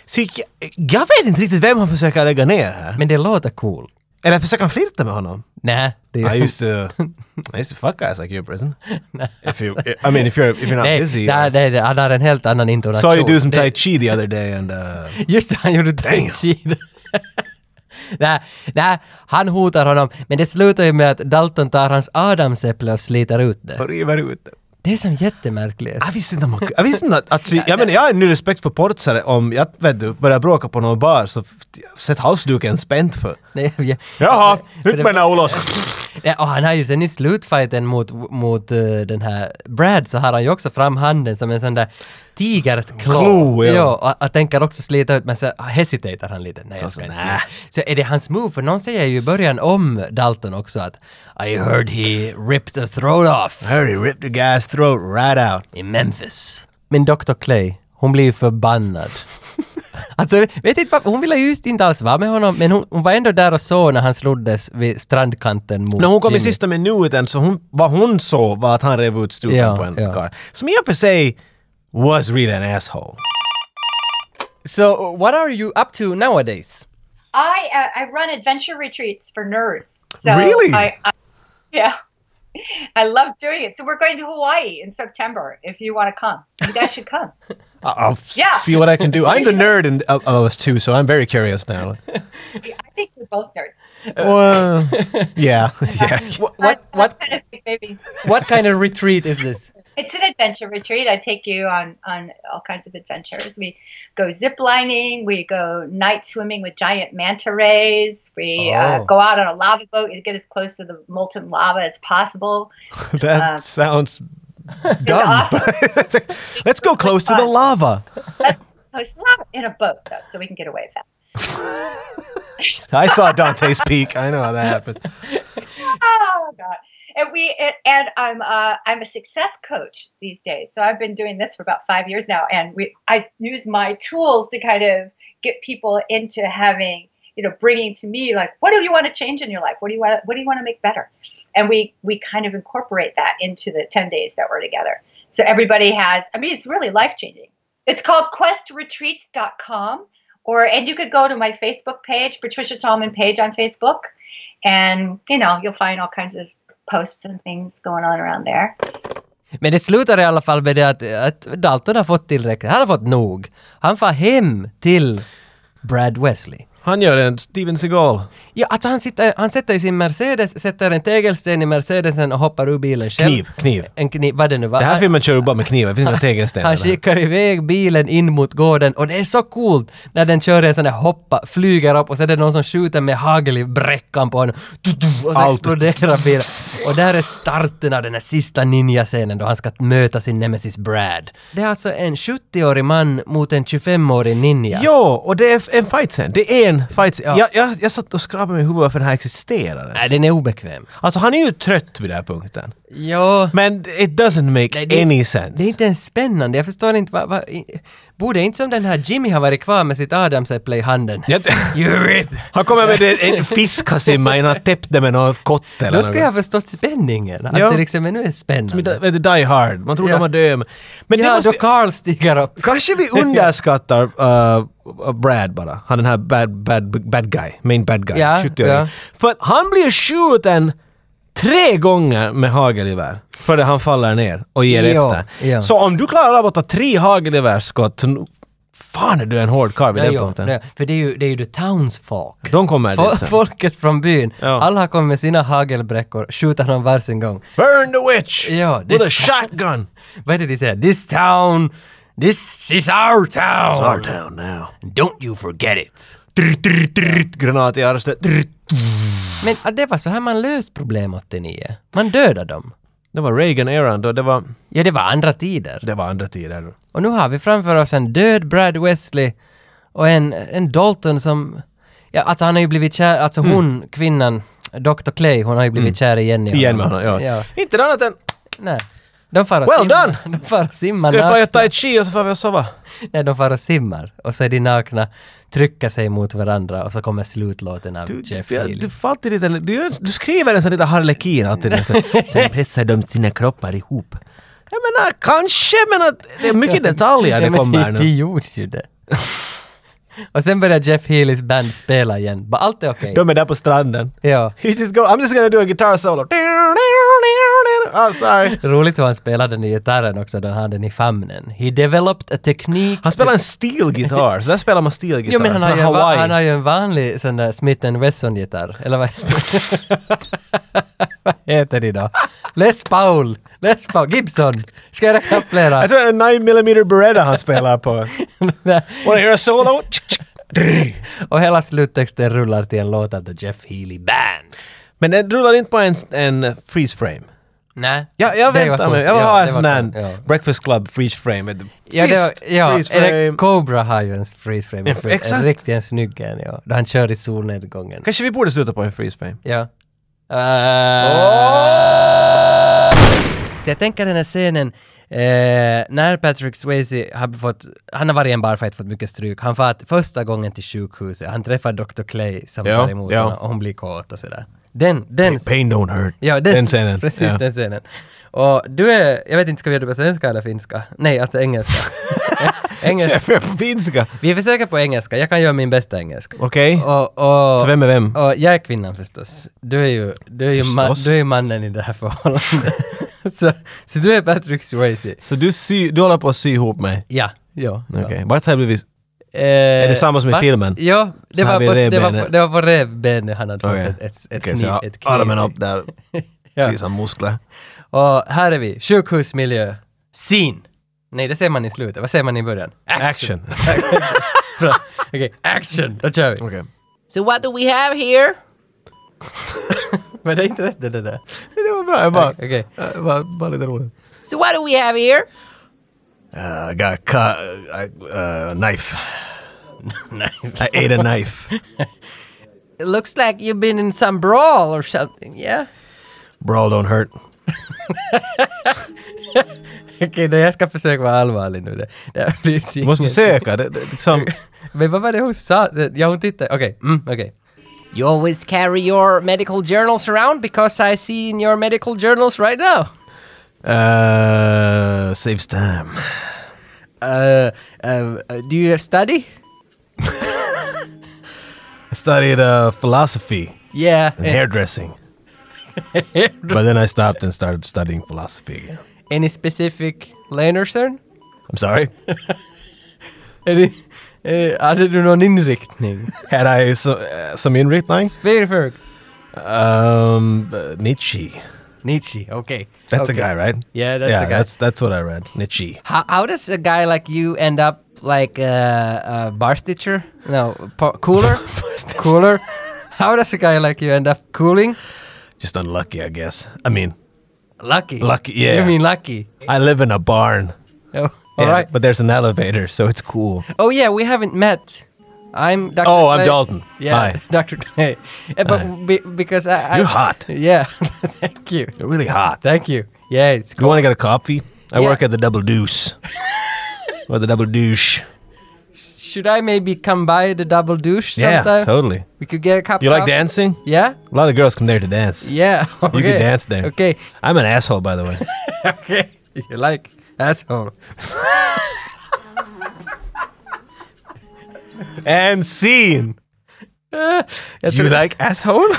Speaker 1: Så jag, jag vet inte riktigt vem han försöker lägga ner här.
Speaker 2: Men det låter cool.
Speaker 1: Eller försöker han flirta med honom?
Speaker 2: Nej, det är
Speaker 1: I used to, I used to fuck guys like you in prison. if you, I mean if you're, if you're not
Speaker 2: Nej,
Speaker 1: busy. uh,
Speaker 2: nej, nej, nej, han har en helt annan intonation.
Speaker 1: Saw you do some
Speaker 2: Det-
Speaker 1: tai chi the other day and... Uh,
Speaker 2: Just det, han gjorde tai
Speaker 1: Damn.
Speaker 2: chi. Nej, nej, han hotar honom, men det slutar ju med att Dalton tar hans adamsäpple och sliter ut det.
Speaker 1: och river ut det.
Speaker 2: Det är som jättemärkligt.
Speaker 1: Jag visste inte, om man, jag visste inte att, alltså, jag menar jag har nu respekt för portsare om jag vet du, börjar bråka på någon bar så f- sätt halsduken spänt för.
Speaker 2: Nej, jag,
Speaker 1: Jaha,
Speaker 2: för
Speaker 1: ut
Speaker 2: det
Speaker 1: med den
Speaker 2: var-
Speaker 1: Olos!
Speaker 2: Ja, och han har ju sen i slutfighten mot, mot eh, den här Brad så har han ju också fram handen som en sån där tigerklå.
Speaker 1: Klo, ja.
Speaker 2: ja. och jag tänker också slita ut men så hesitatar han lite. Nej,
Speaker 1: Alltså,
Speaker 2: jag ska inte slita. Så är det hans move? För någon säger ju i början om Dalton också att I heard he ripped his throat off
Speaker 1: Hurry, rip the guy's throat right out.
Speaker 2: in Memphis. Men Dr. Clay, hon blir ju förbannad. Alltså, vet inte, vad- hon ville just inte alls vara med honom, men hon, hon var ändå där och såg när han sloddes vid strandkanten mot
Speaker 1: När hon kom i
Speaker 2: Jimmy.
Speaker 1: sista minuten så hon, vad hon såg var att han rev ut strupen
Speaker 2: Ja,
Speaker 1: på en
Speaker 2: ja.
Speaker 1: karl. Som i och för sig was really an asshole.
Speaker 2: So, what are you up to nowadays?
Speaker 6: I uh, I run adventure retreats for nerds. So
Speaker 1: Really?
Speaker 6: I, I, yeah, I love doing it. So we're going to Hawaii in September. If you want to come, you guys should come.
Speaker 1: I'll f-
Speaker 6: Yeah.
Speaker 1: see what I can do. I'm the nerd in, of, of us two, so I'm very curious now.
Speaker 6: I think we're both nerds.
Speaker 1: well, yeah, yeah.
Speaker 2: What, what,
Speaker 6: I- I
Speaker 2: what,
Speaker 6: kind of think maybe
Speaker 2: what kind of retreat is this?
Speaker 6: it's an adventure retreat. I take you on on all kinds of adventures. We go zip lining. We go night swimming with giant manta rays. We uh,
Speaker 2: Oh.
Speaker 6: go out on a lava boat. You get as close to the molten lava as possible.
Speaker 1: That
Speaker 2: Um,
Speaker 6: Uh,
Speaker 1: sounds dumb. Let's go close to the lava.
Speaker 6: Close to lava in a boat though, so we can get away fast.
Speaker 1: I saw Dante's Peak. I know how that happens.
Speaker 6: oh god and we and- and i'm uh, i'm a success coach these days so i've been doing this for about five years now and we i use my tools to kind of get people into having you know bringing to me like what do you want to change in your life what do you want what do you want to make better and we we kind of incorporate that into the 10 days that we're together so everybody has i mean it's really life changing it's called questretreats.com or and you could go to my facebook page patricia tallman page on facebook and you know you'll find all kinds of posts and things going on around there
Speaker 2: Men det slutar i alla fall med det att, att Dalton har fått tillräckligt. Han har fått nog. Han far hem till Brad Wesley.
Speaker 1: Han gör en Steven Seagal.
Speaker 2: Ja, alltså han, sitter, han sätter ju sin Mercedes, sätter en tegelsten i Mercedesen och hoppar ur bilen själv.
Speaker 1: Kniv, kniv.
Speaker 2: En kniv, vad det nu var.
Speaker 1: Den här
Speaker 2: Han-
Speaker 1: filmen kör du bara med knivar. Det finns inga tegelstenar.
Speaker 2: Han
Speaker 1: där.
Speaker 2: skickar iväg bilen in mot gården och det är så coolt när den kör en sån där hoppa, flyger upp och så är det någon som skjuter med hagel i bräckan på honom. Du, du, Och så
Speaker 1: Allt.
Speaker 2: exploderar bilen. Och där är starten av den här sista ninja-scenen då han ska möta sin nemesis Brad. Det är alltså en 70-årig man mot en 25-årig ninja.
Speaker 1: Jo, och det är en fightscen. Det är en fightscen.
Speaker 2: Ja.
Speaker 1: Jag, jag, jag satt och skrapade mig i huvudet för den här existerar
Speaker 2: Nej,
Speaker 1: ens.
Speaker 2: den är obekväm.
Speaker 1: Alltså han är ju trött vid den här punkten.
Speaker 2: Jo.
Speaker 1: Men it doesn't make
Speaker 2: Nej, det-
Speaker 1: any sense.
Speaker 2: Det är inte ens spännande. Jag förstår inte vad... vad i- borde inte som den här Jimmy har varit kvar med sitt Adams Apple i handen.
Speaker 1: Jag t-
Speaker 2: You rip!
Speaker 1: han kommer med en, en fiskkasimma innan han täppt den med någon kotte eller
Speaker 2: Då ska jag ha förstått spänningen. Att
Speaker 1: Ja.
Speaker 2: det liksom ännu är spännande.
Speaker 1: något. Vet du, Die Hard. Man tror
Speaker 2: Ja.
Speaker 1: de var döda. Men det
Speaker 2: Ja,
Speaker 1: måste
Speaker 2: då
Speaker 1: vi,
Speaker 2: Carl stiger upp.
Speaker 1: kanske vi underskattar eh, Brad bara. Han den här bad, bad, bad guy. Main bad guy.
Speaker 2: Ja,
Speaker 1: 70 åringen
Speaker 2: ja.
Speaker 1: För att han blir skjuten tre gånger med hagelgevär före han faller ner och ger
Speaker 2: Ja,
Speaker 1: efter.
Speaker 2: ja.
Speaker 1: Så om du klarar av att ta tre hagelgevärsskott, så nu- fan är du en hård karl vid
Speaker 2: Ja,
Speaker 1: den
Speaker 2: jo,
Speaker 1: punkten.
Speaker 2: det- för det är ju, det är ju the townsfolk.
Speaker 1: De kommer dit
Speaker 2: Fol-
Speaker 1: sen.
Speaker 2: Folket från byn.
Speaker 1: Ja.
Speaker 2: Alla har kommit med sina hagelbräckor, skjuter dem varsin gång.
Speaker 1: Burn the witch!
Speaker 2: Ja,
Speaker 1: With
Speaker 2: det-
Speaker 1: a shotgun!
Speaker 2: Vad är det de säger? This town, this is our town!
Speaker 1: Our town now.
Speaker 2: Don't you forget it!
Speaker 1: Drr, drr, drr, granat i arslet. Drr,
Speaker 2: Men ah, det var så här man löst problem 89. Man dödade dem.
Speaker 1: Det var Reagan-eran då, det var,
Speaker 2: Ja, det var andra tider.
Speaker 1: det var andra tider.
Speaker 2: Och nu har vi framför oss en död Brad Wesley och en, en Dalton som... Ja, alltså han har ju blivit kär, alltså
Speaker 1: Mm.
Speaker 2: hon, kvinnan, Dr. Clay, hon har ju blivit kär igen i honom.
Speaker 1: Igen med honom, ja.
Speaker 2: ja.
Speaker 1: Inte något annat än...
Speaker 2: Nej. De far och
Speaker 1: Well
Speaker 2: simmar.
Speaker 1: done!
Speaker 2: De far och simmar
Speaker 1: Ska vi få göra
Speaker 2: nakna.
Speaker 1: tai chi och så får vi och sova?
Speaker 2: Nej, de far och simmar. Och så är de nakna, trycker sig mot varandra och så kommer slutlåten av
Speaker 1: Du,
Speaker 2: Jeff
Speaker 1: ja,
Speaker 2: Healy.
Speaker 1: du, får alltid lite, du, gör- du skriver en sån liten harlekin alltid nästan. Sen pressar de sina kroppar ihop. Jag menar, kanske, men att det är mycket detaljer
Speaker 2: Nej,
Speaker 1: det
Speaker 2: men
Speaker 1: kommer här
Speaker 2: de-
Speaker 1: nu.
Speaker 2: De gjorde ju det. och sen börjar Jeff Healys band spela igen. Bara allt är okej.
Speaker 1: De är där på stranden.
Speaker 2: Ja.
Speaker 1: You just go, I'm just gonna do a guitar solo. Oh, sorry.
Speaker 2: Roligt hur han spelade den i gitarren också, den hade den i famnen. He developed a technique...
Speaker 1: Han spelar en stilgitarr, så där spelar man stilgitarr.
Speaker 2: Jo men han har,
Speaker 1: Sån
Speaker 2: ju en, va-
Speaker 1: Hawaii.
Speaker 2: han har ju en vanlig sån där Smith Wesson-gitarr, eller vad, vad heter det då? Les Paul! Läs på Gibson. Ska jag räkna upp flera?
Speaker 1: Jag tror det är en 9mm Beretta han spelar på. Wanna hear a solo?
Speaker 2: Och hela sluttexten rullar till en låt av The Jeff Healy Band.
Speaker 1: Men den rullar inte på en, en freeze frame.
Speaker 2: Nej.
Speaker 1: Ja, jag
Speaker 2: det var
Speaker 1: väntar mig.
Speaker 2: konstigt.
Speaker 1: Jag vill
Speaker 2: Ja,
Speaker 1: ha
Speaker 2: det
Speaker 1: en sån
Speaker 2: var
Speaker 1: där
Speaker 2: kon- ja.
Speaker 1: Breakfast Club freeze frame. Ett
Speaker 2: Ja, det var,
Speaker 1: fist
Speaker 2: ja
Speaker 1: freeze
Speaker 2: är det,
Speaker 1: frame.
Speaker 2: Cobra har ju en freeze frame.
Speaker 1: Ja,
Speaker 2: också.
Speaker 1: exakt.
Speaker 2: En riktigt en snygg en, ja. Då han kör i solnedgången.
Speaker 1: Kanske vi borde sluta på en freeze frame.
Speaker 2: Ja. Uh, Så jag tänker den här scenen eh, när Patrick Swayze har fått, han har varit i en barfight, fått mycket stryk. Han far första gången till sjukhuset, han träffar Dr. Clay som
Speaker 1: Ja,
Speaker 2: tar emot
Speaker 1: ja.
Speaker 2: honom och hon blir kåt och sådär. Den, den,
Speaker 1: Pain don't hurt.
Speaker 2: ja, den,
Speaker 1: den scenen.
Speaker 2: Precis,
Speaker 1: ja.
Speaker 2: den scenen. Och du är, jag vet inte, ska vi göra det på svenska eller finska? Nej, alltså engelska. engelska.
Speaker 1: Chef är på finska.
Speaker 2: Vi försöker på engelska, jag kan göra min bästa engelska.
Speaker 1: Okej.
Speaker 2: Och, och,
Speaker 1: Så vem är vem?
Speaker 2: och jag är kvinnan förstås. Du är ju, du är ju, ma-
Speaker 1: Förstås.
Speaker 2: du är ju mannen i det här förhållandet. så, så du är Patrick Swayze.
Speaker 1: Så du, sy, du håller på att sy ihop mig?
Speaker 2: Ja, ja.
Speaker 1: Okej. Vart har jag blivit...
Speaker 2: är
Speaker 1: det samma som i filmen?
Speaker 2: Ja, det
Speaker 1: Så här
Speaker 2: var,
Speaker 1: vid
Speaker 2: på, det, var på,
Speaker 1: revbenet.
Speaker 2: det var på revbenet han hade
Speaker 1: Okej.
Speaker 2: fått ett, ett, ett
Speaker 1: Okej, så
Speaker 2: kniv.
Speaker 1: jag har
Speaker 2: ett kniv.
Speaker 1: armen upp där.
Speaker 2: Ja.
Speaker 1: Visar muskler.
Speaker 2: Och här är vi, sjukhusmiljö. Scene! Nej, det ser man i slutet. Vad ser man i början?
Speaker 1: Action.
Speaker 2: Bra. Okej, action! Då kör vi.
Speaker 1: Okej.
Speaker 2: So what do we have here? Men det är inte rätt det där.
Speaker 1: Det var bra. Jag bara...
Speaker 2: Okej.
Speaker 1: jag bara, bara lite roligt.
Speaker 2: So what do we have here?
Speaker 1: I got a cu- I- uh, knife. I ate a knife.
Speaker 2: It looks like you've been in some brawl or something, yeah?
Speaker 1: Brawl don't hurt.
Speaker 2: Okej, då jag ska försöka vara allvarlig nu. Det, det här blir
Speaker 1: Du måste försöka. Det, det, liksom,
Speaker 2: Men vad var det hon sa? Ja, hon tittade. Okej, mm, okej. You always carry your medical journals around because I see in your medical journals right now.
Speaker 1: uh, saves time.
Speaker 2: Uh, uh, uh, do you study?
Speaker 1: I studied uh, philosophy
Speaker 2: Yeah.
Speaker 1: and hairdressing. but then I stopped and started studying philosophy again.
Speaker 2: Any specific Lenerson?
Speaker 1: I'm sorry.
Speaker 2: uh, Hade du någon inriktning?
Speaker 1: Had I so, uh, some inriktning?
Speaker 2: Spielberg.
Speaker 1: Um, uh, Nietzsche.
Speaker 2: Nietzsche, okej.
Speaker 1: That's
Speaker 2: Okej.
Speaker 1: a guy, right?
Speaker 2: Yeah, that's
Speaker 1: yeah,
Speaker 2: a guy.
Speaker 1: That's that's what I read. Nietzsche.
Speaker 2: How, how does a guy like you end up like uh, a bar stitcher? No, po- cooler? cooler? How does a guy like you end up cooling?
Speaker 1: Just unlucky, I guess. I mean,
Speaker 2: Lucky.
Speaker 1: Lucky, yeah.
Speaker 2: You mean lucky.
Speaker 1: I live in a barn.
Speaker 2: Oh, all
Speaker 1: Yeah,
Speaker 2: right.
Speaker 1: But there's an elevator, so it's cool.
Speaker 2: Oh, yeah, we haven't met. I'm Dr.
Speaker 1: Oh, I'm
Speaker 2: Clay.
Speaker 1: Dalton.
Speaker 2: Yeah,
Speaker 1: Hi.
Speaker 2: Dr. Clay. Eh, but be, because I, I...
Speaker 1: You're hot.
Speaker 2: Yeah, thank you.
Speaker 1: They're really hot.
Speaker 2: Thank you. Yeah, it's
Speaker 1: You want to get a coffee? I
Speaker 2: Yeah.
Speaker 1: work at the Double Deuce. or the Double Douche.
Speaker 2: Should I maybe come by the double douche
Speaker 1: Yeah,
Speaker 2: sometime?
Speaker 1: totally.
Speaker 2: We could get a cup
Speaker 1: You like
Speaker 2: of-
Speaker 1: dancing?
Speaker 2: Yeah?
Speaker 1: A lot of girls come there to dance.
Speaker 2: Um, Yeah. Okay.
Speaker 1: You can dance there.
Speaker 2: Okay.
Speaker 1: I'm an asshole, by the way.
Speaker 2: Okay. You like asshole.
Speaker 1: and scene.
Speaker 2: Jag
Speaker 1: You
Speaker 2: tror-
Speaker 1: like asshole?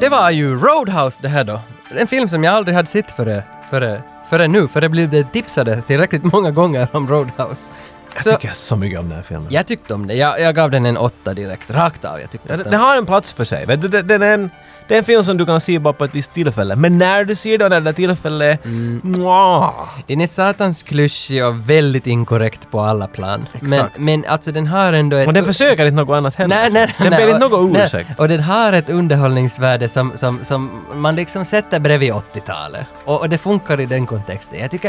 Speaker 2: Det var ju Roadhouse det här då. En film som jag aldrig hade sett före, före, före nu, för det blev det tipsade tillräckligt många gånger om Roadhouse.
Speaker 1: jag
Speaker 2: Så,
Speaker 1: tycker så mycket om den här filmen.
Speaker 2: jag tyckte om det. Jag, jag gav den en åtta direkt, rakt av. Jag tyckte
Speaker 1: Ja,
Speaker 2: att
Speaker 1: Den den
Speaker 2: den-
Speaker 1: har en plats för sig. Vet du, den, den är en, det är en film som du kan se bara på ett visst tillfälle. Men när du ser den, när det där tillfället...
Speaker 2: Mm.
Speaker 1: Mwah.
Speaker 2: Den är satans klyschig och väldigt inkorrekt på alla plan. Men,
Speaker 1: Exakt.
Speaker 2: men alltså den har ändå ett...
Speaker 1: Och den försöker inte något annat heller.
Speaker 2: Nej, nej,
Speaker 1: den
Speaker 2: nej,
Speaker 1: ber inte
Speaker 2: och-
Speaker 1: något
Speaker 2: nej,
Speaker 1: ursäkt.
Speaker 2: Och den har ett underhållningsvärde som, som, som man liksom sätter bredvid 80-talet. Och, och det funkar i den kontexten. Jag tycker...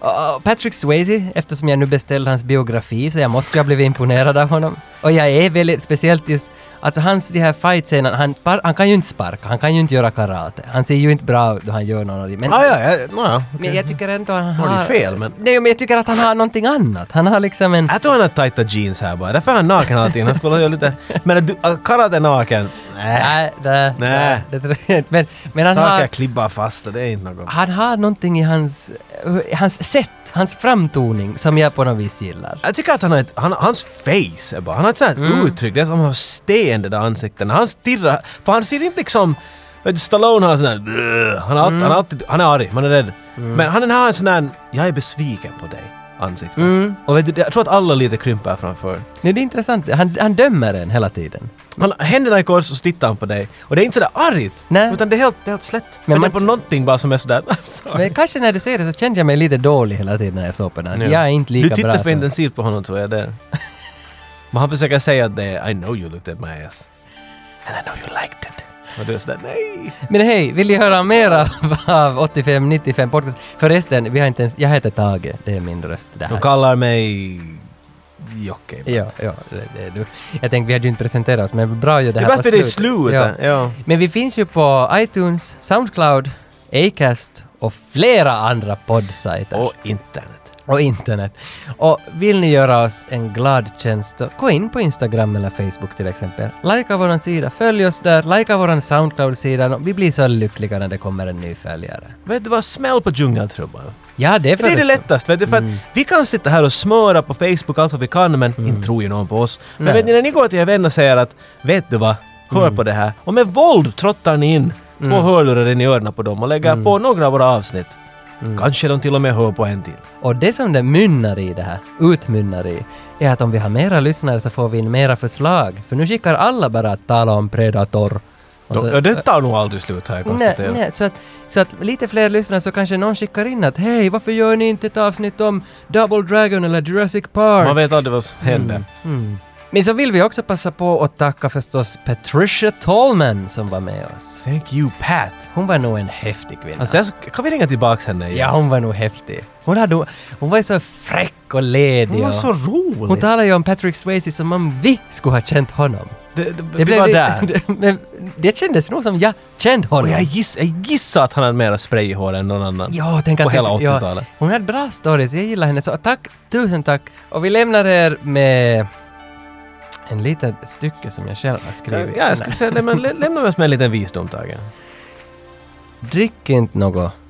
Speaker 2: och- och Patrick Swayze, eftersom jag nu beställde hans biografi så jag måste ju ha blivit imponerad av honom. Och jag är väldigt, speciellt just Alltså hans de här fight-scenerna, han, par- han kan ju inte sparka, han kan ju inte göra karate. Han ser ju inte bra ut då han gör någon av de... Men,
Speaker 1: Ah, ja, ja, nåja.
Speaker 2: men jag tycker ändå att han
Speaker 1: Har
Speaker 2: har...
Speaker 1: ni fel, men-
Speaker 2: Nej, men jag tycker att han har någonting annat. Han har liksom en...
Speaker 1: Jag tror han har tajta jeans här bara. Därför är han naken hela tiden. Han skulle ha gjort lite... Men du, äh, karate naken? Nej.
Speaker 2: Nej, det,
Speaker 1: Äh. Nej.
Speaker 2: det, det, det, men, men han
Speaker 1: Saker
Speaker 2: har...
Speaker 1: klibbar fast och det är inte något.
Speaker 2: Han har någonting i hans, eh, hans sätt, hans framtoning som jag på något vis gillar.
Speaker 1: Jag tycker att han har ett, han, hans face är bara, han har ett sånt här
Speaker 2: Mm.
Speaker 1: uttryck, det är som han har sten i det där ansiktet. Han stirrar, för han ser inte liksom, vet du, Stallone har sån här,
Speaker 2: Mm.
Speaker 1: "Ugh." han, har, alltid- han, har alltid, han är arg, han är rädd. Men han har en sån här, jag är besviken på dig. ansikten.
Speaker 2: Mm.
Speaker 1: Och vet du, jag tror att alla lite krymper framför.
Speaker 2: Nej, det är intressant. Han, han dömer en hela tiden.
Speaker 1: Han, händerna i kors och så tittar han på dig. Och det är inte sådär argt,
Speaker 2: Nej.
Speaker 1: utan det är helt, det är helt slätt.
Speaker 2: Men
Speaker 1: Men,
Speaker 2: man-
Speaker 1: det är på någonting bara som är sådär, I'm sorry.
Speaker 2: Men kanske när du säger det så kände jag mig lite dålig hela tiden när jag såg på den.
Speaker 1: Ja.
Speaker 2: Jag är inte lika
Speaker 1: Du
Speaker 2: bra alltså.
Speaker 1: tittar för
Speaker 2: som...
Speaker 1: intensivt på honom tror jag det. är. Men han försöker säga att det är I know you looked at my ass. And I know you liked it. Och du är sådär nej.
Speaker 2: Men hej, vill ni höra mer av- av 85-95 podcast? Förresten, vi har inte ens... Jag heter Tage, det är min röst det
Speaker 1: De
Speaker 2: här.
Speaker 1: kallar mig Jocke. ibland.
Speaker 2: Ja, ja, det, det är du. Jag tänkte vi hade ju inte presenterat oss, men bra ju det
Speaker 1: Det är
Speaker 2: här på
Speaker 1: bättre det i
Speaker 2: Ja.
Speaker 1: slutet. Ja.
Speaker 2: Men vi finns ju på iTunes, Soundcloud, Acast och flera andra poddsajter.
Speaker 1: Och internet.
Speaker 2: och internet. Och vill ni göra oss en glad tjänst så gå in på Instagram eller Facebook till exempel. Lajka vår sida, följ oss där, lajka vår Soundcloud-sida. Vi blir så lyckliga när det kommer en ny följare.
Speaker 1: Vet du vad? Smäll på djungeltrumman.
Speaker 2: Ja, det är
Speaker 1: Det är det
Speaker 2: förresten-
Speaker 1: lättaste. Vet du? För
Speaker 2: Mm.
Speaker 1: att vi kan sitta här och smöra på Facebook allt vad vi kan men inte tror ju någon på oss. Men
Speaker 2: Nej. Mm.
Speaker 1: vet ni, när ni går till er vän och säger att vet du vad, hör på det här. Och med våld trottar ni in två hörlurar in i öronen på dem och lägger
Speaker 2: Mm.
Speaker 1: på några av våra avsnitt. Kanske de till och med hör på en till.
Speaker 2: Och det som det mynnar i det här, utmynnar i, är att om vi har mera lyssnare så får vi in mera förslag. För nu skickar alla bara att tala om Predator. Och så-
Speaker 1: Och det tar nog aldrig slut här
Speaker 2: Alltså, Nej,
Speaker 1: konstaterat.
Speaker 2: nej så, att, så att lite fler lyssnare så kanske någon skickar in att hej, varför gör ni inte ett avsnitt om Double Dragon eller Jurassic Park?
Speaker 1: Man vet aldrig vad som
Speaker 2: Mm.
Speaker 1: händer.
Speaker 2: Men så vill vi också passa på att tacka förstås Patricia Tallman som var med oss.
Speaker 1: Thank you Pat.
Speaker 2: Hon var nog en häftig kvinna.
Speaker 1: Alltså, jag sk- kan vi ringa tillbaks henne igen?
Speaker 2: ja, hon var nog häftig. Hon, hade, hon var ju så fräck och ledig.
Speaker 1: Hon var
Speaker 2: och-
Speaker 1: så rolig.
Speaker 2: hon talade ju om Patrick Swayze som om vi skulle ha känt honom.
Speaker 1: det, det, vi var
Speaker 2: det,
Speaker 1: där.
Speaker 2: men det kändes nog som jag kände
Speaker 1: Och
Speaker 2: honom.
Speaker 1: jag, giss, jag gissar att han hade mera spray i håret än någon annan.
Speaker 2: Ja, tänk
Speaker 1: på
Speaker 2: att
Speaker 1: hela
Speaker 2: ja,
Speaker 1: 80-talet.
Speaker 2: hon hade bra stories, jag gillar henne. Så tack, tusen tack. Och vi lämnar er med en litet stycke som jag själv har skrivit.
Speaker 1: Ja, jag skulle säga det, men lä- lämna oss med en liten visdom, Tage.
Speaker 2: Drick inte något